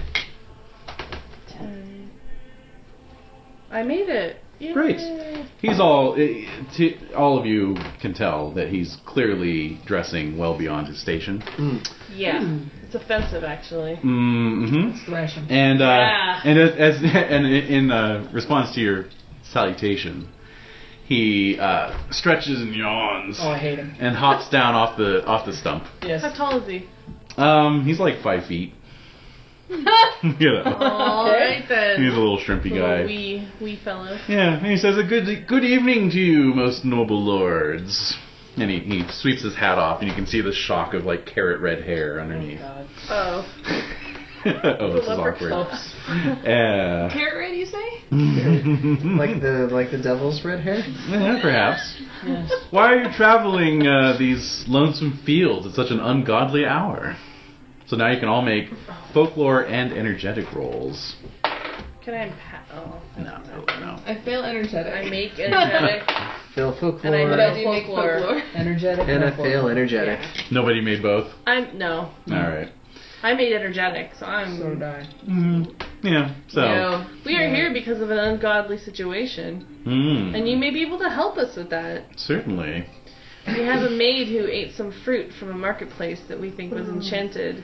I made it. Yay.
Great. He's all. i- To, all of you can tell that he's clearly dressing well beyond his station.
Yeah, it's offensive actually.
Mm-hmm.
Thrash him.
And uh,
Ah.
and as, as and in- in uh, response to your salutation, he uh, stretches and yawns
Oh, I hate him.
and hops down off the off the stump.
Yes.
How tall is he?
Um, he's like five feet. you know,
All right then.
he's a little shrimpy
Little
guy.
wee wee fellow.
Yeah, and he says a good good evening to you, most noble lords. And he, he sweeps his hat off, and you can see the shock of like carrot red hair underneath.
God.
Oh,
oh, this is awkward. Yeah.
Carrot red, you say?
Like the like the devil's red hair.
Yeah, perhaps.
Yes.
Why are you traveling uh, these lonesome fields at such an ungodly hour? So now you can all make folklore and energetic rolls.
can I unpack? Oh,
No, no, no.
I feel energetic.
I make energetic.
Fail
And
folklore.
I
But I do make
Folklore.
folklore.
Energetic.
and I
purple.
fail energetic.
Nobody made both.
I'm no.
All right.
I made energetic, so I'm.
So did I.
Yeah. So.
No. We are here because of an ungodly situation,
Mm,
and you may be able to help us with that.
certainly.
We have a maid who ate some fruit from a marketplace that we think was enchanted,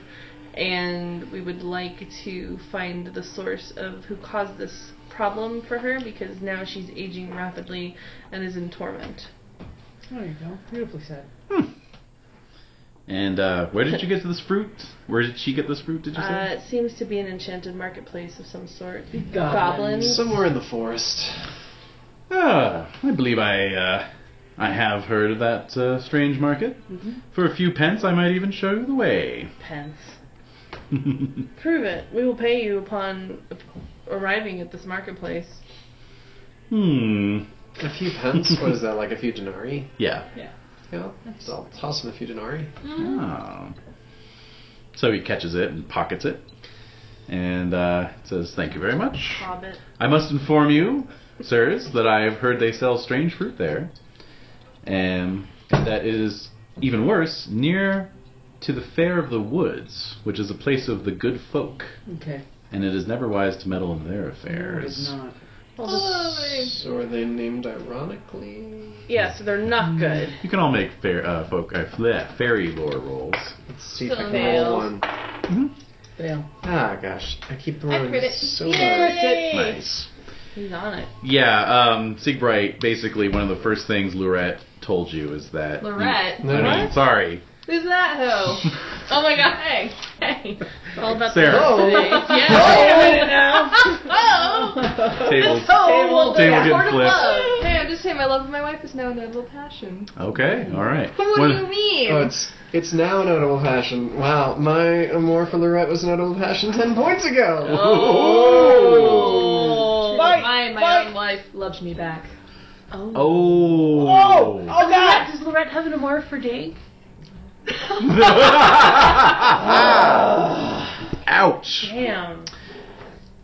and we would like to find the source of who caused this problem for her because now she's aging rapidly and is in torment.
There you go. Beautifully said.
And uh, where did you get this fruit? Where did she get this fruit? Did you say?
Uh, it seems to be an enchanted marketplace of some sort.
Goblins.
Goblins.
Somewhere in the forest.
Ah, I believe I uh, I have heard of that uh, strange market. For a few pence, I might even show you the way.
Pence. Prove it. We will pay you upon arriving at this marketplace.
Hmm.
A few pence? what is that, like a few denarii?
Yeah.
Yeah. So I'll toss him a few denarii.
Oh. So he catches it and pockets it, and uh, says, "Thank you very much.
Hobbit.
I must inform you, sirs, that I have heard they sell strange fruit there, and that it is even worse near to the Fair of the Woods, which is a place of the good folk,
Okay.
and it is never wise to meddle in their
No, it
affairs."
is not.
So are they named ironically?
Yeah, so they're
Hmm.
not good.
You can all make fair, uh, folk, uh, bleh, fairy lore rolls.
Let's see if I can
Thumbnails.
roll one. Mm-hmm.
Fail.
Ah, gosh. I keep rolling
crit it.
so
Yay!
hard. Nice.
He's on it.
Yeah, um, Siegbright, basically, one of the first things Lorette told you is that.
Lorette.
I mean,
What?
sorry.
Who's that though? oh my god. Hey. Hey.
All about
Sarah.
Oh,
Tables.
Oh,
Table
yeah.
getting
Court of
flipped.
love. Hey, I'm just saying my love of my wife is now an edible passion.
Okay, alright.
What
One-
do you mean?
Oh, it's it's now an notable passion. Wow, my amour for Lorette was an notable passion ten points ago.
Oh!
Fight,
my my
fight.
own wife loves me back.
Oh!
Oh! Oh god!
Does Lorette have an amour for Dake?
Ouch!
Damn.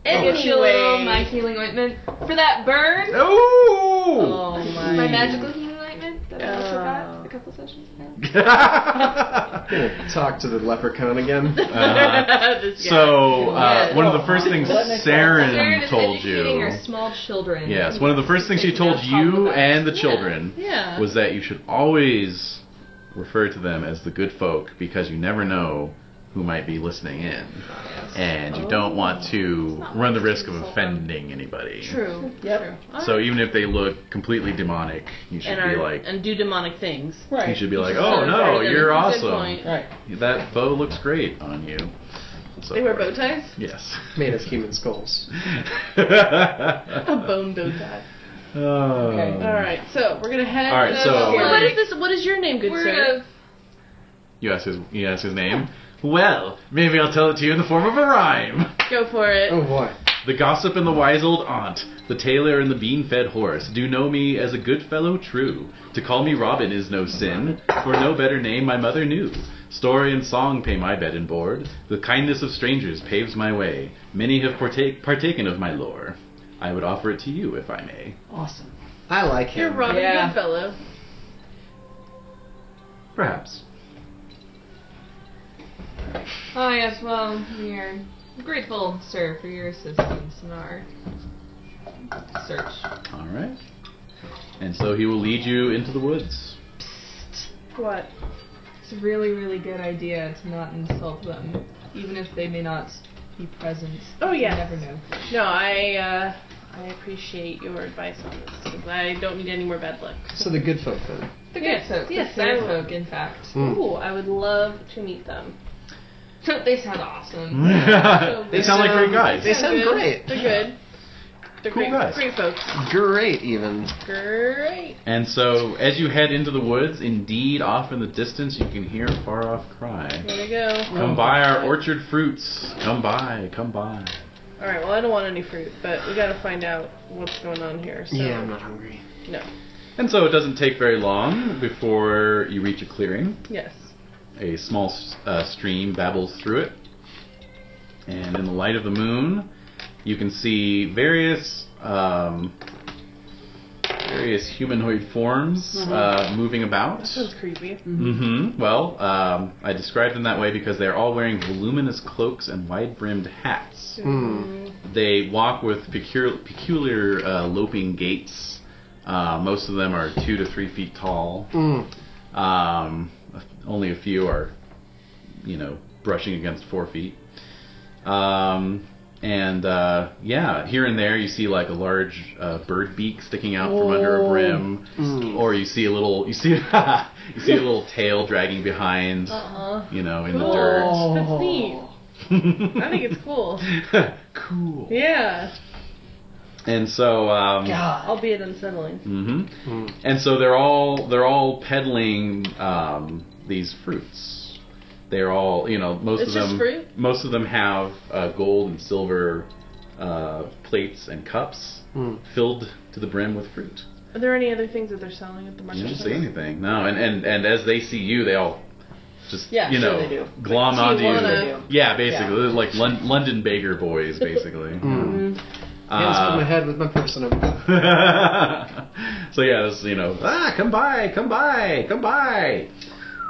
Anyway.
Anyway.
my healing ointment for that burn.
Oh!
Oh
My
my.
magical healing ointment that I forgot
Oh.
a couple sessions ago.
Talk to the leprechaun again.
Uh,
This guy.
So, uh, one of the first things
What?
Sarah
Saren
is
told
educating
you.
our small children.
Yes, one of the first things she told you and the children
Yeah.
was that you should always refer to them as the good folk because you never know who might be listening in. And you don't want to run the risk of offending anybody.
True.
Yep.
So even if they look completely demonic, you should
and
be
are,
like
and do demonic things.
you
Right.
should be like,
So
"Oh no,
sorry, that
you're
was a good
awesome.
point.
Right.
That bow looks great on you." So
They wear bow
forth.
ties.
Yes.
Made of human skulls.
A bone bow tie.
Oh.
All right, so we're gonna head.
All right,
to-
so-
what is this? What is your name, good
We're
sir?
gonna
You ask his you ask his name. Well, maybe I'll tell it to you in the form of a rhyme.
Go for it.
Oh boy.
The gossip and the wise old aunt, the tailor and the bean fed horse, do know me as a good fellow true. To call me Robin is no sin, for no better name my mother knew. Story and song pay my bed and board, the kindness of strangers paves my way. Many have partake, partaken of my lore. I would offer it to you if I may.
Awesome.
I like him.
You're Robin
Yeah.
Goodfellow.
Perhaps.
Oh yes, well, we are grateful, sir, for your assistance in our search.
All right. And so he will lead you into the woods.
What?
It's a really, really good idea to not insult them, even if they may not be present.
Oh, yes.
You never know.
No, I uh, I appreciate your advice on this. 'cause I don't need any more bad luck.
So the good folk then.
The good
Yes,
folk,
yes,
the fair
I will.
folk, in fact.
Hmm.
Ooh, I would love to meet them.
they sound
Mm-hmm.
awesome.
they sound like great guys.
They sound
They're good.
great.
They're good. They're
Cool
great,
guys.
great folks.
Great even.
Great.
And so, as you head into the woods, indeed, off in the distance, you can hear a far off cry.
There we go.
Come buy our orchard fruits. Come by, come by.
All right. Well, I don't want any fruit, but we gotta find out what's going on here. So.
Yeah, I'm not hungry.
No.
And so, it doesn't take very long before you reach a clearing.
Yes.
A small s- uh, stream babbles through it. And in the light of the moon, you can see various. Um, Various humanoid forms uh, moving
Uh-huh.
about.
That sounds creepy.
Mm.
hmm Well, um, I described them that way because they're all wearing voluminous cloaks and wide-brimmed hats.
Hmm.
They walk with peculiar, peculiar uh, loping gaits. Uh, most of them are two to three feet tall.
Mm.
Um, only a few are, you know, brushing against four feet. Um, and uh, yeah, here and there you see like a large uh, bird beak sticking out from under a brim,
Mm.
or you see a little you see you see a little tail dragging behind,
Uh huh.
you know, in the
Oh, that's neat.
dirt.
I think it's cool.
it's cool.
Yeah.
And so, um,
God.
Albeit unsettling.
mhm.
Mm.
And so they're all they're all peddling um, these fruits. They're all you know most
It's
of
just
them
fruit?
most of them have uh, gold and silver uh, plates and cups
Mm.
filled to the brim with fruit.
Are there any other things that they're selling at the market?
You didn't see anything. No, and, and, and as they see you, they all just
Yeah,
you
sure
know
they do.
glom
Like,
onto
see
you.
what they do.
Yeah, basically, they're like Lon- London Baker boys, basically.
Mm. Hands
Uh,
above my head with my purse in 'em.
so yeah, it's you know, ah, come by, come by, come by.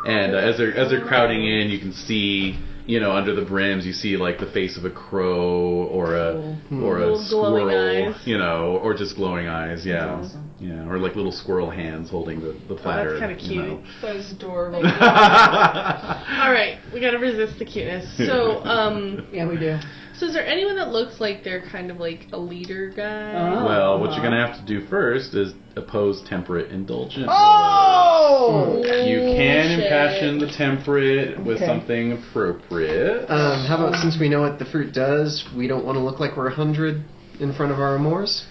And uh, as they're as they're crowding in, you can see, you know, under the brims, you see like the face of a crow or a
Mm-hmm.
or a
Little glowing
squirrel,
eyes.
you know, or just glowing eyes, yeah,
That's awesome.
yeah, or like little squirrel hands holding the the platter.
Oh, kinda
you know.
That was adorable.
All right, we gotta resist the cuteness. So, um,
Yeah, we do.
so is there anyone that looks like they're kind of like a leader guy?
Oh,
well, what
uh-huh.
you're gonna have to do first is oppose temperate indulgent.
Oh!
You can
Bullshit.
impassion the temperate with
Okay.
something appropriate.
Um, how about since we know what the fruit does, we don't want to look like we're a hundred in front of our amours.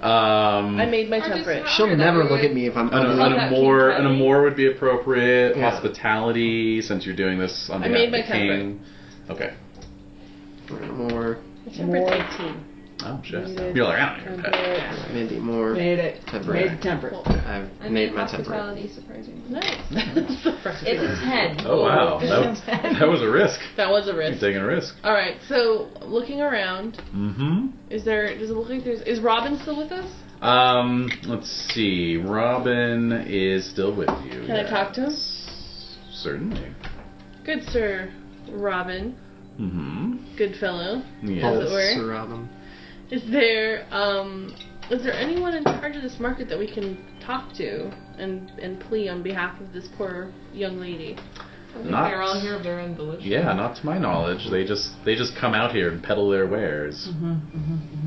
Um,
I made my
Or just
temperate.
not-
She'll
Okay,
never
that'd be
look
good.
at me if I'm
an,
ugly.
an
that
amour,
King
an
Tut.
amour would be appropriate.
Yeah.
Hospitality, since you're doing this on
I
behalf
made
of
my
the king. Okay.
Or an amour,
My temperate's
More.
18.
Oh shit.
Made it.
You're like I don't care.
maybe more.
Made it.
Temperate.
Made it temperate.
I've
I
made
made
my temperate.
hospitality surprising.
Nice.
It's a ten.
Oh wow,
It's a
that,
10.
that was a risk.
that was a
You're
risk.
taking a risk.
All right, so looking around,
Mm-hmm.
is there? Does it look like there's? Is Robin still with us?
Um, let's see. Robin is still with you.
Can I talk to him?
Certainly.
Good sir, Robin.
Mm-hmm.
Good fellow.
Yeah.
it were.
Sir Robin.
Is there um is there anyone in charge of this market that we can talk to and and plea on behalf of this poor young lady?
I think
Not-
they're all here of their own volition.
Yeah, not to my knowledge. They just they just come out here and peddle their wares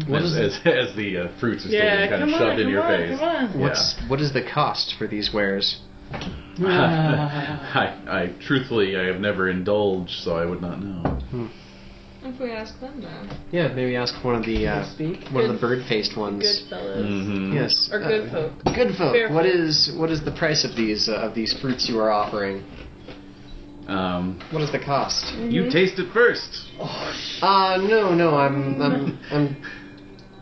What
as,
is
as, as the uh, fruits are still being kind of shoved in your face.
on.
What's what is the cost for these wares?
I, I truthfully I have never indulged, so I would not know.
If we ask them though.
Yeah, maybe ask one of the
Can I
uh,
speak?
one of the bird-faced ones.
Good fellows.
Mm-hmm.
Yes.
Or
uh,
good folk.
Good folk.
Fair
What
folk.
is what is the price of these uh, of these fruits you are offering?
Um,
What is the cost?
Mm.
You taste it first.
Uh, no, no, I'm I'm I'm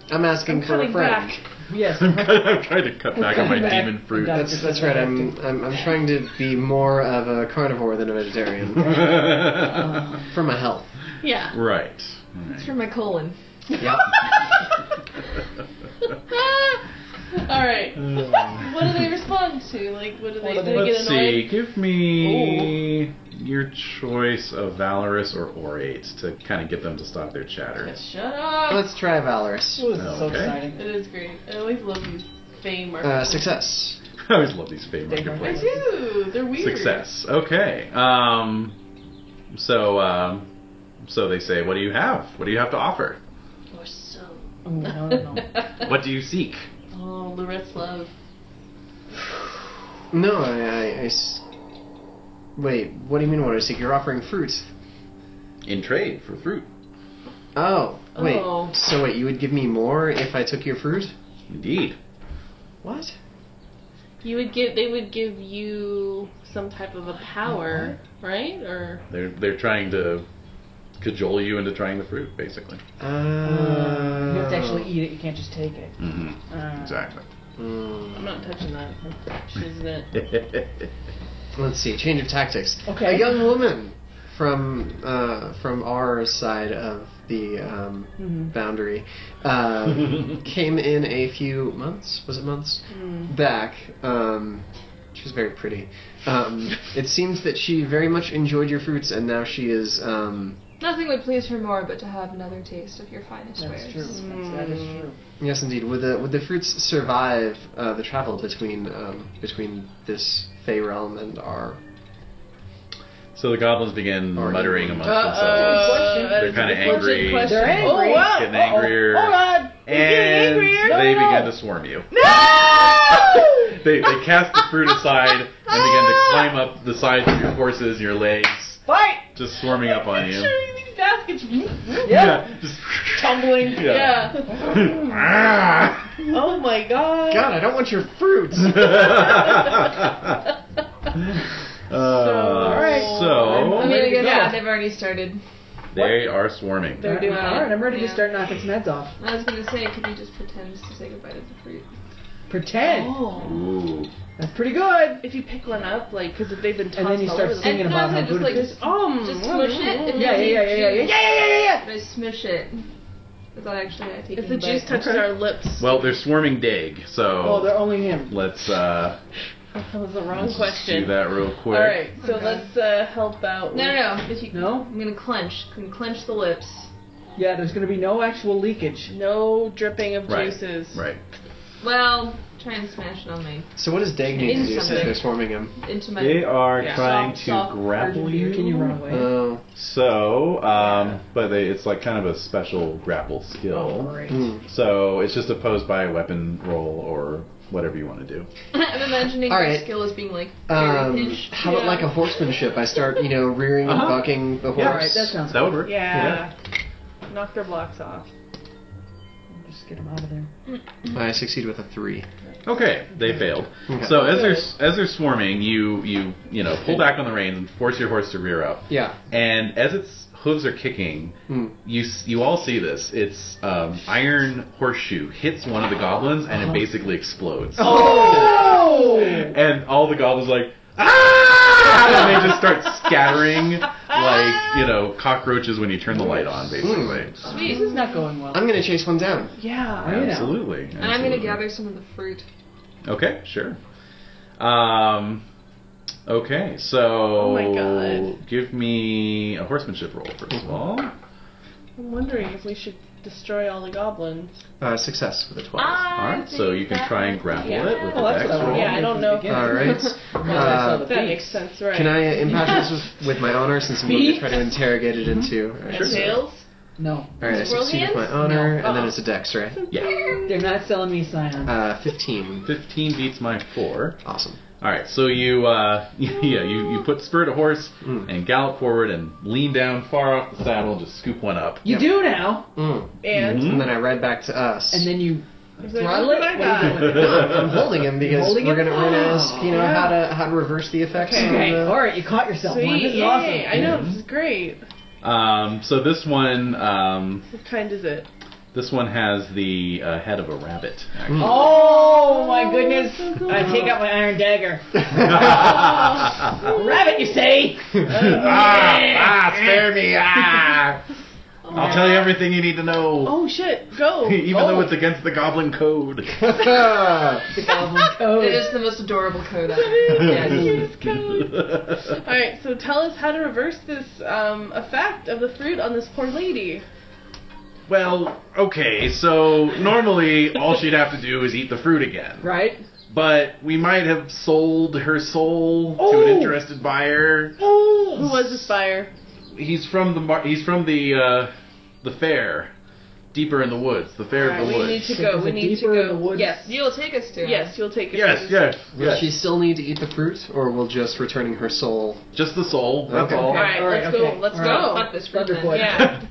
I'm asking
I'm
for a
cutting
friend.
back.
Yes.
I'm, trying to cut back on my
Back.
demon fruit.
Got it.
That's that's right. I'm, I'm I'm trying to be more of a carnivore than a vegetarian
right.
for my health.
Yeah.
It's for my colon.
Yep.
Ah. All right. What do they respond to? Like, what do they?
Well,
Do they get
Let's
annoyed?
see. Give me your choice of valorous or orate to kind of get them to stop their chatter.
Shut up.
Let's try valorous.
Ooh, this is so
Okay.
exciting.
It is great. I always love these fame markets.
Uh, success.
I always love these fame
Fame
I
marketplaces.
do. They're weird.
Success. Okay. Um, so um, so they say, what do you have? What do you have to offer?
Or so.
Oh, no, no, no.
What do you seek?
Oh, Loretz love.
No, I, I- I s- Wait, what do you mean? What I seek? You're offering fruits.
In trade for fruit.
Oh, wait.
Oh.
So wait, you would give me more if I took your fruit?
Indeed.
What?
You would give. They would give you some type of a power, right? Or
They're they're trying to cajole you into trying the fruit, basically.
Uh,
You have to actually eat it. You can't just take it.
Mm-hmm.
Uh,
Exactly.
Mm.
I'm not touching that. She's in it.
Let's see. Change of tactics.
Okay.
A young woman from uh, from our side of the um,
Mhm.
boundary um, came in a few months. Was it months back? Um, she was very pretty. Um, it seems that she very much enjoyed your fruits, and now she is. Um,
Nothing would please her more but to have another taste of your finest
That's
wares.
true. That's, that is true.
yes, indeed. Would the would the fruits survive uh, the travel between um, between this Fey realm and our?
so the goblins begin
Or-
muttering amongst
Uh-oh.
themselves.
Question.
They're kind of angry.
They're angry.
Oh wow!
Getting
Uh-oh.
angrier.
Oh,
Hold on.
And
angrier.
they
No, no, no.
begin to swarm you.
No!
They, they cast the fruit aside and begin to climb up the sides of your horses, your legs,
Fight!
just swarming up on you.
Shooting these baskets.
Yeah. Just
Tumbling.
Yeah.
Yeah.
Ah.
Oh my god.
God, I don't want your fruits.
Uh,
right.
so
I mean, I guess
Yeah.
they've already started.
they are swarming.
They're doing
Wow.
all right. I'm ready
Yeah.
to start knocking some heads off.
I was gonna say, could you just pretend to say goodbye to the fruit?
Pretend.
Oh.
Ooh.
That's pretty good.
If you pick one up, like, because if they've been tossed
And then you
all
start
over the
singing
And
about how
sometimes I
good
just like
it is.
just
Um,
smush it. and
Yeah,
then
yeah,
you
yeah, yeah, yeah,
juice.
yeah, yeah, yeah, yeah.
And I smush it without actually taking.
If the
a
juice
bite.
touches our lips,
Well, they're swarming Dig,
Oh,
so
they're only him.
let's uh,
that was the wrong
let's
question.
do that real quick.
All right, so
Okay.
let's uh, help out.
No,
with-
no, no. If you,
No?
I'm gonna clench. Can clench the lips.
Yeah, there's gonna be no actual leakage.
No dripping of
Right.
juices.
Right.
Well, try and smash it on my
So what does Dag need to do since
Something.
they're swarming him?
into my.
They are
Yeah.
trying
Soft,
to
soft
grapple
Urgent
you.
beer. Can you run away?
Uh,
Oh,
So, um, but they, it's like kind of a special grapple
oh,
skill.
great.
mm.
So it's just opposed by a weapon roll or whatever you want to do.
I'm imagining
All
your
right.
skill as being like very
Um,
pinched.
how about like a horsemanship? I start, you know, rearing and
Uh-huh.
bucking the horse.
Yeah.
All right, that sounds.
That would work.
Yeah. Knock their blocks off.
Just get him out of there.
I succeed with a three.
Okay, they failed.
Okay.
So as they're as they're swarming, you you you know pull back on the reins and force your horse to rear up.
yeah,
And as its hooves are kicking,
Mm.
you s- you all see this. Its um, iron horseshoe hits one of the goblins, and
Oh.
it basically explodes.
Oh!
And all the goblins are like ah, and they just start scattering like you know cockroaches when you turn the light on, basically.
This is not going well.
I'm gonna chase one down.
Yeah.
you know.
Absolutely.
Oh, and I'm gonna gather some of the fruit.
Okay, sure. Um, okay, so
Oh my
give me a horsemanship roll first of all.
I'm wondering if we should destroy all the goblins.
Uh, success with a twelve.
All right, so you can try and grapple
Yeah.
it with
Oh,
the
that's
dex
what I
roll.
wanted
Yeah, I
from
don't
the
know.
beginning.
All right.
Because I saw Oh, the
Uh,
That
beak.
makes sense, right?
can I uh, impact this with, with my honor since I'm going to try to interrogate it into?
Mm-hmm.
All right,
And
so-
tails?
No,
all right I
Squirrel
succeed with my
hands?
honor,
No. Uh-huh.
and then it's a dex, right?
Yeah.
they're not selling me cyan.
Uh, Fifteen.
Fifteen beats my four.
Awesome.
All right, so you uh, yeah you, you put spur to horse
Mm.
and gallop forward and lean down far off the saddle and just scoop one up.
you do now,
Mm.
And
Mhm.
And then I ride back to us.
and then you
Is there
throttle it.
anything I
What are
got?
you doing?
I'm holding him because
Holding
we're
him?
gonna we're gonna
Oh,
ask you know how to how to reverse the effects.
Okay.
on
Okay,
the-
all right, you caught yourself one. This
Sweet,
is
yay!
awesome.
I know this is
Mm-hmm.
great.
Um, so this one um,
What kind is it?
this one has the uh, head of a rabbit. actually.
Mm-hmm. Oh my goodness!
so cool.
I take out my iron dagger.
uh,
Oh.
Rabbit, you say?
ah, ah, spare me. Ah. I'll tell you everything you need to know.
Oh shit! Go.
Even
Oh.
though it's against the goblin code.
Oh,
It is the most adorable coat I've ever.
Yes.
All right, so tell us how to reverse this um, effect of the fruit on this poor lady.
well, okay, so normally all she'd have to do is eat the fruit again.
right.
But we might have sold her soul to an
Oh.
interested buyer.
Who was this buyer?
He's from the mar- he's from the uh, the fair, deeper in the woods, the fair of
All
the
right, we
woods.
need to
So
go.
is
We
it
need to
deeper in
go.
the woods?
Yes.
You'll take us to.
Yes, you'll take it.
Yes, yes,
Will
yes.
she still need to eat the fruit, or will just returning her soul?
Just the soul. That's
Okay.
all.
All right,
All right,
let's
okay.
go. Let's
All
go.
right.
Oh, fuck this fruit
Thunder
then.
boy.
Yeah.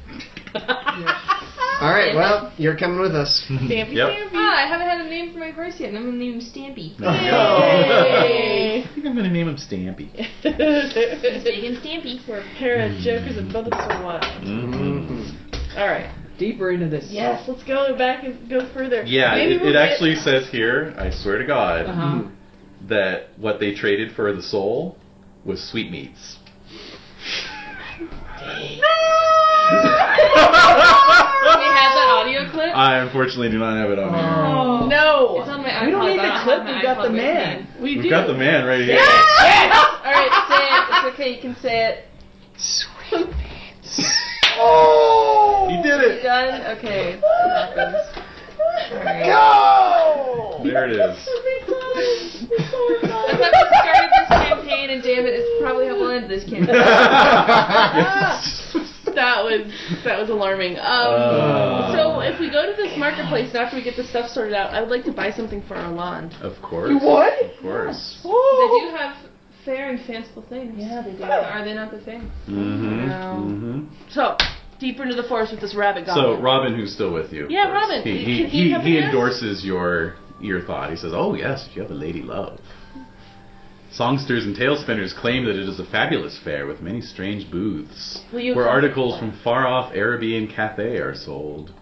All right, well, you're coming with us.
Stampy,
Yep.
Ah, I haven't had a name for my horse yet, and I'm gonna name him Stampy.
There you go.
Yay.
I think I'm gonna name him Stampy.
He's
stampy.
big and Stampy.
We're a pair
Hmm.
of jokers and brothers for what?
Mm-hmm.
Mhm.
All right.
Deeper into this.
Yes, let's go back and go further.
Yeah,
Maybe
it,
we'll
it
get-
actually says here, I swear to God,
Uh-huh.
that what they traded for the soul was sweetmeats.
We had that audio clip.
Uh,
I unfortunately do not have it on here.
Oh.
No.
It's on my iPod.
We don't need
but
the
I
clip,
have my
we've got
iPod
the
with
man.
me.
We
We've
do.
got the man right here.
All right, say it. It's okay. You can say it.
He did
You
it.
done? Okay. It happens. All right.
There it is.
That's how we started this campaign, and damn it, it's probably how we'll end this campaign.
That was that was alarming. Um,
Uh.
so if we go to this marketplace after we get the stuff sorted out, I would like to buy something for our lawn.
of course.
What?
Of course.
They do have fair and fanciful things.
Yeah, they do.
Are they not the thing?
Mm-hmm. Mm-hmm.
So deeper into the forest with this rabbit
So
goblin.
Robin, who's still with you? of
Yeah,
course,
Robin.
He
Can
he,
he
he,
come
he
in?
endorses your your thought. He says, "Oh yes, if you have a lady love." Songsters and tale spinners claim that it is a fabulous fair with many strange booths,
Will you
where
come?
articles from far off Araby and Cathay are sold.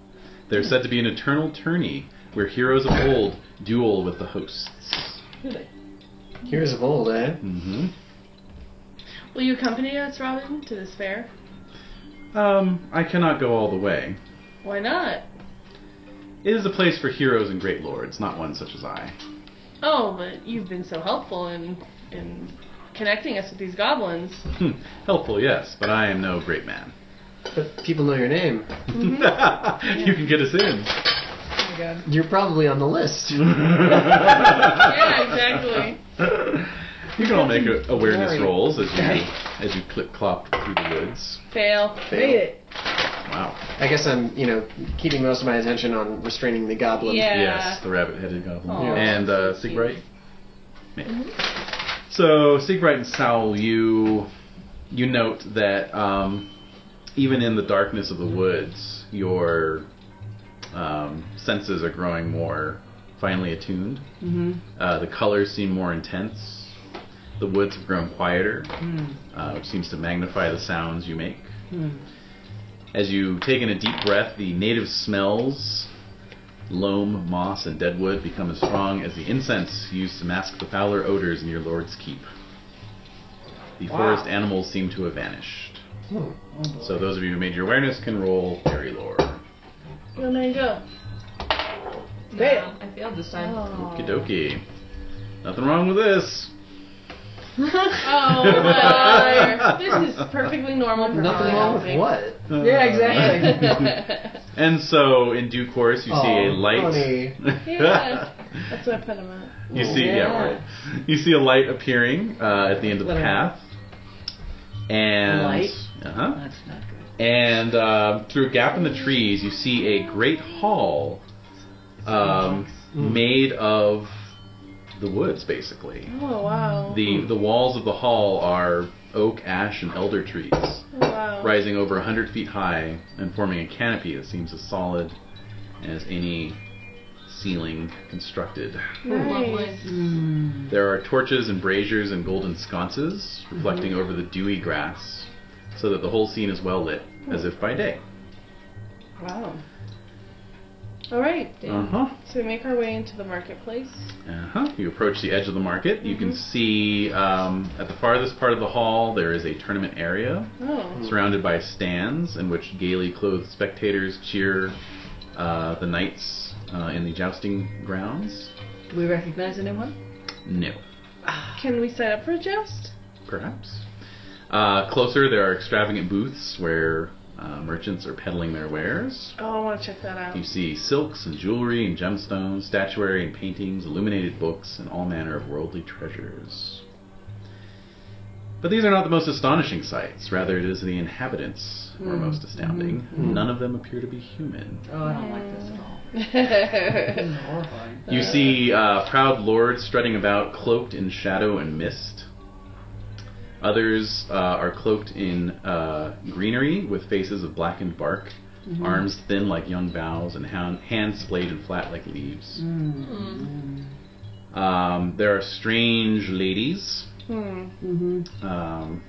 They're said to be an eternal tourney, where heroes of old duel with the hosts.
Here's of old, eh?
Mm-hmm.
Will you accompany us, Robin, to this fair?
Um, I cannot go all the way.
Why not?
It is a place for heroes and great lords, not one such as I.
Oh, but you've been so helpful in in connecting us with these goblins.
Oh
Hmm, Helpful, yes, but I am no great man.
But people know your name.
you can get us in.
Oh my god.
You're probably on the list.
Yeah, exactly.
You can all make a- awareness
Glory.
rolls as you as you clip clop through the woods.
Fail.
Fail.
Wow.
I guess I'm, you know, keeping most of my attention on restraining the goblin.
Yeah.
Yes, the rabbit-headed goblin
Aw.
and uh, Siegbright. Yeah. So Siegbright and Saul, you you note that um, even in the darkness of the woods, your um, senses are growing more finely attuned.
Mhm.
Uh, the colors seem more intense. The woods have grown quieter,
Mm.
uh, which seems to magnify the sounds you make.
Mm.
As you take in a deep breath, the native smells, loam, moss, and deadwood, become as strong as the incense used to mask the fouler odors in your lord's keep. The
Wow. Oh,
forest animals seem to have vanished. So those of you who made your awareness can roll fairy lore.
Well, there you go.
Fail.
I failed this time.
Okie dokie. Nothing wrong with this.
Oh, well, this is perfectly normal. For
Nothing wrong with
Holly,
what?
Yeah, exactly.
I think.
And so, in due course, you see a
Aw,
light.
Oh, honey.
Yeah. That's what I put him at.
You see, yeah,
Yeah.
right. You see a light appearing uh, at the end of the
Little
path, and
Light?
Uh-huh.
That's not good.
and uh, through a gap in the trees, you see a great hall um,
Mm.
Mm-hmm.
made of the woods, basically.
Oh wow.
Mm-hmm.
the The walls of the hall are oak, ash, and elder trees,
Oh, wow.
rising over hundred feet high and forming a canopy that seems as solid as any ceiling constructed.
Nice.
Hmm.
There are torches and braziers and golden sconces reflecting over the dewy grass, so that the whole scene is well lit, as if by day.
Wow.
All right.
Uh huh.
So we make our way into the marketplace.
Uh huh. You approach the edge of the market. You can see um, at the farthest part of the hall there is a tournament area
Oh.
surrounded by stands in which gaily clothed spectators cheer uh, the knights uh, in the jousting grounds.
Do we recognize anyone?
No.
Can we sign up for a joust?
perhaps. Uh, closer, there are extravagant booths where uh, merchants are peddling their wares.
Oh, I want to check that out.
You see silks and jewelry and gemstones, statuary and paintings, illuminated books, and all manner of worldly treasures. But these are not the most astonishing sights. Rather, it is the inhabitants who are most astounding. None of them appear to be human.
Oh, I don't like this at all. This is horrifying.
You see uh, proud lords strutting about, cloaked in shadow and mist. Others uh, are cloaked in uh, greenery with faces of blackened bark, arms thin like young boughs, and hound, hands splayed and flat like leaves. Um, there are strange ladies,
hmm.
Mm-hmm.
um,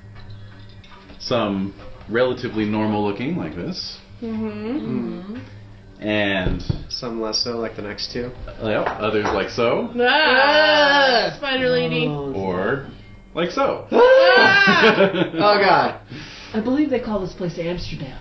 some relatively normal looking, like this,
Mm-hmm.
and
Some less so, like the next two.
uh, yep, others like so,
Ah, Spider lady.
Oh.
Oh,
or like so.
Oh god.
I believe they call this place Amsterdam.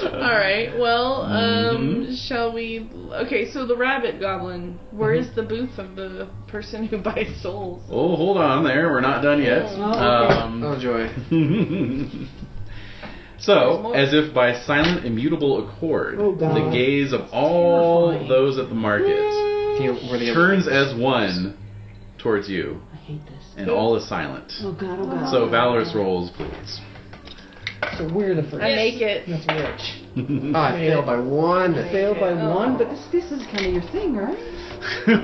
All right. Well, um,
Mm-hmm.
shall we? Okay. So the rabbit goblin. Where
Mm-hmm.
is the booth of the person who buys souls?
Oh, hold on there. We're not done yet.
Oh joy.
Um, so, as if by silent, immutable accord,
Oh, God.
the gaze of all
Terrifying.
those at the market
You were the
turns as one towards you,
I hate this.
and all is silent.
Oh god, oh god.
So, valorous rolls, please.
So we're the first.
I make it.
That's rich.
Oh, I failed by one.
Fail by
Oh.
one, but this this is kind of your thing, right?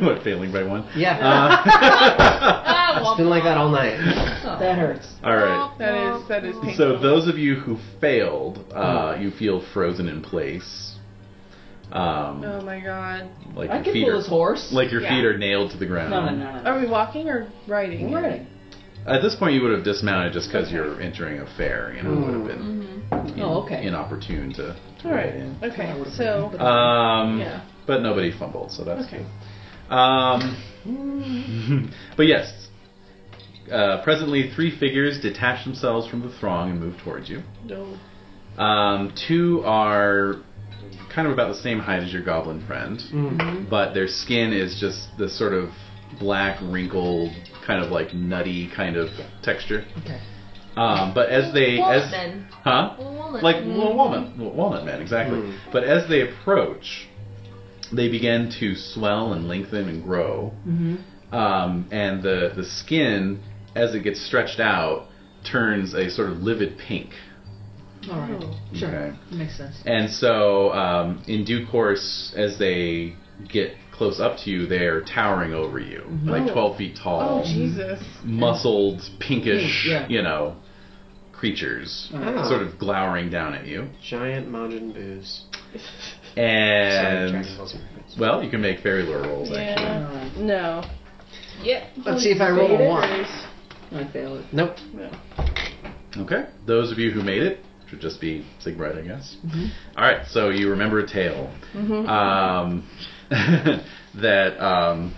what, failing by one?
Yeah.
Uh-huh.
Ah,
it's been like that all night.
Oh.
That hurts.
All right.
that is that is painful.
So those of you who failed,
Mm.
uh, you feel frozen in place. Um,
oh my god.
like
I
your
can
feet
pull
are
this horse.
like your
Yeah.
feet are nailed to the ground.
no, no, no, no.
Are we walking or riding?
We're ready.
At this point, you would have dismounted just because you're entering a fair. You know, it would have been
Oh, okay.
inopportune to, to
All right.
Yeah.
Okay. So
Um,
Yeah.
But nobody fumbled, so that's
Okay.
good.
Mm.
Um, but yes, uh, presently three figures detach themselves from the throng and move towards you.
no.
Um, two are kind of about the same height as your goblin friend,
Mm.
but their skin is just this sort of black, wrinkled, kind of like nutty kind of texture.
Okay.
Um, but as they
Walnut
as
men.
huh
Walnut
like
men.
well, walnut well, walnut man exactly
Mm.
but as they approach they begin to swell and lengthen and grow
Mm-hmm.
um, and the the skin as it gets stretched out turns a sort of livid pink
All right.
Oh,
Sure.
okay
Makes sense.
and so um, in due course as they get close up to you they're towering over you like 12 feet tall
Oh, Jesus.
muscled pinkish
Pink, yeah.
you know creatures
Ah.
sort of glowering down at you
Giant Majin Boos. Sorry,
and
Dragon Ball's a reference.
Well, you can make fairy lore rolls, actually.
Yeah.
All right.
No.
Yeah.
Let's see if I roll a one.
I fail it.
Nope.
No.
Okay. Those of you who made it should just be Sigrite, I guess. All right. So you remember a tale
Mm-hmm.
um, that um,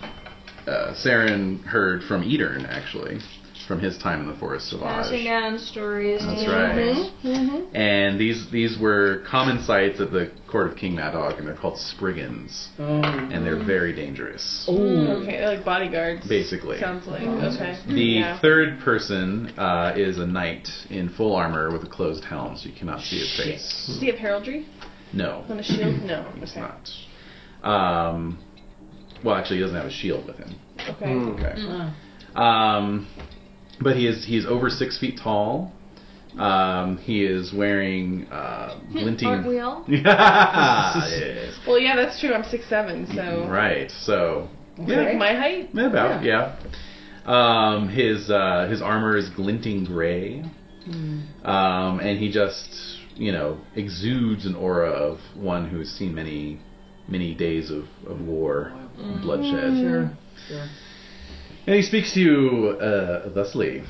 uh, Saren heard from Etern, actually, from his time in the Forest Sauvage.
Passing down stories.
That's right.
Mm-hmm.
And these these were common sights at the court of King Madog, and they're called Spriggans,
Um,
and
Mm.
they're very dangerous,
Oh.
Mm.
Okay. Like bodyguards.
basically.
Sounds like
Mm-hmm.
okay. Mm,
The
Yeah.
third person uh, is a knight in full armor with a closed helm, so you cannot see his face.
Does he have heraldry
No,
on a shield? No.
it's
Okay.
not. Um, well, actually, he doesn't have a shield with him.
Mm.
Okay. Mm.
Okay.
Oh.
Um, but he is he's over six feet tall. Um, he is wearing uh, glinting.
Mm-hmm. Aren't we all?
yes.
Well, yeah, that's true. I'm six seven, so
Right. So
like my height.
yeah, about yeah. Um, his uh, his armor is glinting gray. Um, and he just, you know, exudes an aura of one who's seen many, many days of, of war and bloodshed.
Sure. Sure.
And he speaks to you uh, thusly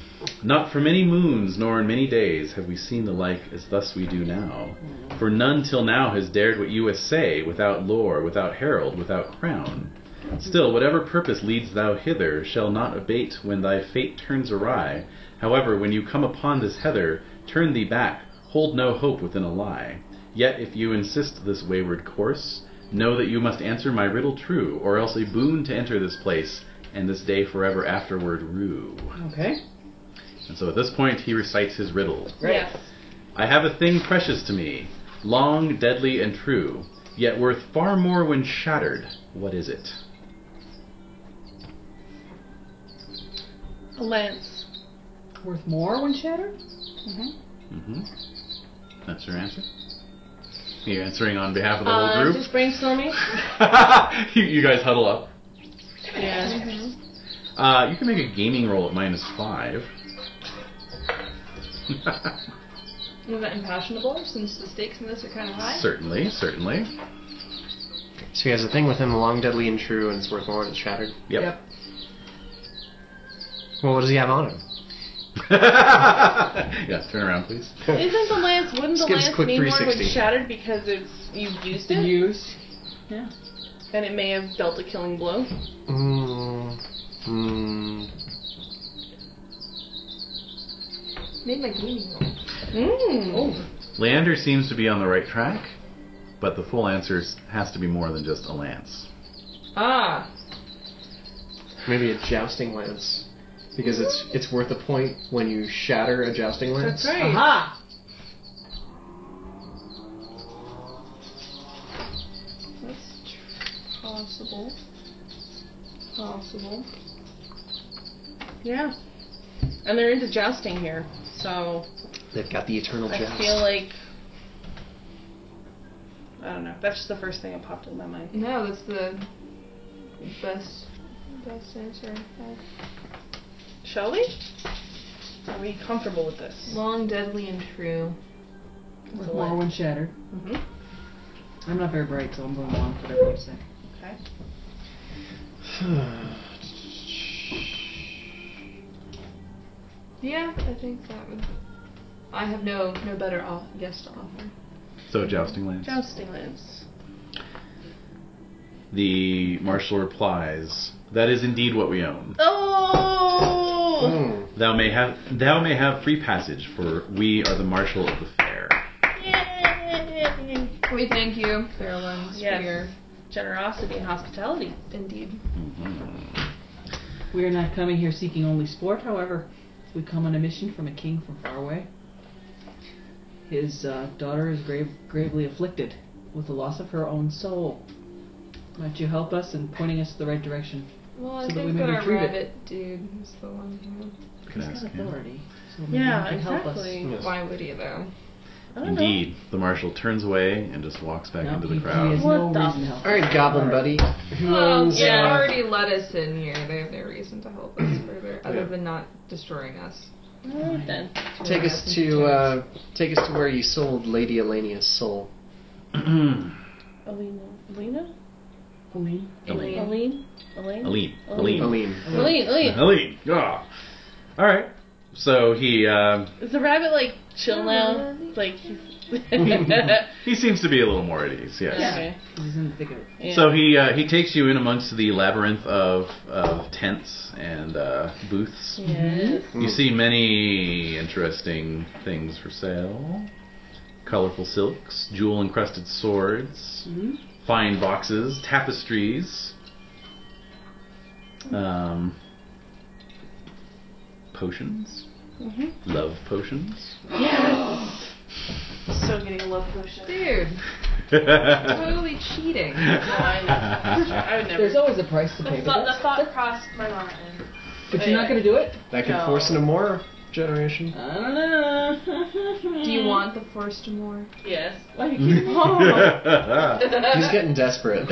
Not for many moons nor in many days have we seen the like as thus we do now. For none till now has dared what you essay, without lore, without herald, without crown. Still, whatever purpose leads thou hither shall not abate when thy fate turns awry. However, when you come upon this heather, turn thee back, hold no hope within a lie. Yet, if you insist this wayward course, know that you must answer my riddle true, or else a boon to enter this place, and this day forever afterward rue.
Okay.
And so at this point, he recites his riddle.
Yes.
I have a thing precious to me, long, deadly, and true, yet worth far more when shattered. What is it?
A lance.
Worth more when shattered?
hmm That's your answer? You're answering on behalf of the
Uh,
whole group?
Just brainstorming.
you, you guys huddle up.
Yeah.
Uh, you can make a gaming roll at minus five.
Is that impassionable since the stakes in this are kind of high?
certainly, certainly.
So he has a thing with him, long, deadly, and true, and it's worth more and it's shattered.
Yep.
Well, what does he have on him?
yeah, turn around, please.
Isn't the lance? Wouldn't the
Let's give us a
lance
quick
mean more when
360.
shattered because it's you've used it
Used.
and it may have dealt a killing blow?
Mm, mm,
Made my gaming roll.
Mm. Oh.
Leander seems to be on the right track, but the full answer is- has to be more than just a lance.
Ah.
maybe a jousting lance. Because it's it's worth a point when you shatter a jousting lance.
That's right.
Aha!
That's tr- possible. Possible.
Yeah. And they're into jousting here, so
They've got the eternal
I
joust.
feel like I don't know. That's just the first thing that popped in my mind.
No, that's the best best answer.
Shall we? Are we comfortable with this?
Long, deadly, and true.
Worth more when shattered.
Mm-hmm.
I'm not very bright, so I'm going along with whatever you say.
Okay.
Hmm.
Yeah, I think that would. I have no no better off guess to offer.
So jousting lance.
Jousting lance.
The marshal replies, "That is indeed what we own.
Oh!
Mm.
Thou may have thou may have free passage, for we are the marshal of the fair."
Yay!
We thank you, Fairlands,
Yes.
for your
Generosity and hospitality.
indeed.
Mhm.
We are not coming here seeking only sport, however. We come on a mission from a king from far away. His uh, daughter is grave, gravely afflicted with the loss of her own soul. Might you help us in pointing us the right direction?
Well, I
So that we
think
may
that our
retrieve it.
rabbit dude is the one who.
Can I
He's
ask
got
him?
authority, so maybe
Yeah,
he Mm-hmm. can
exactly.
Yes.
Why would he though?
I don't
Indeed, the marshal turns away and just walks back
help us.
into
No,
the
he- He
crowd.
has
What
no
the
reason to help.
All right, Goblin Buddy. Who
Oh,
Well,
owns?
they
uh,
already let us in here. They have no reason to help us further, other
Yeah.
than not destroying us.
Know. All right then.
uh, take
Tearing
us
into
to
shreds.
uh, take us to where you sold Lady Elenia's soul.
Alina. Alina?
Helene?
Aline.
Aline?
Aline.
Aline? Aline.
Aline.
Aline.
Aline. Aline.
Aline. Yeah. All right. So he uh,
Is the rabbit like chill now? Like he's.
he seems to be a little more at ease. Yes.
Okay.
He's in the thick of it.
Yeah.
So he uh, he takes you in amongst the labyrinth of, of tents and uh, booths.
Yes.
You see many interesting things for sale: colorful silks, jewel encrusted swords,
hmm
fine boxes, tapestries, um, potions, love potions.
So getting a love potion.
Dude, totally cheating.
I would never.
There's always a price to pay.
The,
for
thought-
that.
the thought crossed my mind.
But you're not going to do it?
That could
No.
force into more generation.
I don't know.
Do you want the forced more?
Yes.
Why are you kidding me?
Uh,
He's getting desperate.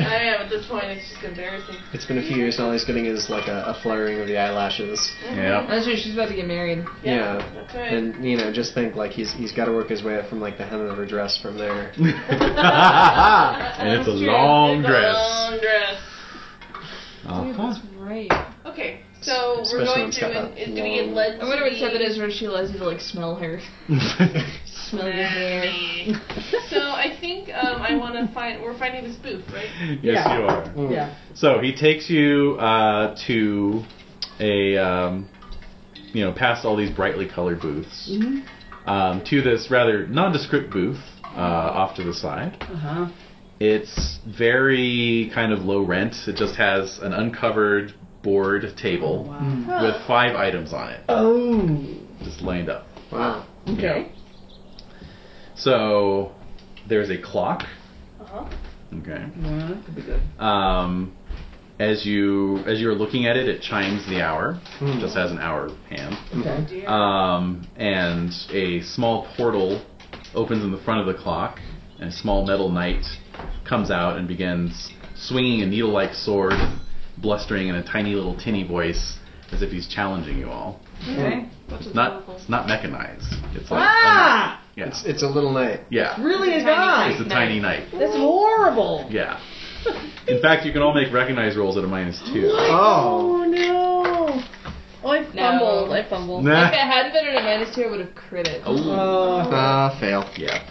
I am at this point. It's just embarrassing.
It's been a few years, and all he's getting is like a, a fluttering of the eyelashes.
yeah.
That's right. She's about to get married.
Yeah.
That's right.
And you know, just think like he's he's got to work his way up from like the hem of her dress from there.
and it's a long
It's a
dress.
Long dress.
Dude, that's right.
Okay, so
Especially
we're
when
going
it's
to.
got
An,
that
it's going to get
long-
led.
I wonder what
to
step it
be-
is where she lets you to like smell her, smell your hair.
so I think um, I want to find. We're finding this booth, right?
yes,
Yeah.
you are.
Mm.
Yeah.
So he takes you uh, to a, um, you know, past all these brightly colored booths,
hmm
um, to this rather nondescript booth uh, off to the side.
Uh huh.
It's very kind of low rent. It just has an uncovered board table
Oh, Wow.
with five items on it,
Mm. Oh.
just lined up.
Wow.
Okay.
So there's a clock. Okay.
Well, that could be good.
Um, as you as you're looking at it, it chimes the hour.
Hmm.
Just has an hour hand.
Okay.
Um, and a small portal opens in the front of the clock, and a small metal knight comes out and begins swinging a needle-like sword, blustering in a tiny little tinny voice as if he's challenging you all.
Okay.
It's not it's not mechanized. It's like
Ah!
yeah,
It's it's a little night.
yeah.
Really a guy.
It's a tiny knight.
That's horrible.
Yeah. In fact, you can all make recognize rolls at a minus two.
Oh.
no. Oh, I fumbled. I fumbled.
If it
Nah.
had been at a minus two, I would have crit it.
Oh.
Ah, fail.
Yeah.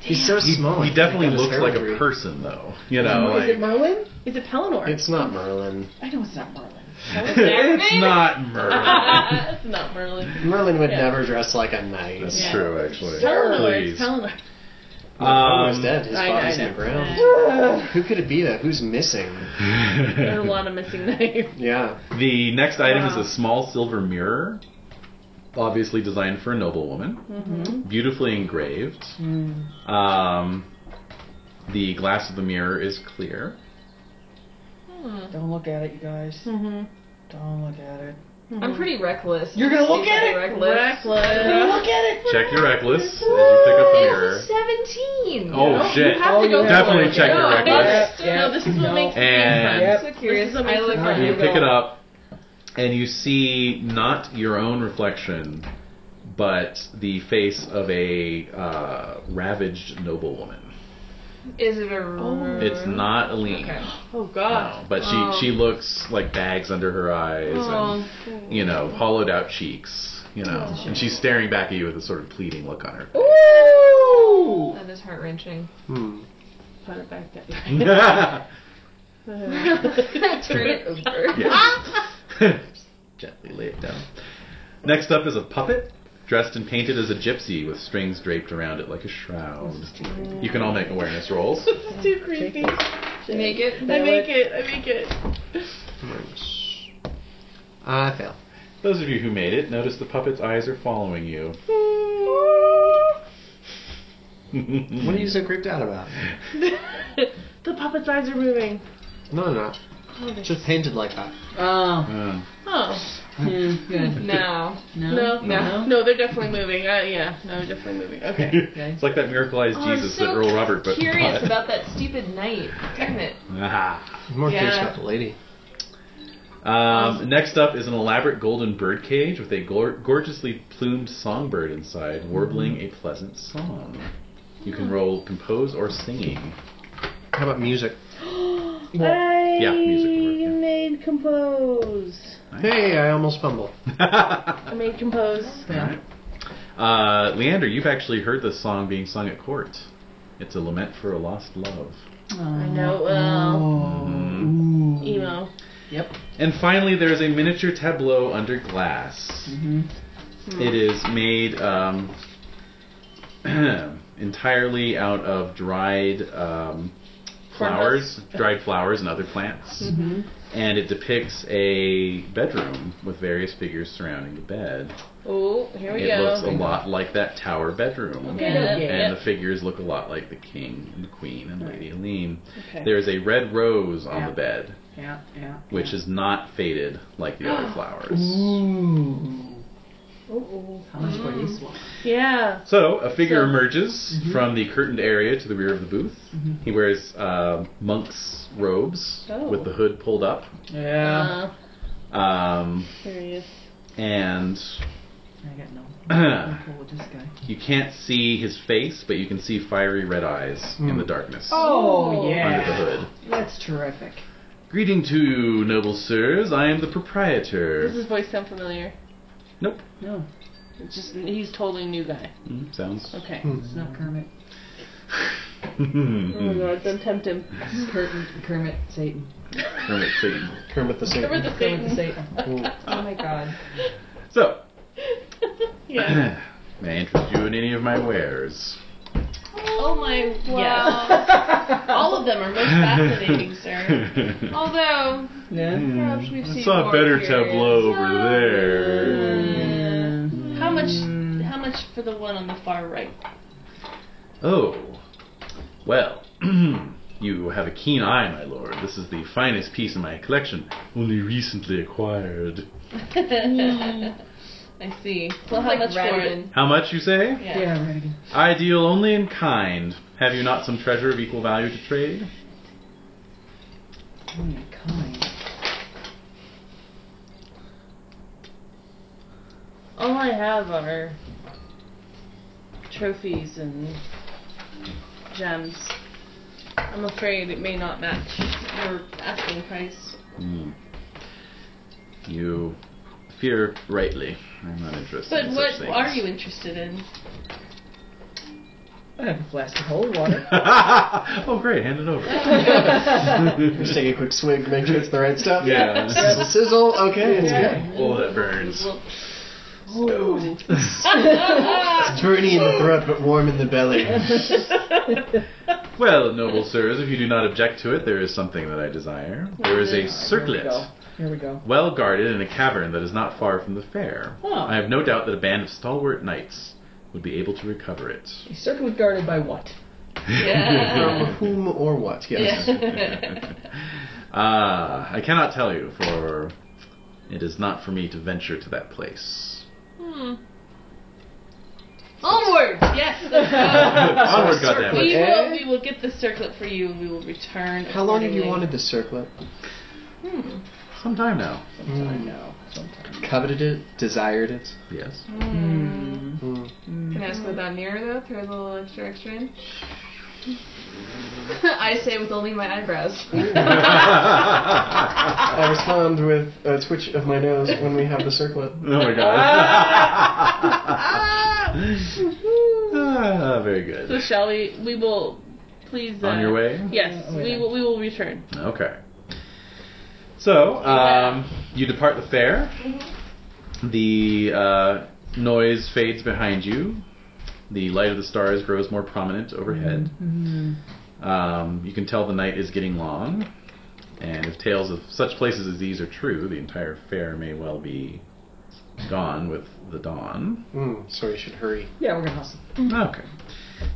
He's so
He,
small.
he definitely
Got his
looks
hair
like a
free.
person, though. You know,
Is it
like
Merlin?
Is it Pelennor?
It's not Merlin.
I know it's not Merlin.
it's not murder.
it's not Merlin.
Merlin would
Yeah.
never dress like a knight.
That's
Yeah.
true, actually.
Pelennor.
Please.
It's Pelennor.
Merlin was
Um,
dead. His
I-
body's
I
in the
know.
ground.
Ugh.
Who could it be? That who's missing?
There's a lot of missing knives.
Yeah.
the next item
Wow.
is a small silver mirror, obviously designed for a noblewoman,
Mm-hmm.
beautifully engraved. Um, the glass of the mirror is clear.
Hmm.
Don't look at it, you guys.
Mm-hmm.
Don't look at it.
I'm pretty reckless.
You're gonna look
She's
at it?
Reckless.
Reckless.
look at it.
Check your reckless as you pick up the mirror.
Seventeen.
Oh shit!
You have to
Oh,
go
yeah.
Definitely
for it.
check your
No, I
reckless.
must.
Yeah,
No, this is
yeah.
what makes
And-
me
I'm
impress.
so curious.
This is
I look
amazing.
like
You
Here
you
we
pick
go.
it up, and you see not your own reflection, but the face of a uh, ravaged noblewoman.
Is it a room?
It's not Aline,
Mm. Okay.
Oh god.
no, but she
Oh.
she looks like bags under her eyes
Oh,
and you know hollowed out cheeks, you know, and she's staring back at you with a sort of pleading look on her. face.
Ooh.
That is heart wrenching.
Hmm.
Put it back down.
Turn it over.
Yeah. Gently lay it down. Next up is a puppet, dressed and painted as a gypsy with strings draped around it like a shroud. You can all make awareness rolls.
It's too creepy.
Make it.
I make it. I make it.
I fail.
Those of you who made it, notice the puppet's eyes are following you.
What are you so creeped out about?
the puppet's eyes are moving.
No, no, no. Just painted like that.
Oh.
Uh,
Oh
Hmm, good.
No.
no, no, no! They're definitely moving. Uh, yeah, no, definitely moving. Okay.
it's like that miracleized
Oh, I'm
Jesus
so
that Earl Robert but
Curious
but-
about that stupid night, isn't it?
Ah.
I'm more curious
Yeah.
about the lady.
Um, next up is an elaborate golden bird cage with a gor- gorgeously plumed songbird
Mm-hmm.
inside, warbling a pleasant song. You can roll compose or singing.
How about music?
I
yeah, music would work, yeah.
made compose.
Hey, I almost fumbled.
All
I made compose.
right. Uh, Leander, you've actually heard this song being sung at court. It's a lament for a lost love. Mm-hmm.
I know. Well,
Oh.
emo.
Yep.
And finally, there's a miniature tableau under glass.
Mm-hmm.
It is made um, entirely out of dried um, flowers, dried flowers and other plants.
Mm-hmm.
And it depicts a bedroom with various figures surrounding the bed.
Oh, here we
it
go.
looks a lot like that tower bedroom.
Yeah.
And
Yep.
the figures look a lot like the king and the queen and Lady Aline.
Okay.
There is a red rose on
Yeah.
the bed,
Yeah, yeah.
which is not faded like the other flowers.
Ooh. How much for this one?
Oh, Yeah.
So, a figure
So- mm-hmm.
emerges from the curtained area to the rear of the booth. He wears um monk's robes
Oh.
with the hood pulled up.
Yeah.
Uh,
Um,
here he is.
and
I got no.
Ah.
I'm
you
cool with this guy.
can't see his face, but you can see fiery red eyes in
Mm.
the darkness
Oh,
under the hood.
That's terrific.
Greeting to you, noble sirs. I am the proprietor.
Does his voice sound familiar?
Nope.
No,
It's just he's totally new guy.
Mm, sounds.
Okay.
it's not Kermit.
Oh
Mm-hmm.
my god, don't tempt him.
Kermit, Kermit Satan.
Hermit Satan.
Kermit the
Remember
Satan.
the
Kermit the
Satan?
Satan.
Oh my god.
So,
yeah.
may I interest you in any of my wares?
Oh my
Wow.
wow.
All of them are most fascinating, sir.
Although
Yeah.
perhaps we've seen
I saw
more
a better
here.
tableau over there.
How much? How much for the one on the far right?
Oh, well, you have a keen eye, my lord. This is the finest piece in my collection, only recently acquired.
I see.
Hmm. Well, how much for
Radigan.
How much, you say?
Yeah.
Yeah, Radigan.
I deal only in kind. Have you not some treasure of equal value to trade?
Oh, you're kind.
All I have are trophies and gems. I'm afraid it may not match your asking price.
Hmm. You fear rightly. I'm not interested
But
in
what
such things.
are you interested in?
I have a flask of holy water.
oh, great. Hand it over.
Just take a quick swig, make sure it's the right stuff.
Yeah.
Sizzle, sizzle. Okay, it's good.
Oh, that burns.
Ooh.
It's burning in the throat, but warm in the belly.
Well, noble sirs, if you do not object to it, there is something that I desire. There is a circlet,
Here we go.
well guarded in a cavern that is not far from the fair.
Oh.
I have no doubt that a band of stalwart knights would be able to recover it.
A circlet guarded by what?
From whom or what? Yes.
Ah, I cannot tell you, for it is not for me to venture to that place.
Onward! Yes. let's go.
Onward, goddamn
we
it!
will. We will get the circlet for you, and we will return.
How long have you
accordingly.
wanted this circlet?
Some time now.
I know.
Coveted it? Desired it?
Yes.
Hmm.
Can I ask without mirror though? Throw a little extra extra in. I say with only my eyebrows.
oh
I respond with a twitch of my nose when we have the circlet.
my god. Ah. Ah, very
So
good.
shall we? We will please. Uh,
On your way?
Yes,
Oh,
we
yeah.
will. We will return.
Okay. So, um, you depart the fair. The uh, noise fades behind you. The light of the stars grows more prominent overhead. Um, you can tell the night is getting long. And if tales of such places as these are true, the entire fair may well be gone with the dawn.
Mm, so we should hurry.
Yeah, we're gonna hustle.
Okay.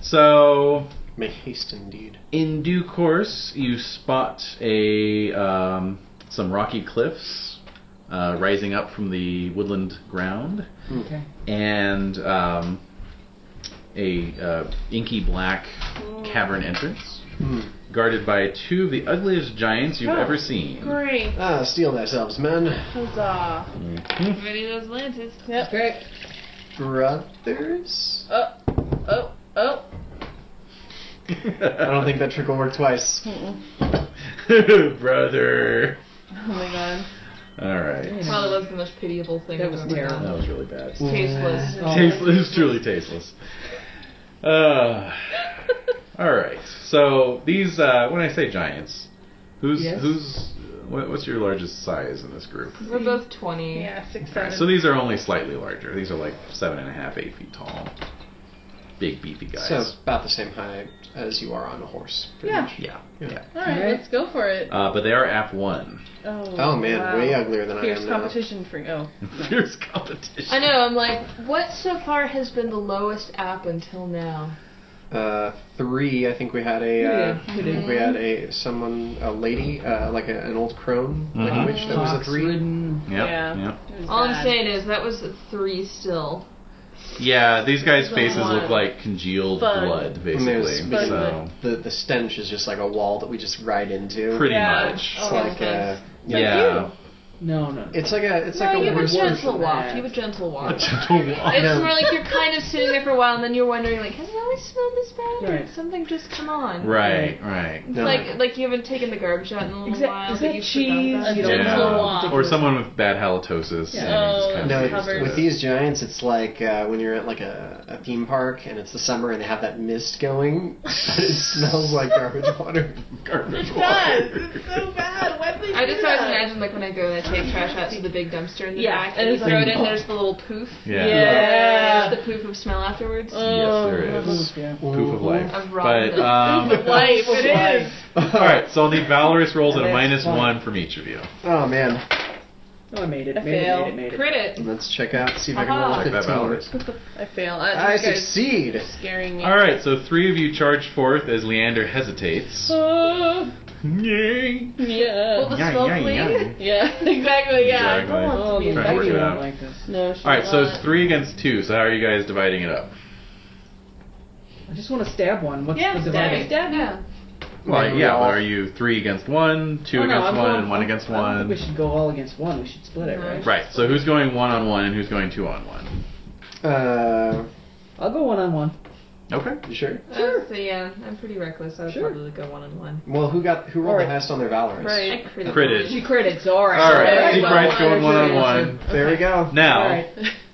So,
Make haste indeed.
in due course, you spot a um, some rocky cliffs uh, rising up from the woodland ground,
Hmm.
Okay.
and um, a uh, inky black cavern entrance,
Mm.
guarded by two of the ugliest giants you've
Oh,
ever seen.
Great.
Ah, steal thyselves, man.
Huzzah.
Mhm.
Ready those lances.
Yep.
Okay.
Brothers?
Oh, oh, oh.
I don't think that trick will work twice.
brother.
Oh my god.
All right,
Probably was the most pitiable thing
That
I've
was
ever
terrible.
that was really bad.
done. Tasteless.
Tasteless. It was truly tasteless. Uh, all right. So these, uh, when I say giants, who's
Yes.
who's what, what's your largest size in this group?
We're both 20.
Yeah, six
All right,
seven.
so these are only slightly larger. These are like seven and a half, eight feet tall. Big beefy guys.
So about the same height as you are on a horse. pretty
Yeah.
much.
yeah.
All right,
Alright.
let's go for it.
Uh, but they are F one.
Oh,
Oh man,
wow.
way uglier than I
Fierce
am now.
competition for oh.
Fierce competition.
I know, I'm like, what so far has been the lowest app until now?
Uh, three. I think we had a. Uh,
Yeah,
I think we had a someone, a lady, uh, like a, an old crone, like
Mhm.
a witch that was a three.
Ox-ridden.
Yep,
Yeah.
yep.
It was
All
bad.
I'm saying is that was a three still.
Yeah, these guys'
The
faces look
one.
like congealed
Fun.
blood,
And
basically.
there's-
Fun.
So
The the stench is just like a wall that we just ride into.
pretty
Yeah. Oh,
much.
It's like a.
yeah.
No, no.
It's like a. It's
No,
like a
you have a
worse
gentle
than
walk.
that.
You have a gentle walk.
A
It's
gentle walk.
No.
more like you're kind of sitting there for a while and then you're wondering, like, has it always smelled this bad? Or
Right.
did something just come on?
Right, right.
It's
No.
like like you haven't taken the garbage out in a little
Exact-
while.
is
but
that
you forgot
cheese?
about it.
A
You don't
gentle
know.
walk.
Or someone with bad halitosis.
Yeah.
and
No,
you
Oh,
just kinda
it's-
covered.
used
with
to it.
these giants, it's like uh, when you're at like a, a theme park and it's the summer and they have that mist going, but it smells like garbage water.
garbage
does.
water.
It's so bad. Why did they
I
do
just
that?
always imagine like when I go and I take trash out to the big dumpster in the
Yeah,
back
and
and you
it's
throw
like-
it in there's the little poof.
Yeah.
Yeah.
The poof of smell afterwards.
Mm.
Oh,
Yes, there is.
Yeah.
Poof of life.
Of
But,
rotten
um,
Life, it is.
alright, so I'll need valorous rolls at a
That's
minus
fun.
one from each of you.
Oh man,
Oh, I made it.
I
Made it,
fail.
made it, made it.
Crit it.
let's check out, see if I
Aha.
Uh-huh.
can
Check that
roll a
valorous.
15.
I fail. Uh,
I
these guys
succeed.
are scaring me.
Alright, so three of you charge forth as Leander hesitates.
Uh,
Oh,
Yay!
yeah.
Well, the
Yeah,
smell
yeah,
clean.
Yeah. Exactly. Yeah.
Exactly.
Oh,
Trying to
baby
work it
won't
out.
like this.
No. she's
Alright, so it's
not.
three against two, so how are you guys dividing it up?
I just want to stab one. What's
Yeah,
the
stab
dividing?
it. Stab it.
Yeah.
Well, Uh,
Maybe
yeah,
all-
but are you three against one, two
Oh, no,
against
I'm
one,
going-
and one
I'm-
against
I don't
one?
think we should go all against one. We should split it,
No.
right?
Right, so who's going one on one and who's going two on one?
Uh,
I'll go one on one.
Okay.
you sure?
Sure. Uh, so yeah, I'm pretty reckless. I would
Sure.
probably go one on one.
Well, who got who rolled
Alright.
the highest on their valorous?
Right.
I critted.
Critted.
She credits. All right.
All right,
Alright,
Deep
well,
Rice going one on
there's
one.
There we go.
Now,
All right.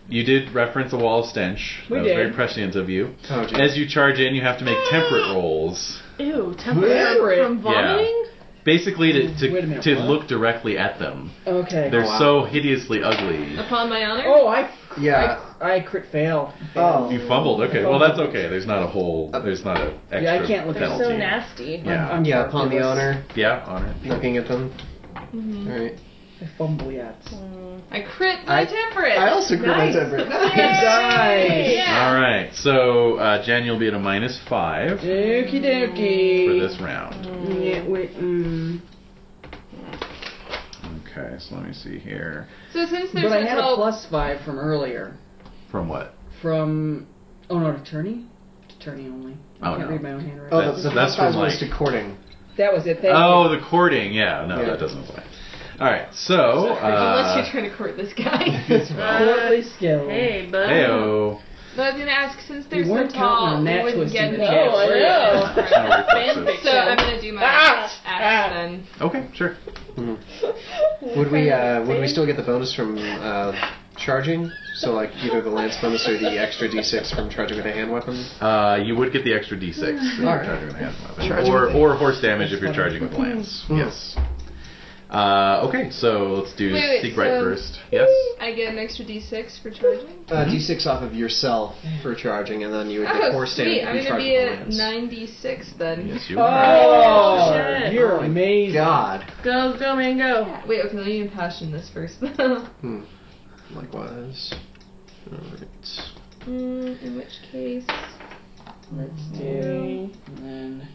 you did reference a wall of stench.
We
that was very
did.
prescient of you.
Oh, geez.
As you charge in, you have to make temperate rolls,
Ew.
Temperate.
Temperate. From vomiting.
basically to to,
Wait a minute,
to
what?
look directly at them.
Okay.
They're
wow.
so hideously ugly.
Upon my honor.
Oh, I,
yeah.
I, I crit fail.
Oh.
You fumbled. Okay, well that's okay. There's not a whole. There's not a extra
Yeah, I can't look at
They're
penalty.
Penalty.
so nasty.
Yeah.
I'm
Yeah, upon the
fabulous.
honor,
Yeah, on it.
looking at them.
Mm-hmm.
All right.
I fumble yats.
I crit my
I-
temperate.
I also grew
Nice.
my temperate.
Nice.
Yeah.
All right. So uh, Jan, you'll be at a minus five for
Okie dokie.
this round.
Yeah, wait, mm.
Okay, so let me see here.
So since there's
But I
no
had a
help,
plus five from earlier.
From what?
From oh no, attorney, attorney only. I
Oh,
can't
no.
read my own handwriting.
Oh,
That's-
that's, the
that's
that's
from,
from
like-
listed courting.
That was it. Thank
oh,
you.
the courting. Yeah, no,
Yeah.
that doesn't apply. All right, so
unless
uh,
you're trying to court this guy.
courtly skill.
Hey, bud.
heyo.
No, I was gonna ask since
We
there's no
weren't counting
tall,
on
we
that Oh,
wouldn't
twist
get
in the
any
chat.
No, I know.
words.
No reflexes.
So I'm gonna do my
Ah!
axe then.
Okay, sure.
Would we uh, would we still get the bonus from uh, charging? So like either the lance bonus or the extra d6 from charging with a hand weapon.
Uh, you would get the extra d6
Mm.
if you're
Alright.
charging with a hand weapon.
Charging
Or,
with
or horse damage if you're charging with a lance.
Mm.
Yes. Uh, okay, so let's do
Wait, wait,
Seek Right
so-
first. Yes?
I get an extra d6 for charging.
Uh,
Mm-hmm.
d6 off of yourself for charging, and then you would get
Oh,
force
sweet.
damage
I'm
if you
gonna
charge
be
with a
at
lance.
9d6 then.
Yes, you are.
Oh,
shit.
you're
Oh my
amazing.
God.
Go, go, man, go.
Yeah. Wait, okay, let me impassion this first. mm,
Likewise. Alright.
Mm, in which case.
Let's do. And then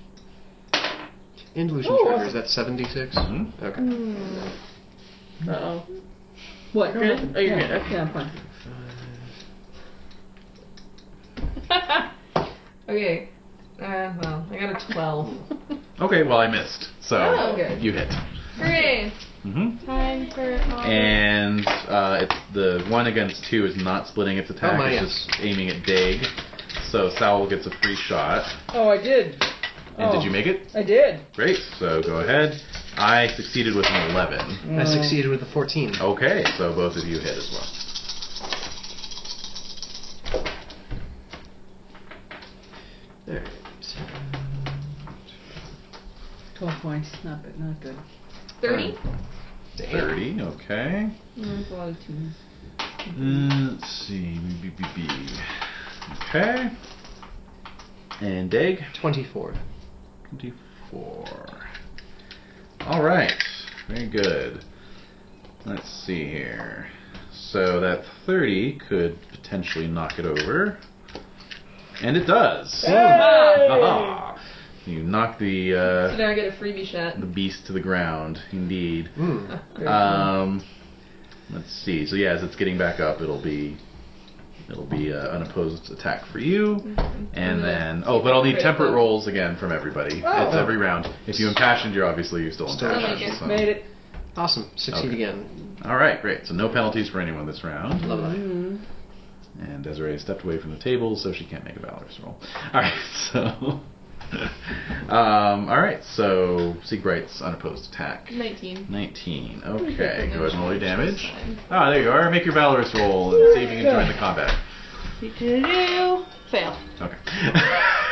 And illusion
Oh,
charger, is that 76?
Mhm.
Okay.
hmm.
Uh oh.
what?
You're good? Oh, you're good, okay.
Yeah, I'm fine.
okay. Uh, well, I got a 12.
Okay, well, I missed. So
Oh, good.
you hit.
Hooray!
hmm
Time for.
And uh, it's the one against two is not splitting its attack,
Oh, my,
it's
yes.
just aiming at Dag. So Sowell gets a free shot.
Oh, I did.
And
Oh.
did you make it?
I did.
Great. So go ahead. I succeeded with an 11.
I succeeded with a 14.
Okay, so both of you hit as well.
Alright.
12 points. Not bad. Not good.
30?
30, okay.
Mm, a lot of twos.
Mm, let's see. B, B, B, B. Okay. And Dig,
24.
24. Alright, very good. Let's see here. So that 30 could potentially knock it over. And it does. Aha. You knock the,
So
uh,
now I get a freebie shot.
the beast to the ground, indeed.
Mm.
Um, let's see. So yeah, as it's getting back up, it'll be it'll be uh, unopposed attack for you,
Mm-hmm.
and then oh, but I'll need
Crit
temperate
though.
rolls again from everybody. It's every round. If you impassioned, you're obviously you're still
Still
impassioned. so-
Made Oh. it.
Awesome. Succeed
Okay.
again.
All right, great. So no penalties for anyone this round.
Mm-hmm.
Love that.
And Desiree stepped away from the table, so she can't make a valorous roll. All right, so. um, all right, so Siegbright's unopposed attack.
19.
19. Okay, go ahead and roll your damage.
This time.
Ah, there you are. Make your valorous roll and see if you can join the combat.
Do-do-do. Fail.
Okay.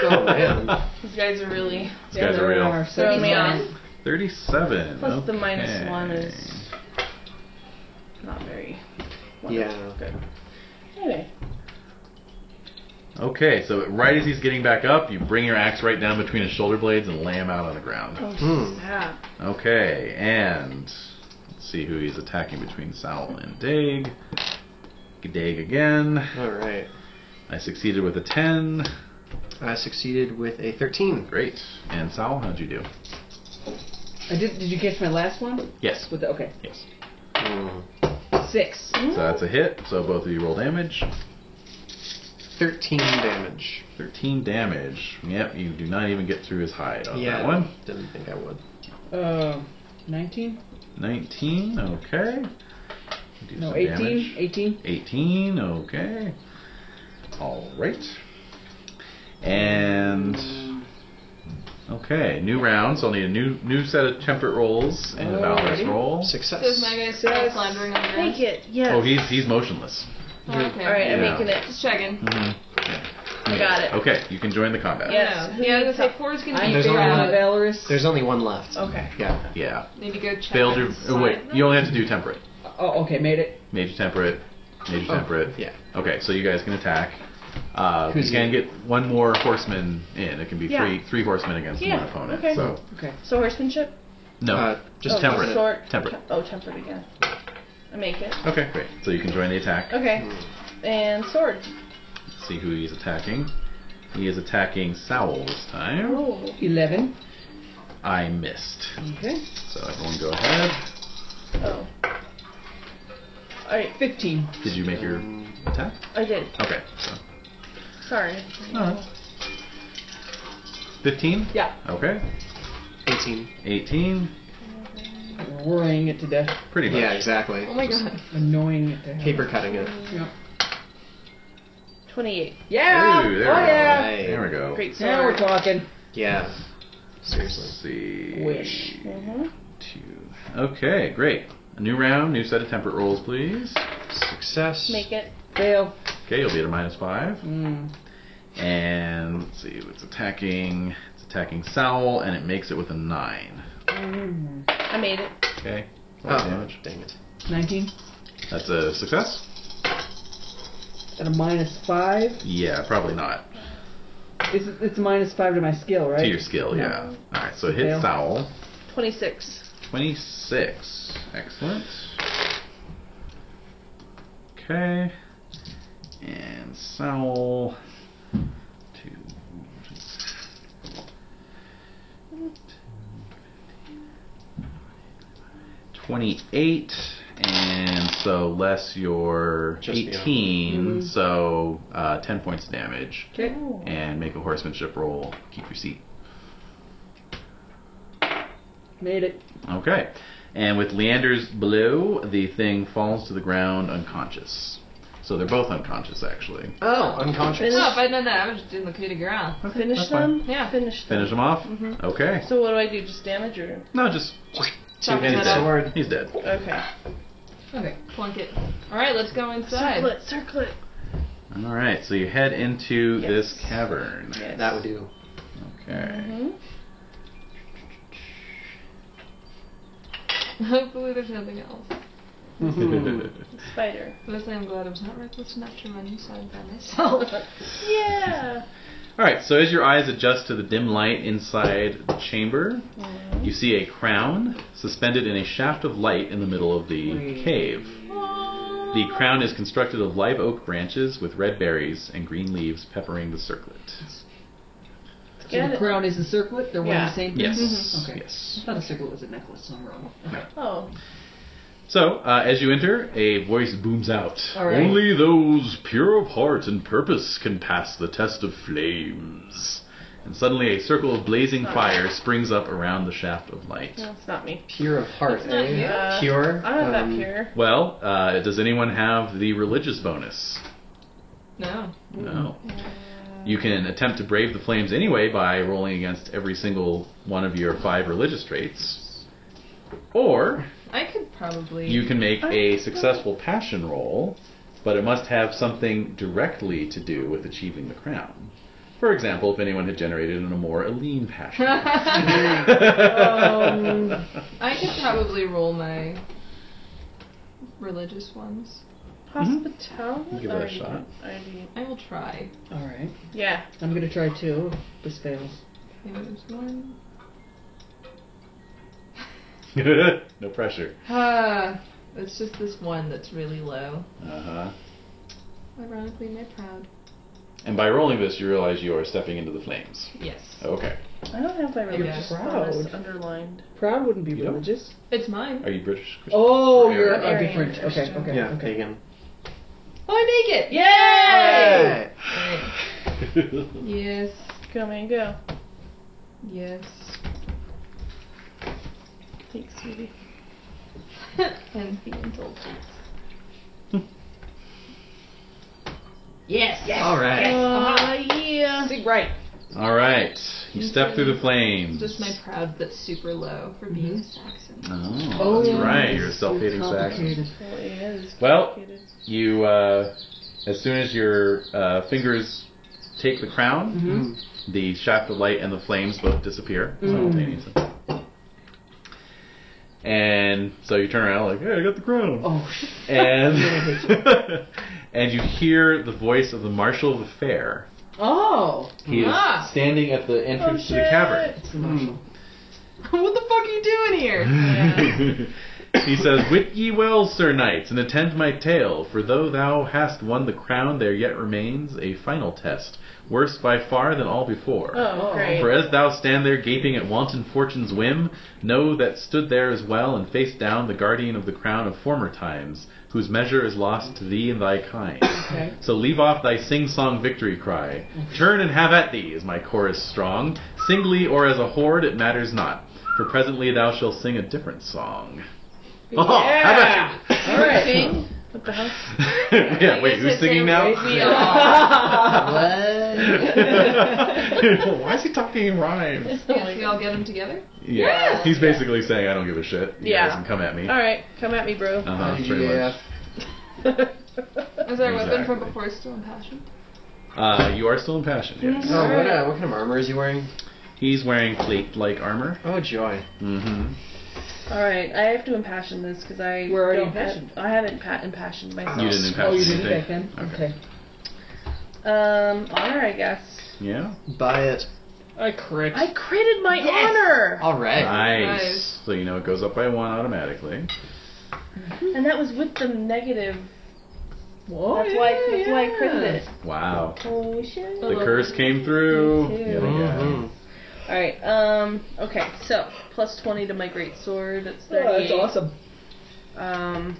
Oh, man.
These guys are really.
These guys are real.
So,
So
man.
37.
Plus the minus
okay.
one is not very.
Yeah.
Good. Anyway.
Okay, so right as he's getting back up, you bring your axe right down between his shoulder blades and lay him out on the
Oh,
ground.
Mm.
Yeah.
Okay, and let's see who he's attacking between Sal and Dag. Dag again.
Alright.
I succeeded with a 10.
I succeeded with a 13.
Great. And Sal, how'd you do?
I did. Did you catch my last one?
Yes.
With the, okay,
Yes.
Mm.
six.
So that's a hit. So both of you roll damage.
13 damage.
13 damage. Yep, you do not even get through his hide on
yeah.
that one.
Didn't think I would.
Uh, 19?
19, okay. Do
No,
some
18.
damage.
18.
18, okay. Alright. And. Okay, new round, so I'll need a new new set of temperate rolls and a valorous
Alrighty.
roll.
Success.
So is my guy still floundering on the ground?
Make it. Yes.
Oh, he's he's motionless.
Oh, okay.
All right, I'm
Yeah.
making it.
Just checking.
I got it.
Okay, you can join the combat.
Yeah.
Yeah. Yeah, I was gonna say four's gonna
I'm
be
There's
big
only
figuring
one.
out
round.
Valorous.
There's only one left.
Okay.
Yeah.
Yeah.
Need to go check.
Failed
on
your.
the
oh, wait,
slide.
you only have to do temperate.
Oh, okay, made it.
Major temperate. Major temperate.
Oh, Yeah.
Okay, so you guys can attack. Uh, you
Who's
can get one more horseman in. It can be
Yeah.
three three horsemen against
Yeah,
one opponent.
okay.
So
Okay.
So horsemanship.
no,
Uh,
just
oh,
temperate.
Short.
Temperate.
Oh, temperate again. I make it.
Okay, great. So you can join the attack.
Okay.
Hmm.
And sword.
Let's see who he's attacking. He is attacking Sowell this time.
Oh.
11.
I missed.
Okay.
So everyone go ahead.
Oh. All right.
15.
Did you make your attack?
I did.
Okay. So
Sorry.
fifteen.
Yeah.
Okay.
18.
Eighteen.
Worrying it to death.
Pretty much.
Yeah, exactly.
Oh my god.
Annoying it to hell.
Paper cutting it.
Yeah.
Twenty-eight.
Yeah.
Ooh, there we
oh
go.
yeah.
Right.
There we go.
Great sword.
Now we're talking.
Yeah. Seriously.
Let's see.
Wish.
Mhm.
Two. Okay, great. A new round, new set of temperate rolls, please.
success.
Make it.
Fail.
Okay, you'll be at a minus five.
Mm.
And let's see, it's attacking. It's attacking Sowl, and it makes it with a nine.
I made it.
Okay. Roll
Oh,
damage.
dang it.
19.
That's a success.
At a minus 5.
Yeah, probably not.
It's, it's a minus 5 to my skill, right?
To your skill, yeah. All right, so it
Fail.
hits Sowl.
26.
26. Excellent. Okay. And Sowl. Two. Twenty-eight, and so less your
Just beyond.
eighteen, so uh, ten points of damage,
Okay.
Oh.
and make a horsemanship roll. Keep your seat.
Made it.
Okay. And with Leander's blow, the thing falls to the ground unconscious. So they're both unconscious, actually.
Oh, unconscious.
No, if I'd known that, I would just did Lakuta ground.
Finish
that's fine.
them? Yeah. Finish them.
Finish them off?
Mhm.
Okay.
So what do I do? Just damage or?
No, just.
Two-handed sword.
He's dead.
Okay.
Okay, plunk it. All right, let's go inside.
Circle it. Circle it.
Alright, so you head into
Yes.
this cavern.
Yes.
That would do.
Okay.
Mhm.
Hopefully, there's nothing else.
Mm-hmm.
Spider.
Honestly, I'm glad I was not reckless enough to run inside by myself.
Yeah.
Alright, so as your eyes adjust to the dim light inside the chamber, you see a crown suspended in a shaft of light in the middle of the cave. The crown is constructed of live oak branches with red berries and green leaves peppering the circlet.
So the crown is a circlet? They're one and
Yeah.
the same thing? Mm-hmm.
Yes.
Okay.
Yes.
I thought a circlet was a necklace, so I'm wrong.
Oh.
So, uh, as you enter, a voice booms out.
All right.
Only those pure of heart and purpose can pass the test of flames. And suddenly, a circle of blazing fire springs up around the shaft of light.
No, it's not me.
Pure of heart,
It's not
eh?
you. Uh,
Pure.
I'm not
um,
that pure.
Well, uh, does anyone have the religious bonus?
no.
No. You can attempt to brave the flames anyway by rolling against every single one of your five religious traits. Or
I could probably.
You can make a successful passion roll, but it must have something directly to do with achieving the crown. For example, if anyone had generated an more lean passion.
I could probably roll my religious ones.
Hospitality.
mm-hmm. Give it a
Oh, you
shot.
don't- I do-
I will try.
Alright.
Yeah.
I'm going to try two. If this fails.
Maybe there's one.
no pressure.
Ah, it's just this one that's really low.
Uh huh.
Ironically, my proud.
And by rolling this, you realize you are stepping into the flames.
Yes.
Okay.
I don't have my religious
proud.
bonus underlined.
Proud wouldn't be
You don't?
religious.
It's mine.
Are you British? Christian?
Oh,
Yeah.
you're uh,
Very
different. Okay, okay,
Yeah,
okay.
pagan.
Oh, I make it! Yay!
Hey!
Alright. Yes.
Come and go.
Yes.
Thanks, sweetie.
and the indulgence. yes. Yes.
All right.
Uh-huh.
Aw, Oh, yeah.
Sig right.
All right. You step through the flames.
Just my proud that's super low for being Saxon.
Oh,
Oh,
that's right. You're a
so
self-hating Saxon.
complicated.
Well, it is
Well,
complicated.
You, uh, as soon as your uh, fingers take the crown,
Mhm.
the shaft of light and the flames both disappear simultaneously. And so you turn around like, hey, I got the crown.
Oh, shit.
And and you hear the voice of the marshal of the fair.
Oh!
He
Ah.
is standing at the entrance
Oh,
to the cavern.
shit.
It's the marshal.
what the fuck are you doing here?
he says, Wit ye well, sir knights, and attend my tale, for though thou hast won the crown, there yet remains a final test, worse by far than all before.
Oh,
Oh.
great.
For as thou stand there gaping at wanton fortune's whim, know that stood there as well and face down the guardian of the crown of former times, whose measure is lost to thee and thy kind.
Okay.
So leave off thy sing-song victory cry. Turn and have at thee, is my chorus strong. Singly or as a horde, it matters not, for presently thou shalt sing a different song. Oh, how about you?
Sing? What the hell?
yeah, wait, who's singing now?
We all.
Uh,
Uh,
Why is he talking in rhymes?
Yes, we all get them together.
Yeah, he's basically saying, I don't give a shit. You
Yeah.
guys can come at me.
Oh,
All right, come at me, bro.
Uh-huh, pretty much.
yeah.
Is our weapon from
Exactly.
before still impassioned?
Uh, you are still impassioned. Yes.
Oh, what, uh, what kind of armor is he wearing?
He's wearing plate-like armor.
Oh, joy.
Mm-hmm.
All right, I have to impassion this because I
We're already
don't have-
impassioned.
I haven't pa- impassioned myself.
You didn't
Oh,
impassion
you did it back
anything.
then?
Okay.
Okay.
Um, honor, I guess.
Yeah.
Buy it.
I crit.
I created my honor,
All right.
Nice.
Nice.
So you know it goes up by one automatically.
and that was with the negative.
Whoa,
that's why. That's why I created it.
Wow.
Oh shit!
The curse came through.
Me too.
Yet again.
Mhm.
All right. Um. Okay. So plus twenty to my great sword. That's
Oh, that's
thirty-eight.
awesome.
Um.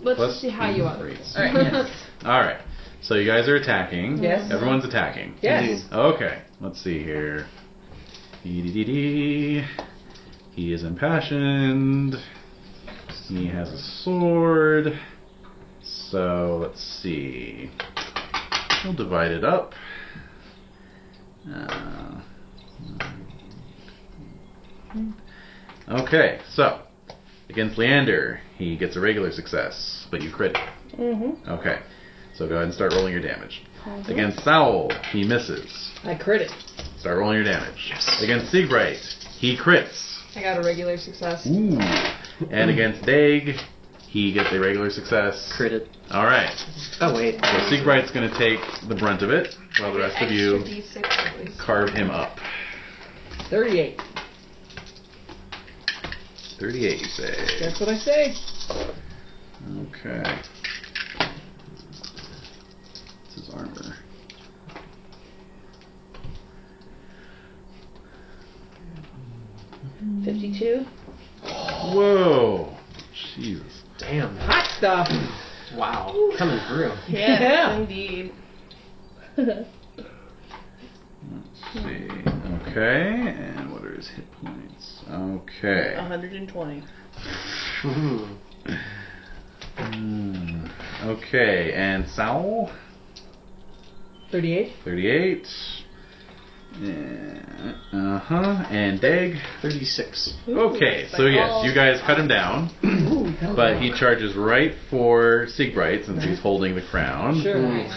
Let's
Plus
see how you are.
three.
All right. yes.
All right. So you guys are attacking.
Yes.
Everyone's attacking.
Yes.
Indeed.
Okay. Let's see here. Dee-dee-dee-dee. He is impassioned. He has a sword. So let's see. We'll divide it up. Uh, okay. So against Leander, he gets a regular success, but you crit.
Mm-hmm.
Mhm.
Okay. So go ahead and start rolling your damage. Against Saul, he misses.
I crit it.
Start rolling your damage. Against Siegbright, he crits.
I got a regular success.
Ooh. And against Dag, he gets a regular success.
Critted.
All right.
Oh, wait.
So Siegbright's going to take the brunt of it, while the rest of you
Extra D6 at least.
carve him up.
38.
38, you say.
That's what I say.
Okay. This is armor.
Fifty-two.
Whoa. Jesus.
Damn.
Hot stuff.
Wow. Coming through.
Yes,
Yeah.
indeed.
Let's see. Okay, and what are his hit points? Okay.
One hundred and twenty.
Mhm.
Hmm. Okay, and Saul,
38.
38. Uh huh. And Dag.
36.
Okay, so
oh,
yes, you guys cut him down, but he charges right for Siegbright since he's holding the crown.
Sure.
Mm.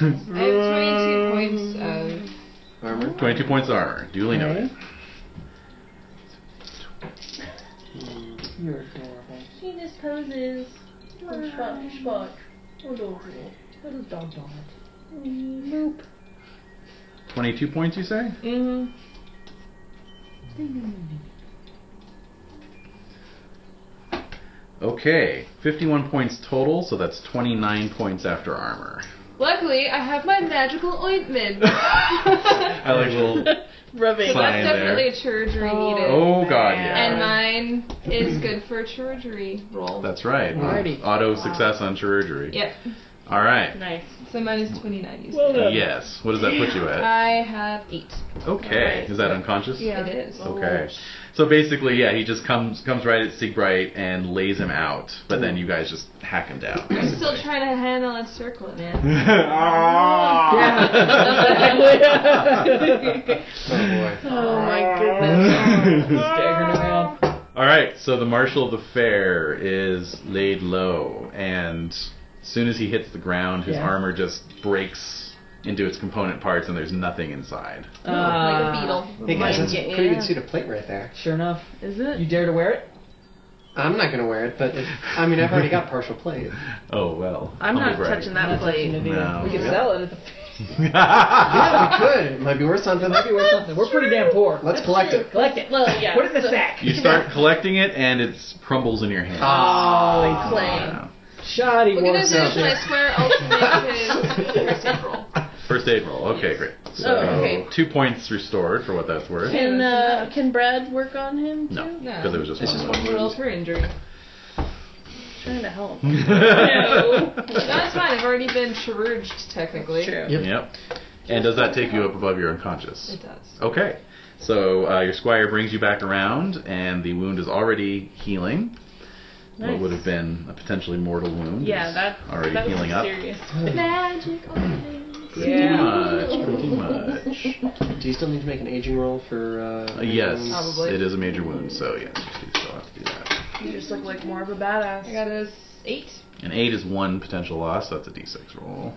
I
Armor.
have 22 points of.
22 points of armor, duly noted.
You're adorable.
She just poses. Schmuck, schmuck. Adorable.
Little dog donut.
Nope.
22 points, you say?
Mm-hmm.
Okay, 51 points total, so that's 29 points after armor.
Luckily, I have my magical ointment.
I like little.
Rubbing.
Fine.
That's definitely
there.
a chirurgery needed.
Oh god,
And
yeah.
mine is good for a chirurgery roll.
That's right.
Alrighty.
Auto success on chirurgery.
yep.
All right.
Nice.
So mine is 29. You
Well
said.
done.
Yes. What does that put you at?
I have eight.
Okay.
Alright.
Is that unconscious?
Yeah.
It is.
Okay. So basically, yeah, he just comes comes right at Siegbright and lays him out, but then you guys just hack him down.
I'm still trying to handle and circle it, man.
Oh, boy.
Oh my goodness.
Ah!
Staggering around.
All right, so the marshal of the fair is laid low, and as soon as he hits the ground, his
Yeah.
armor just breaks into its component parts, and there's nothing inside.
Uh,
like a beetle.
Hey, guys, that's a pretty
Yeah.
good suit of plate right there.
Ah, Sure enough.
Is
You
it?
dare to wear it?
I'm not going to wear it, but if, I mean, I've already got partial plate.
Oh well.
I'm
Humble
not
brag.
touching that plate.
No.
We could sell it at the
Yeah, we could. It might be worth something.
Might be worth something. We're pretty damn poor.
Let's collect it.
Collect it.
Well, yeah.
Put it in the
so-
sack.
you start collecting it, and it crumbles in your hand.
Oh,
Play.
Shoddy
We're gonna
work.
finish
something.
my square ultimate to first roll.
First aid roll. Okay, great. So
Oh, okay.
two points restored for what that's worth.
Can uh, can Brad work on him? Too?
No,
No.
because it was just
It's
one.
just
wound.
Roll for injury.
Trying to help.
That's fine. I've already been chirurged technically.
True.
Yep.
Yep. And does that take you up above your unconscious?
It does.
Okay. So uh, your squire brings you back around, and the wound is already healing. What
Nice.
would have been a potentially mortal wound.
Yeah,
is
that
already
that
healing
was
up.
serious.
Magic items.
Pretty
Yeah.
much. Pretty much.
Do you still need to make an aging roll for? Uh,
Uh, yes,
Probably.
it is a major wound, so yes, you still have to do that.
You just look like more of a badass.
I got a Eight.
An eight is one potential loss, so that's a d6 roll.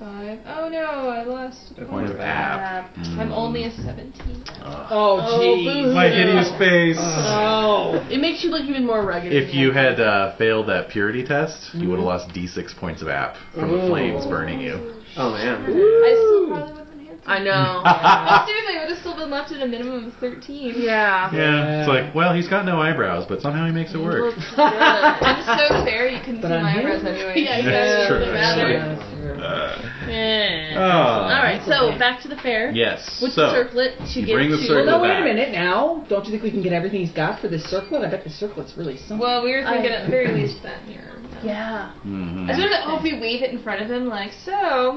Five. Oh no, I lost
A point of app.
I'm only a 17.
Ugh.
Oh,
Oh,
jeez.
boo. My
Oh,
My
hideous
hideous face.
Ah.
oh.
It makes you look even more rugged.
If you had uh, failed that purity test, you would have lost d6 points of app from the
Ooh.
flames burning you.
Oh man.
I still probably would have been handsome.
I know.
I
yeah.
seriously would have still been left at a minimum of 13.
Ah. yeah.
it's like, well, he's got no eyebrows, but somehow he makes it work.
I'm so fair, you couldn't see
But I'm
my
here.
eyebrows anyway.
Yeah, you
That's
guys
true,
doesn't matter.
actually.
Yeah.
Uh,
Eh.
Ah.
All right, so back to the fair.
yes.
With the
so,
circlet, to
you
get
bring the
to
circlet
Well, no, wait
back.
a minute now. Don't you think we can get everything he's got for this circlet? I bet the circlet's really something.
Well, we were thinking at the very least that here.
Yeah.
Mhm.
I sort of hope we wave it in front of him, like, so.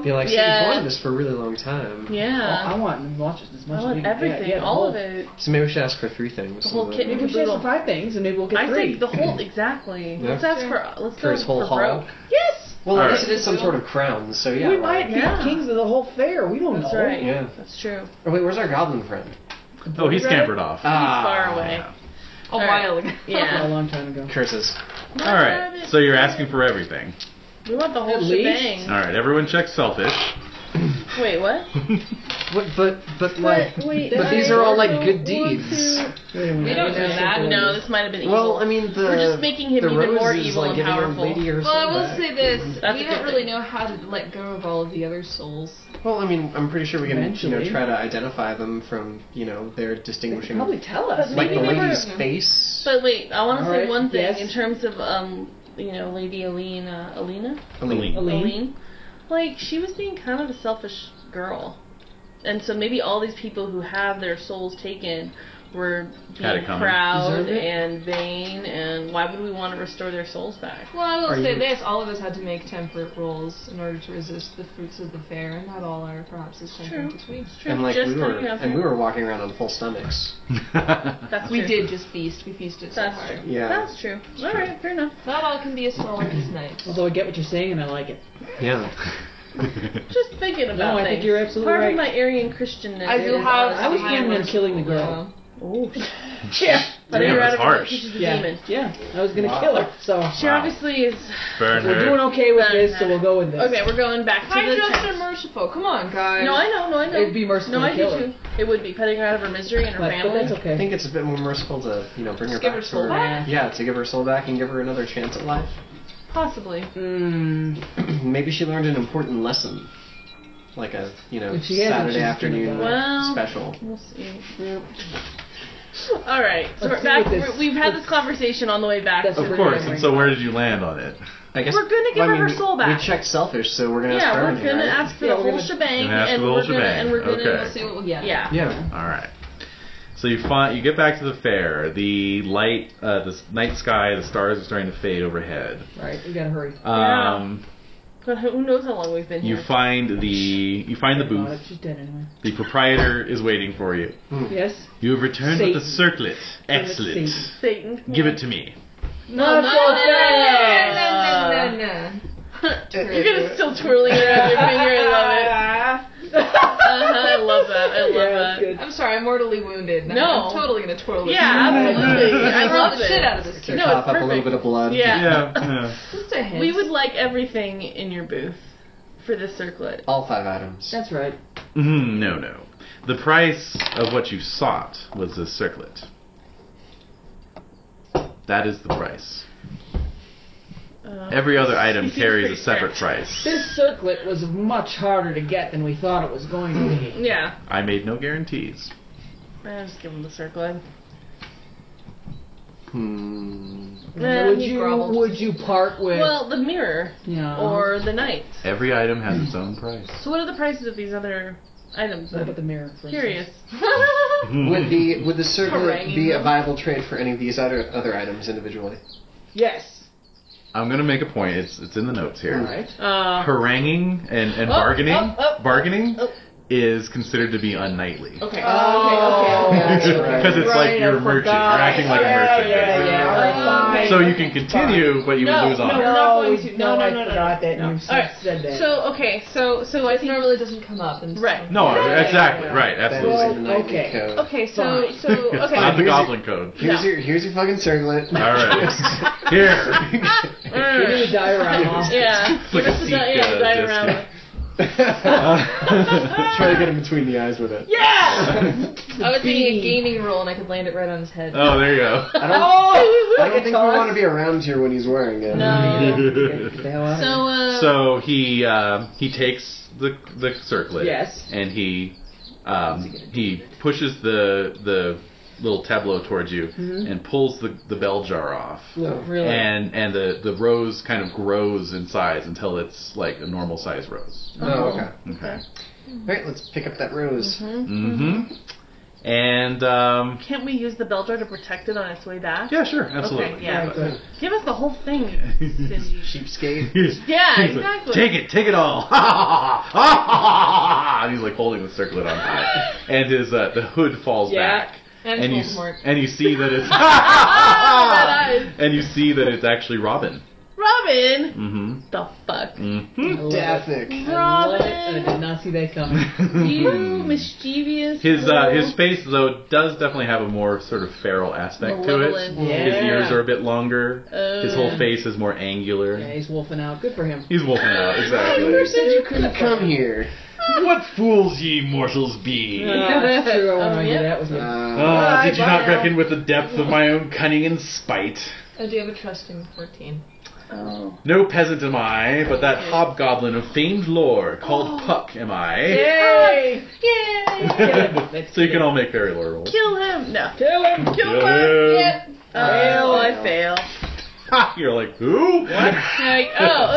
I feel like
Yeah.
she's wanted this for a really long time.
Yeah.
I want watches as much
uh, I
as we
want
can
everything,
get. Yeah, the
all
whole-
of it.
So maybe we should ask for three things. Uh,
The whole
and
kit
then-
and
Maybe we should ask
caboodle.
for five things, and maybe we'll get
I
three.
think the whole exactly.
Yeah.
Let's ask for let's
For
go
his whole
for
haul.
broke. Yes.
Well, I guess
Alright.
it is some sort of crown, so yeah.
we
right.
might be
Yeah.
kings of the whole fair. We don't
That's
know.
right.
Yeah.
That's true. He's
Oh wait, where's our goblin friend?
Oh, he's scampered off.
Ah.
far away.
A while ago.
A
Yeah.
long time ago.
Curses.
All right, so you're Uh, asking for everything.
We want the whole
At least.
shebang.
All right, everyone check selfish.
Wait, what?
What, but but like
wait,
but these are all like good deeds.
We don't know that.
No, this might have been evil.
Well, I mean the
We're just making him
the
even
rose
more
is,
evil
like,
and
giving a
powerful.
lady her
Well, I
soul
will
back.
say this.
That's
we
a good
don't really
thing.
know how to let go of all of the other souls.
Well, I mean, I'm pretty sure we can you
Eventually.
know try to identify them from you know their
They could
distinguishing
probably tell us.
like the
Maybe they
lady's
were-
face.
But wait, I want to
All
say
right,
one thing
yes.
in terms of um, you know, Lady Alina, Alina,
Aline.
Aline.
Aline, like she was being kind of a selfish girl, and so maybe all these people who have their souls taken were
Had it
being
coming.
proud
Deserved it.
and vain, and why would we want to restore their souls back?
Well, I will
Are
say
you-
this: all of us had to make temperate rolls in order to resist the fruits of the fair, and not all are perhaps as temperate as we.
It's true.
And like
just
we were,
coming out
and
here.
we were walking around on full stomachs.
That's
We
true.
did just feast. We feasted so
That's
hard.
true.
Yeah.
That's true. All right, fair enough.
Not all can be as solid as knights.
Although I get what you're saying, and I like it.
Yeah.
Just thinking about
I
things.
think you're absolutely
Part
right.
of my Aryan Christianness.
I do
is
have-
honestly
I was
Yeah.
planning on killing the girl.
Yeah.
Oh, yeah. But
Damn,
you're
that's
out of
harsh.
She's a
yeah.
demon.
Yeah, I was gonna
Wow.
kill her. So
She
Wow.
obviously is.
Burn
we're doing
her.
okay with this, so we'll go with this.
Okay, we're going back to
Kind
the
just
text.
and merciful. Come on, guys.
No, I know, no, I know.
It'd be
No,
merciful to
I do
kill
too.
her.
It would be cutting her out of her misery and her
But, but
family.
that's okay.
I think it's a bit more merciful to you know bring her
Give her
back.
soul
to
back?
Yeah, to give her soul back and give her another chance at life.
Possibly.
Hmm.
Mm, maybe she learned an important lesson, like a you know
If she hasn't,
Saturday
she's gonna
afternoon
die.
Well-
special.
We'll see. All right. So we're
Let's see
back.
what this-
we're- we've had this conversation on the way back.
That's
so
what
Of
we're
course.
gonna
And
bring-
so, where did you land on it?
I guess
We're gonna give
well, I
her her
mean,
soul back.
We checked selfish, so we're gonna ask
yeah,
for
we're
everything,
gonna
right?
ask for
Yeah,
the
we're
whole
gonna-
shebang,
Gonna ask
and
for the
we're
whole
gonna
shebang.
and we're gonna
Okay.
See what we'll get.
yeah.
Yeah.
All right. So you find you get back to the fair. The light, uh, the s- night sky, the stars are starting to fade overhead.
Right, we gotta hurry.
Um,
But who knows how long we've been
You
here?
find the you find the
About it,
booth.
Oh, She's dead anyway.
The proprietor is waiting for you.
Yes.
You have returned with the
Satan.
circlet.
Damn it,
Excellent.
Satan.
Satan.
Give it to me.
No, no,
No,
no,
no,
no,
no,
no, no.
no, no, no.
You're gonna still twirling it around your finger. I love it. Uh-huh, I love that. I love
yeah,
that.
Good.
I'm sorry, I'm mortally wounded. and
No.
I'm totally gonna twirl this.
Yeah, absolutely. I
Twirl
love
the shit
it.
out of this
Can
kid.
No, it's
cough up a little
perfect.
bit of blood.
Yeah.
Yeah.
Just a hint.
We would like everything in your booth for this circlet.
All five items.
That's right.
Mhm, no, no. The price of what you sought was this circlet. That is the price.
Uh,
Every other item
He's
carries a
pretty
separate
fair.
price.
This circlet was much harder to get than we thought it was going to be.
yeah.
I made no guarantees.
I'll just give him the circlet.
Hmm.
Eh,
would
he
you Uh-huh.
groveled.
would you part with
Well, the mirror
yeah.
or the knight.
Every item has its own price.
So what are the prices of these other items?
what about the
I'm
mirror? For
curious. Mm.
Would the would the circlet
Haranguing
be a
them.
viable trade for any of these other other items individually?
instance? Yes.
I'm gonna make a point. It's it's in the notes here.
All right.
Uh,
Haranguing and, and
Oh,
bargaining
oh, oh,
bargaining
oh.
is considered to be unknightly.
okay.
Oh,
um,
okay, okay, okay.
Because it's like
Right,
you're
I
a merchant. You're
forgot.
acting like a
Yeah,
merchant.
yeah, yeah. All right,
Oh,
fine. Wait,
so you
okay,
can continue, but you
No,
would lose
no,
No,
honor.
we're not going
we-
to-
no,
no, no,
I
no, no,
forgot that
no.
you
All right,
said that.
So okay, so so I
It
think
normally doesn't come up. And
Right.
No,
Yeah.
exactly. Right,
That is
absolutely.
a knightly
okay.
code.
okay, so
Fine.
so okay.
Not the
Here's your-
goblin code.
Here's
No.
your here's your fucking circlet.
All right. Here.
Give me the
Mm.
diorama.
Yeah,
It's
give
like a
us the
Zika
di- yeah, the diorama.
disc.
Try to get him between the eyes with it.
Yeah.
I was thinking a gaming roll and I could land it right on his head.
oh, there you go.
I don't,
Oh,
I don't think we want to be around here when he's wearing it.
So uh,
so he um, he takes the the circlet.
Yes.
And he um, he pushes the the little tableau towards you and pulls the, the bell jar off.
No.
Really?
And and the, the rose kind of grows in size until it's like a normal size rose.
Oh, okay.
Okay.
All right, let's pick up that rose.
Mm-hmm. And um,
can't we use the bell jar to protect it on its way back?
yeah, sure, absolutely.
Okay, yeah.
Good.
Give us the whole thing, Cindy.
Cheapskate.
He's-
Yeah,
he's like,
exactly.
Take it, take it all. Ha ha ha ha ha ha! And he's like holding the circlet on high, and his uh, the hood falls
Yeah.
back,
And,
and you
it's
s-
Voldemort.
and you see that it's
eyes.
and you see that it's actually Robin.
Robin.
Mm-hmm.
The fuck.
Mm-hmm.
Hmm.
I love it.
Daphnic.
I love it,
Robin.
and I did not see that coming.
You mischievous.
Hmm. His uh,
little
his face though does definitely have a more sort of feral aspect to it.
malevolent.
Yeah.
His ears are a bit longer.
Oh.
His whole face is more angular.
Yeah, he's wolfing out. Good for him.
He's wolfing out exactly.
Who said you couldn't come here?
What fools ye mortals be!
Yeah, that's true. I want to
Oh,
do
yeah.
that with you.
Uh,
Ah,
Bye,
did you
bye
not
now.
reckon with the depth of my own cunning and spite?
I Oh, do have a trusting 14.
Oh.
No peasant am I, but that hobgoblin of famed lore called Puck am I.
Yay! Let's
so you can all make fairy lore rolls.
Kill him. No.
Kill him!
Kill him.
Yep.
Oh,
Uh,
I fail.
Ha, You're like, who? What?
Like, oh, okay.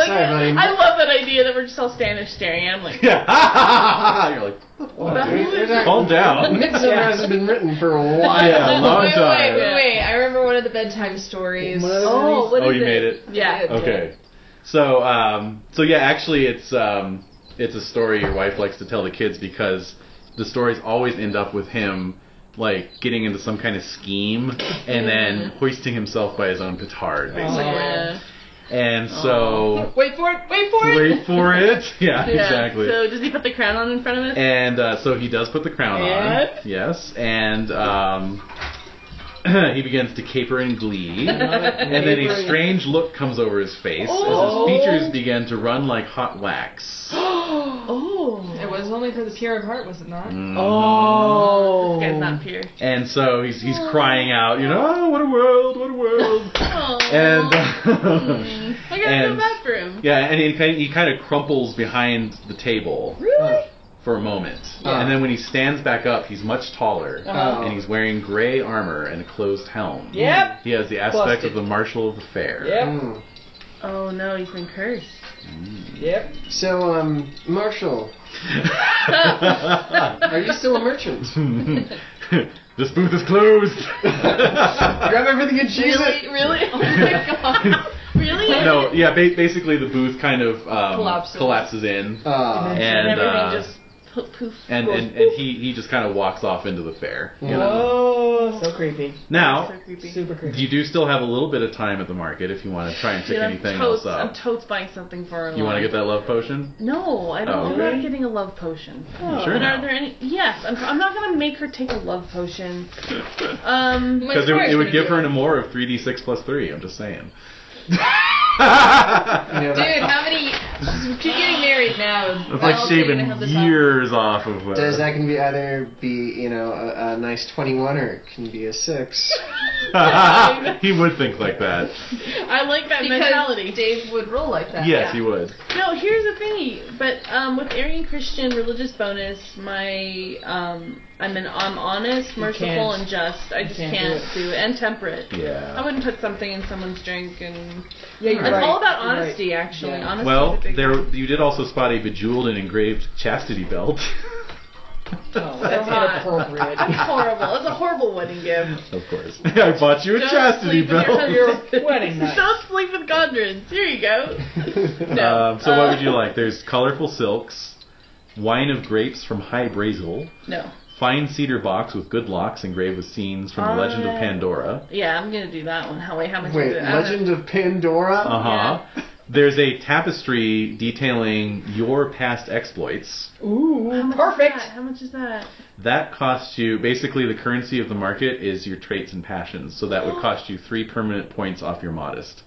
Sorry, buddy.
I love that idea that we're just all standing staring at him like,
Yeah. ha, ha, ha, ha. You're like,
But who is
We're not-
calm down.
Midsummer hasn't been written for a while.
Yeah, a long
wait, wait,
time.
wait, wait. I remember one of the bedtime stories.
One of the
oh,
movies?
what is
Oh, you
it?
made it.
yeah.
Okay. So, um, so yeah, actually, it's um, it's a story your wife likes to tell the kids because the stories always end up with him like getting into some kind of scheme and then hoisting himself by his own petard, basically.
Yeah.
And so,
Wait for it. Wait for it.
wait for it. Yeah,
Yeah.
exactly.
So does he put the crown on in front of us?
and uh, so he does put the crown
And?
on. Yes, and um, he begins to caper in glee. And then a strange look comes over his face
Oh.
as his features begin to run like hot wax.
Oh.
It was only for the pure of heart, was it not?
Mm.
Oh.
This guy's not pure.
Mm-hmm. And so he's he's crying out, you know, oh, what a world, what a world.
Oh.
And
I gotta
and-
go back for him.
yeah, and he kind of, he kind of crumples behind the table
Really?
for a moment, and then when he stands back up, he's much taller,
Uh-huh.
and he's wearing gray armor and a closed helm.
Yep.
He has the aspect
Busted.
of the marshal of the fair.
Yep.
Mm.
Oh no, he's been cursed.
Yep.
So, um, Marshall, are you still a merchant?
this booth is closed.
Grab everything and cheese it.
Really? Oh my god. really?
no, yeah, ba- basically the booth kind of um,
Collapses.
collapses in,
Ah.
And,
and
everything
uh,
just po- poof.
and, and and he he just kind of walks off into the fair. You know?
Oh, so creepy.
Now
so creepy.
Super creepy.
you do still have a little bit of time at the market if you want to try and pick
Dude, I'm
anything else
totes,
up.
I'm totes buying something for her.
you want to get that love potion?
No, I don't.
Oh.
I'm not getting a love potion.
You sure
But are
now.
there any? Yes, I'm, I'm not gonna make her take a love potion. Um,
My
Because it,
square's
it would
gonna
give
do
her
it.
an more of 3d6 plus 3. I'm just saying.
Yeah, that-
Dude, how many? She's getting married now.
It's like shaving years off of. Uh,
Does that can be either be you know a, a nice twenty-one or it can be a six?
he would think like that.
I like that
Because
mentality.
Dave would roll like that.
Yes, he would.
No, here's the thing. But um, with Aryan Christian religious bonus, my um, I'm an I'm honest, merciful,
can't.
and just. I just
can't
can't,
do
do, it. and temperate. I
Yeah.
wouldn't put something in someone's drink, and
Yeah, you're
it's
right.
all about
You're right.
honesty. Actually,
Yeah.
honesty.
Well,
is a big
there you did also spot a bejeweled and engraved chastity belt.
Oh, that's
hot.
inappropriate.
That's horrible. That's a horrible wedding gift.
of course. I bought you a
Don't
chastity
sleep with
belt.
your husband.
Wedding night.
Don't sleep with Gondrins. Here you go. No.
Um, so what
Uh,
would you like? There's colorful silks, wine of grapes from High Brazel,
No.
Fine cedar box with good locks engraved with scenes from The Legend of
I-
Pandora.
Yeah, I'm gonna do that one. How wait, how much?
Wait,
is it? I don't know.
Legend of Pandora?
Uh huh. There's a tapestry detailing your past exploits.
How
Ooh,
much is
perfect.
that? Oh How much is that?
That costs you basically the currency of the market is your traits and passions. So that would
Oh.
cost you three permanent points off your modest.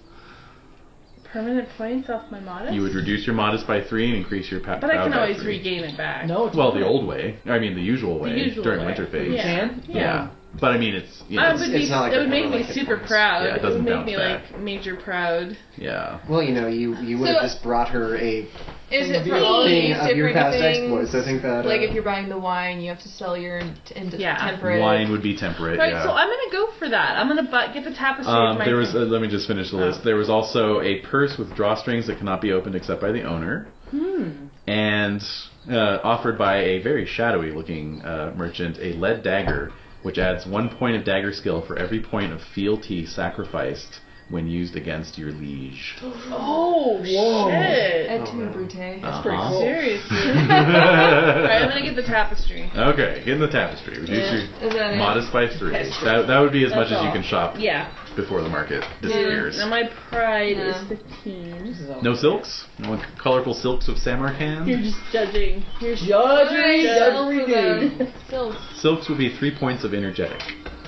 Permanent points off my modest.
You would reduce your modest by three and increase your pa-
But I
proud
can
by
always
three.
regain it back.
No, it's
Well, the old way. I mean, the usual way
usual
during
way.
winter phase.
You
Yeah.
can.
Yeah. But I mean, it's you know,
I
it's-
would
it's
be,
not like
it
a
would make me
permanent
super
points.
proud.
Yeah, it
would
doesn't
make
bounce
me
back.
like major proud.
yeah.
Well, you know, you, you would have
So-
just brought her a
Is
Thing of
it for
your-
all of
thing
these
of your
different
past
things?
exploits. I think that.
Like
uh,
if you're buying the wine, you have to sell your in- in-
Yeah.
temperate.
Wine would be temperate.
Right,
yeah.
so I'm gonna go for that. I'm gonna bu- get the tapestry of
Um,
my.
there was. Uh, let me just finish the
Oh.
list. There was also a purse with drawstrings that cannot be opened except by the owner,
Hmm.
and uh, offered by a very shadowy-looking uh, merchant a lead dagger, which adds one point of dagger skill for every point of fealty sacrificed when used against your liege.
oh shit!
Et tu, Brute?
That's
pretty cool.
Uh-huh.
Seriously. All right, I'm
okay,
gonna get the tapestry.
get in the tapestry. Reduce
Is that
your
it?
modest by three.
That's true.
That, that would be as much
That's
as you
all.
can shop
Yeah.
before the market disappears.
Now my pride is
No.
15.
This is all-
No silks? No one- colorful silks of
You're
Samarkand?
just judging. You're just,
Judgery, judgery, dude.
Silk. Silk.
Silks would be three points of energetic.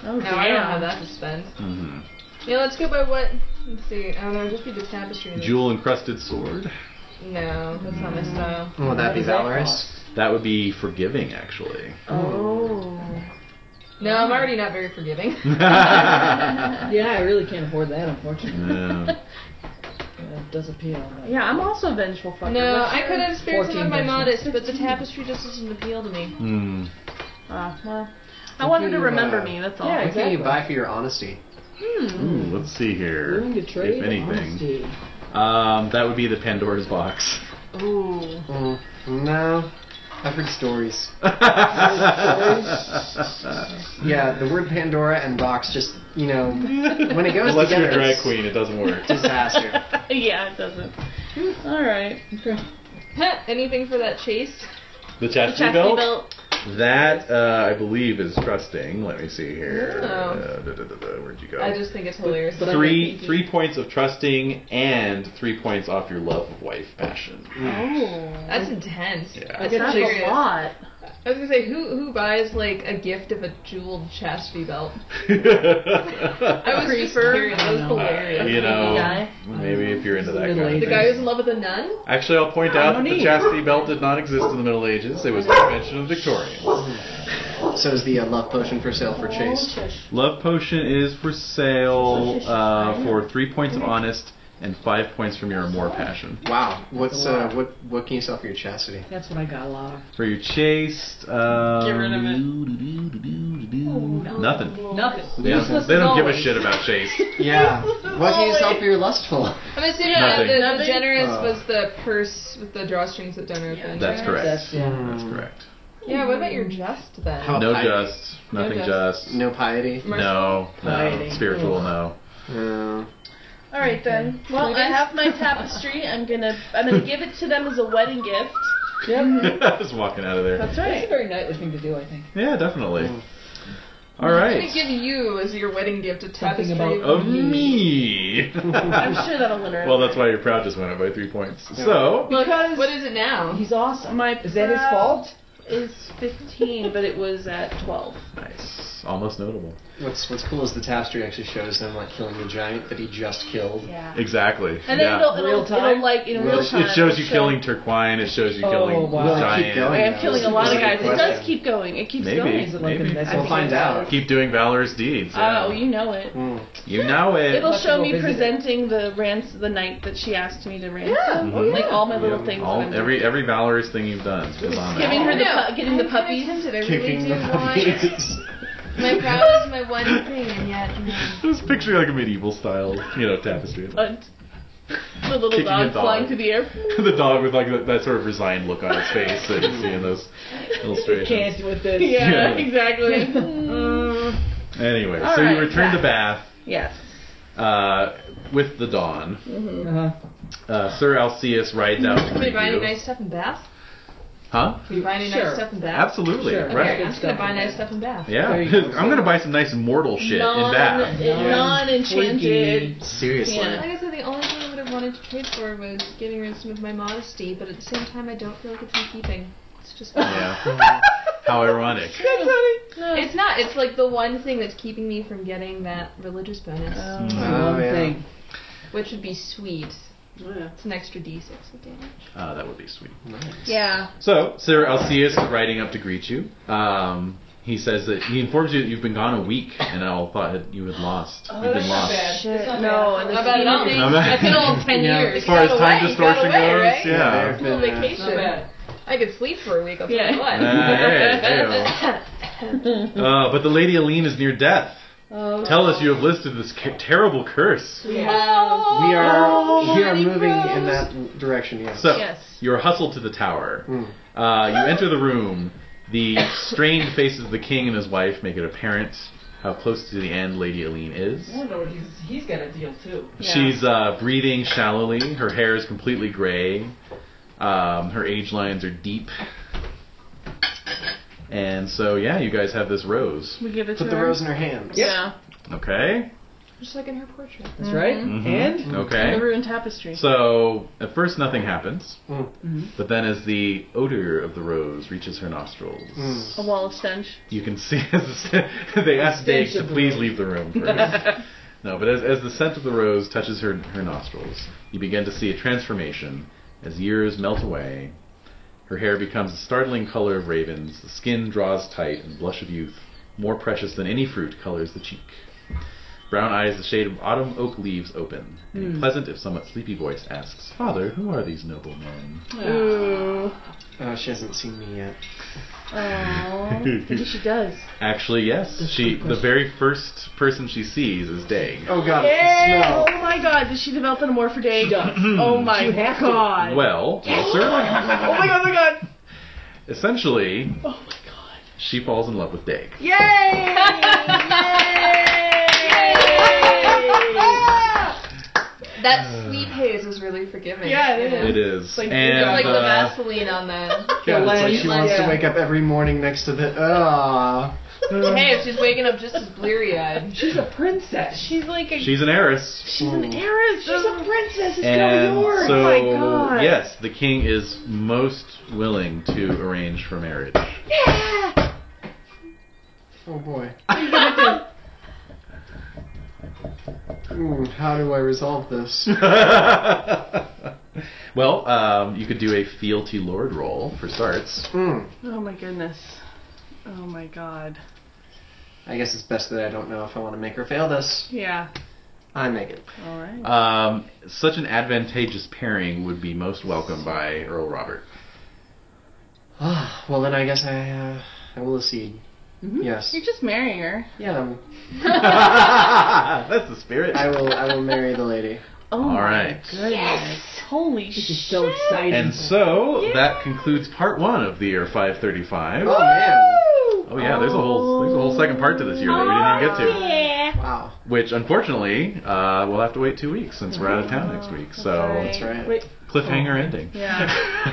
oh
No, I don't have that to spend.
Mm-hmm.
Yeah, let's go by what. Let's see. I don't know. Just be the tapestry. and-
Jewel encrusted sword?
No, that's not my style.
Will that be valorous?
That would be forgiving, actually.
Oh.
No, I'm already not very forgiving.
Yeah. Hmm.
Yeah, I really can't afford that, unfortunately. Yeah, it does appeal. but-
Yeah, I'm also a vengeful fucker.
no,
What's
I
your-
could have spared some
14
of my
version.
modest, but the tapestry just doesn't appeal to me.
Hmm.
Ah, well, I want her to
you,
remember
uh,
me. That's all.
yeah,
What can you
Exactly.
buy for your honesty?
Ooh, let's see here.
Willing to trade
If anything.
honesty.
Um, that would be the Pandora's box.
Ooh.
Mm,
Mm-hmm.
no. I've heard stories. Yeah, the word Pandora and box just, you know, when it goes
Unless you're
together,
a drag
it's
queen, it doesn't work.
disaster.
Yeah, it doesn't. All right.
Heh, Anything for that chase?
The chastity,
Chastity
belt?
belt.
That, uh, I believe, is trusting. Let me see here.
Oh.
Uh, da, da, da, da, where'd you go?
I just think it's hilarious.
But I
three
think you-
three points of trusting and three points off your love of wife passion.
Oh.
That's intense.
Yeah.
I
That's
get
not a
serious.
lot.
I was gonna say, who who buys like a gift of a jeweled chastity belt? I was just
Creeper.
curious. That
I don't
was
know.
hilarious.
you know,
guy.
maybe if you're into
The
that kind
middle
of
ages.
The guy
thing.
who's in love with a nun?
Actually, I'll point out that the
need.
chastity belt did not exist in the Middle Ages. It was the invention of Victorians.
So is the uh, love potion for sale for Chase.
Love potion is for sale uh, for three points of honest and five points from your amour passion.
Wow. What's uh, what? What can you sell for your chastity?
That's what I got a lot of.
For your chaste, um,
Get rid of it.
Oh,
Nothing.
Nothing.
They don't, they don't give a shit about Chase.
Yeah. What can you sell for your lustful?
I'm assuming that
Nothing.
the, the generous
Uh.
was the purse with the drawstrings that don't open.
That's correct.
That's, yeah.
That's correct.
Yeah, what about your just then?
Oh,
How-
No
I-
just, nothing
No
just.
No piety.
No, no.
Piety.
Spiritual, no.
Uh,
All right then. Well, I have my tapestry. I'm gonna I'm gonna give it to them as a wedding gift.
Yep.
Just walking out of there.
That's
That's a
right.
very knightly thing to do, I think.
Yeah, definitely.
Mm.
All
I'm gonna
right.
give you as your wedding gift a tapestry.
about-
Of me.
I'm sure that'll win her.
Well, that's why your proud just went up by three points. So,
because
What is it now?
He's awesome.
my
Is that his
proud
fault?
Is 15, but it was at 12.
nice. Almost notable.
what's What's cool is the tapestry actually shows them like killing the giant that he just killed.
Yeah.
Exactly.
And then it'll,
Real
it'll,
time?
it'll like in
Well,
real
It-
time.
It shows you
it'll show-
killing Turquine. It shows you
Oh,
killing
wow. Well, it
Giant.
keep going.
I am killing a lot of guys. It does
Question.
keep going. It keeps
Maybe.
Is
going.
it like
Maybe.
a
I
message?
We'll
think
find
it
out.
does.
Keep doing valorous deeds. yeah.
Oh, you know it.
Mm.
You know it.
It'll
Let's
show
go
me
visit it.
presenting the rans- the night that she asked me to ransom.
Mhm.
Like all my little
Yeah.
things.
All,
that I'm
every every valorous thing you've done is on there.
doing. giving her the
I know.
pu- getting the
I'm kinda
puppies.
tempted. I really
Kicking
do
the
want-
puppies.
My proud is my one thing, and yet.
Just picture like a medieval style, you know, tapestry.
But the little
Kicking a
dog,
dog.
flying through the air.
the dog with like that, that sort of resigned look on his face that you see in those illustrations.
Can't with this.
Yeah.
Yeah, exactly.
Anyway,
All
so you
right,
return to
yeah.
Bath
yes.
uh, with the dawn.
Uh-huh.
Uh, Sir Alceus rides out to
Can we
greet
buy any
you.
nice stuff in Bath?
Huh?
Can you buy any
Sure.
nice stuff in that?
Absolutely.
Sure.
Right.
Okay, I'm just gonna buy nice stuff in Bath.
Yeah.
There you go.
I'm gonna buy some nice mortal shit in Bath.
Non-enchanted.
Seriously.
Yeah.
Like I said, the only thing I would have wanted to trade for was getting rid of some of my modesty, but at the same time, I don't feel like it's in keeping. It's just.
Yeah. How ironic.
It's not. It's like the one thing that's keeping me from getting that religious bonus,
Oh, yeah.
thing.
which would be sweet.
Yeah.
It's an extra d6 of damage.
Uh, that would be sweet.
Yeah.
So, Sir Alcius is riding up to greet you. Um, he says that he informs you that you've been gone a week, and all thought that you had lost.
Oh,
you've been lost.
Shit. No. And
How about it all?
How about-
That's been all 10
Yeah.
years.
As far as
You got
time
away, you got
distortion
away,
goes,
right?
yeah.
There's been, uh,
Vacation. I could sleep for a week. I'll
Yeah.
tell you what.
Uh, hey, ew. Uh, but the lady Aline is near death. Tell us you have listed this ca- terrible curse.
we are we are moving in that direction. Yes.
So,
Yes.
you're hustled to the tower.
Mm.
Uh, you enter the room. The strained faces of the king and his wife make it apparent how close to the end Lady Aline is.
I wonder what he's, he's got a deal too.
She's uh, breathing shallowly. Her hair is completely gray. Um, her age lines are deep. And so, yeah, you guys have this rose.
We give it
Put
to
the
her.
rose in her hand.
Yeah.
Okay.
Just like in her portrait.
That's right.
Mhm.
Mm-hmm.
And
Okay.
The ruined tapestry.
So, at first, nothing happens.
Mm.
Mhm.
But then, as the odor of the rose reaches her nostrils,
Mm.
a wall of stench.
you can see they ask Dave to please leave the room. For a minute. no, but as, as the scent of the rose touches her, her nostrils, you begin to see a transformation as years melt away. Her hair becomes the startling color of ravens, the skin draws tight, and blush of youth, more precious than any fruit, colors the cheek. Brown eyes, the shade of autumn oak leaves open, and a pleasant if somewhat sleepy voice asks, Father, who are these noble men?
Ooh.
Oh, she hasn't seen me yet.
Oh. Aww. Maybe she does.
Actually, yes. She, the very first person she sees is Dag.
Oh God,
Yeah.
it's
Oh my god, does she develop an amor for day? oh my god.
Well, yes, sir.
Oh my god, oh my god.
Essentially,
Oh my god.
she falls in love with Dag. Uh.
That sweet haze is really forgiving.
Yeah, it
you know?
is.
It is.
Like,
and,
It's like the
uh,
Vaseline on the.
snow. God, it's like
lens.
she wants
Yeah.
to wake up every morning next to the. Ah.
hey, if she's waking up just as bleary eyed.
she's a princess.
She's like a.
she's an heiress.
She's an heiress. She's a princess. It's
Oh. and
yours.
so,
oh my god.
yes, the king is most willing to arrange for marriage.
Oh boy. Hmm, how do I resolve this?
well, um, you could do a fealty lord roll for starts.
Mm.
Oh my goodness. Oh my god.
I guess it's best that I don't know if I want to make her fail this.
Yeah.
I make it.
All right.
Um, such an advantageous pairing would be most welcomed by Earl Robert.
Ah, well then I guess I uh, I will accede. Yes.
You're just marrying her.
Yeah. um,
That's the spirit.
I will. I will marry the lady.
Oh
All
my
right.
goodness. Holy
This is
shit.
so exciting.
And so that concludes part one of the year 535.
Oh man.
Oh yeah, there's a whole there's a whole second part to this year that we didn't even get to,
Wow.
which unfortunately uh, we'll have to wait two weeks since we're out of town next week. So
That's right.
Wait.
cliffhanger ending.
Yeah.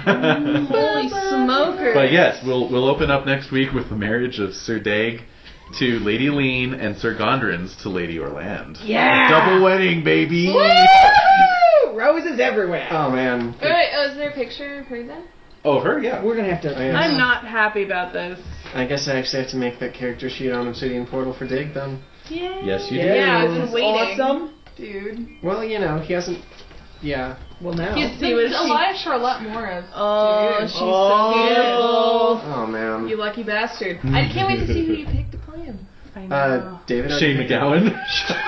Mm-hmm. Holy smoker.
but yes, we'll we'll open up next week with the marriage of Sir Dag to Lady Lean and Sir Gondrins to Lady Orland. Yeah, double wedding, baby.
Roses everywhere.
Oh man.
Wait, wait, oh, is there a picture of her then?
Oh, her, yeah.
We're gonna have to.
I guess,
I'm not happy about this.
I guess I actually have to make that character sheet on Obsidian Portal for Dig then.
Yes, you
Yeah.
do.
Yeah, I've been waiting.
Awesome.
Dude.
Well, you know, he hasn't. Yeah.
Well now.
He's,
See what
he's
she-
alive for a lot more of.
Oh,
Dude.
she's
Oh.
Oh
You
man.
lucky bastard. I can't wait to see who you pick to play him.
so cute. I know.
Uh, David.
Shane
already picked-
McGowan.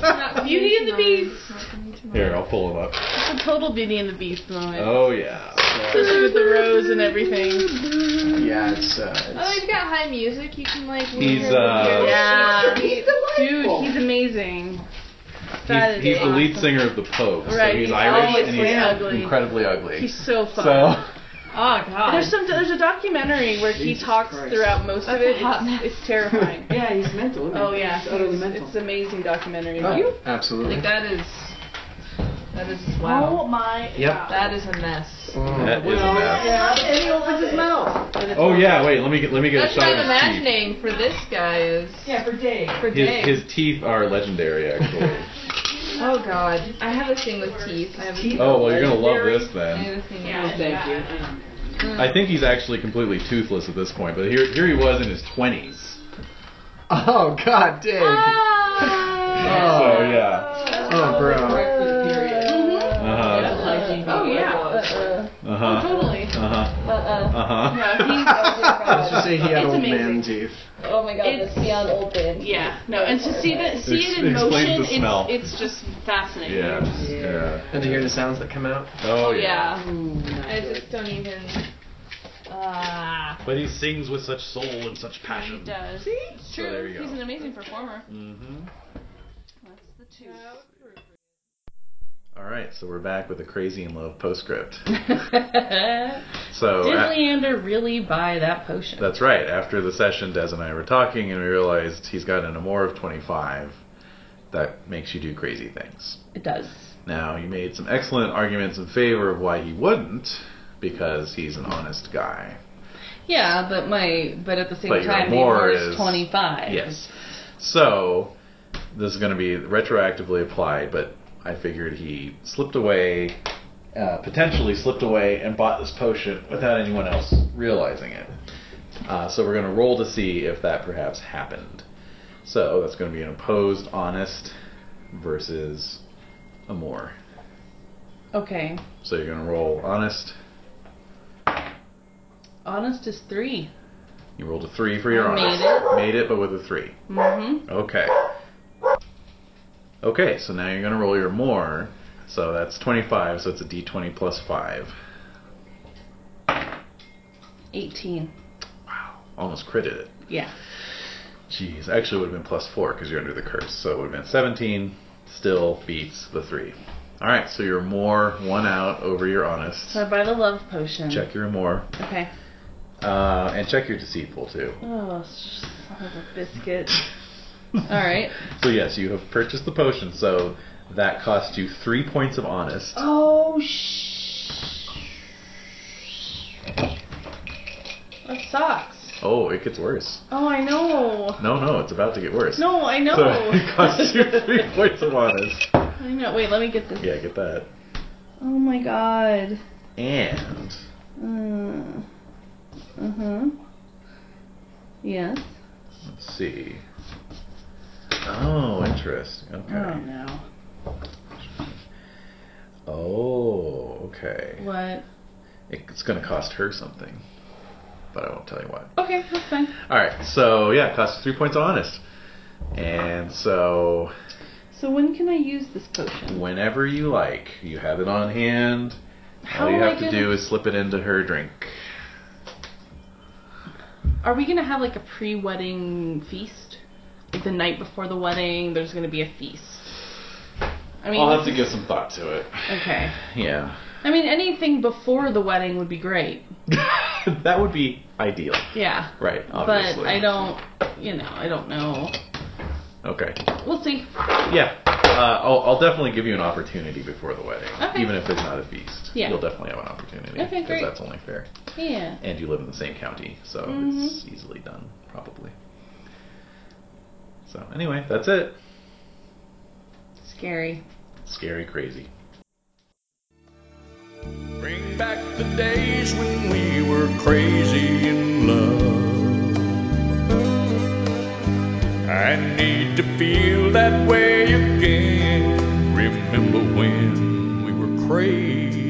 Not
Beauty and the
tonight.
Beast.
Not for me tonight.
Here, I'll pull him up.
it's a total Beauty and the Beast moment.
Oh yeah.
Especially with the rose and everything.
Yeah, it's. Uh,
Oh,
it's
you've got high music. You can like.
He's,
wear your-
uh,
your
Yeah.
shades.
Dude, he's amazing. That
He's,
is
he's the lead
awesome.
singer of the Pogues,
Right,
so he's
he's
Irish
always
and
was
he's
ugly.
incredibly ugly.
He's so fun.
so
Oh god.
There's some. There's a documentary where he
Jesus
talks
Christ.
throughout most of it. It's, it's terrifying.
yeah, he's mental. Isn't he?
oh yeah,
He's utterly
it's,
mental.
it's amazing documentary.
oh,
you-
absolutely.
Like that is That is wow.
Oh my
Yep.
god.
That is a mess.
That is
Well,
bad.
yeah, and he opens his mouth.
Oh yeah, wait. Let me get let me get
That's
a shot
what
of
I'm
his
imagining for this guy is
Yeah, for days.
for
teeth.
Dave.
uh, His, his teeth are legendary, actually.
oh god, I have this thing with teeth. I have a thing
oh well, you're gonna love
Legendary.
this
I
then.
have a thing
No,
with
thank you.
I think he's actually completely toothless at this point, but here here he was in his twenties.
Oh god, Dave.
So
Oh,
yeah.
oh bro.
Correctly, period.
Uh huh.
Oh yeah.
Uh huh.
Totally.
Uh huh.
Uh-uh.
Uh huh.
No, he's
I
overpowered.
was just saying he had
It's
old man
amazing.
teeth.
Oh my god,
It's-
it's beyond old man.
Yeah, no, and to see that, see it in
Explains the
motion,
smell.
it's, it's just fascinating.
Yeah. Yeah.
And to hear the sounds that come out.
Oh yeah.
Yeah. I just don't even. Ah.
But he sings with such soul and such
He
passion.
does. It's
So
true.
there you
He's
go.
an amazing performer.
Mm-hmm.
That's the two.
All right, so we're back with a crazy in love postscript. So
Did
a-
Leander really buy that potion?
that's right. After the session, Des and I were talking, and we realized he's got an amour of 25 that makes you do crazy things.
It does.
Now, you made some excellent arguments in favor of why he wouldn't, because he's an honest guy.
Yeah, but my but at the same
But your
time, the
more
more
is-
is twenty five.
Yes. So this is going to be retroactively applied, but I figured he slipped away, uh, potentially slipped away, and bought this potion without anyone else realizing it. Uh, so we're going to roll to see if that perhaps happened. So that's going to be an opposed honest versus a more.
Okay.
So you're going to roll honest.
Honest is three.
You rolled a three for your
I made
honest. Made it, but with a three.
Mm-hmm.
Okay. Okay, so now you're going to roll your more. So that's 25, so it's a d20 plus 5.
Eighteen.
Wow. Almost critted it.
Yeah.
Jeez. Actually, it would have been plus 4 because you're under the curse. So it would have been 17. Still beats the 3. Alright, so your more one out over your honest.
So I buy the love potion.
Check your more.
Okay.
Uh, and check your deceitful, too.
Oh, son of a biscuit. All right.
So, yes, you have purchased the potion, so that costs you 3 points of honest.
Oh sh.
That sucks.
Oh, it gets worse.
Oh, I know.
No, no, it's about to get worse.
No, I know.
So it costs you three points of honest.
I know. Wait, let me get this.
Yeah, get that.
Oh my god.
And
Uh huh. Yes.
let's see. Oh, interesting.
Oh
Okay.
no.
Oh, okay.
What?
It's gonna cost her something, but I won't tell you what.
Okay, that's fine.
All right. So yeah, it costs three points of honest. And so
So when can I use this potion?
whenever you like, you have it on hand. All you
am I
have to
gonna-
do is slip it into her drink.
Are we gonna have like a pre-wedding feast? Like the night before the wedding, there's gonna be a feast. I mean,
I'll have to give some thought to it.
okay.
Yeah.
I mean, anything before the wedding would be great.
that would be ideal.
Yeah.
Right, obviously.
But I don't, you know, I don't know.
Okay.
We'll see.
Yeah. Uh, I'll, I'll definitely give you an opportunity before the wedding,
Okay.
even if it's not a feast.
Yeah.
You'll definitely have an opportunity.
Okay,
Because
great.
that's only fair.
Yeah.
And you live in the same county, so
Mm-hmm.
it's easily done, probably. So, anyway, that's it.
Scary.
Scary, crazy.
Bring back the days when we were crazy in love. I need to feel that way again. Remember when we were crazy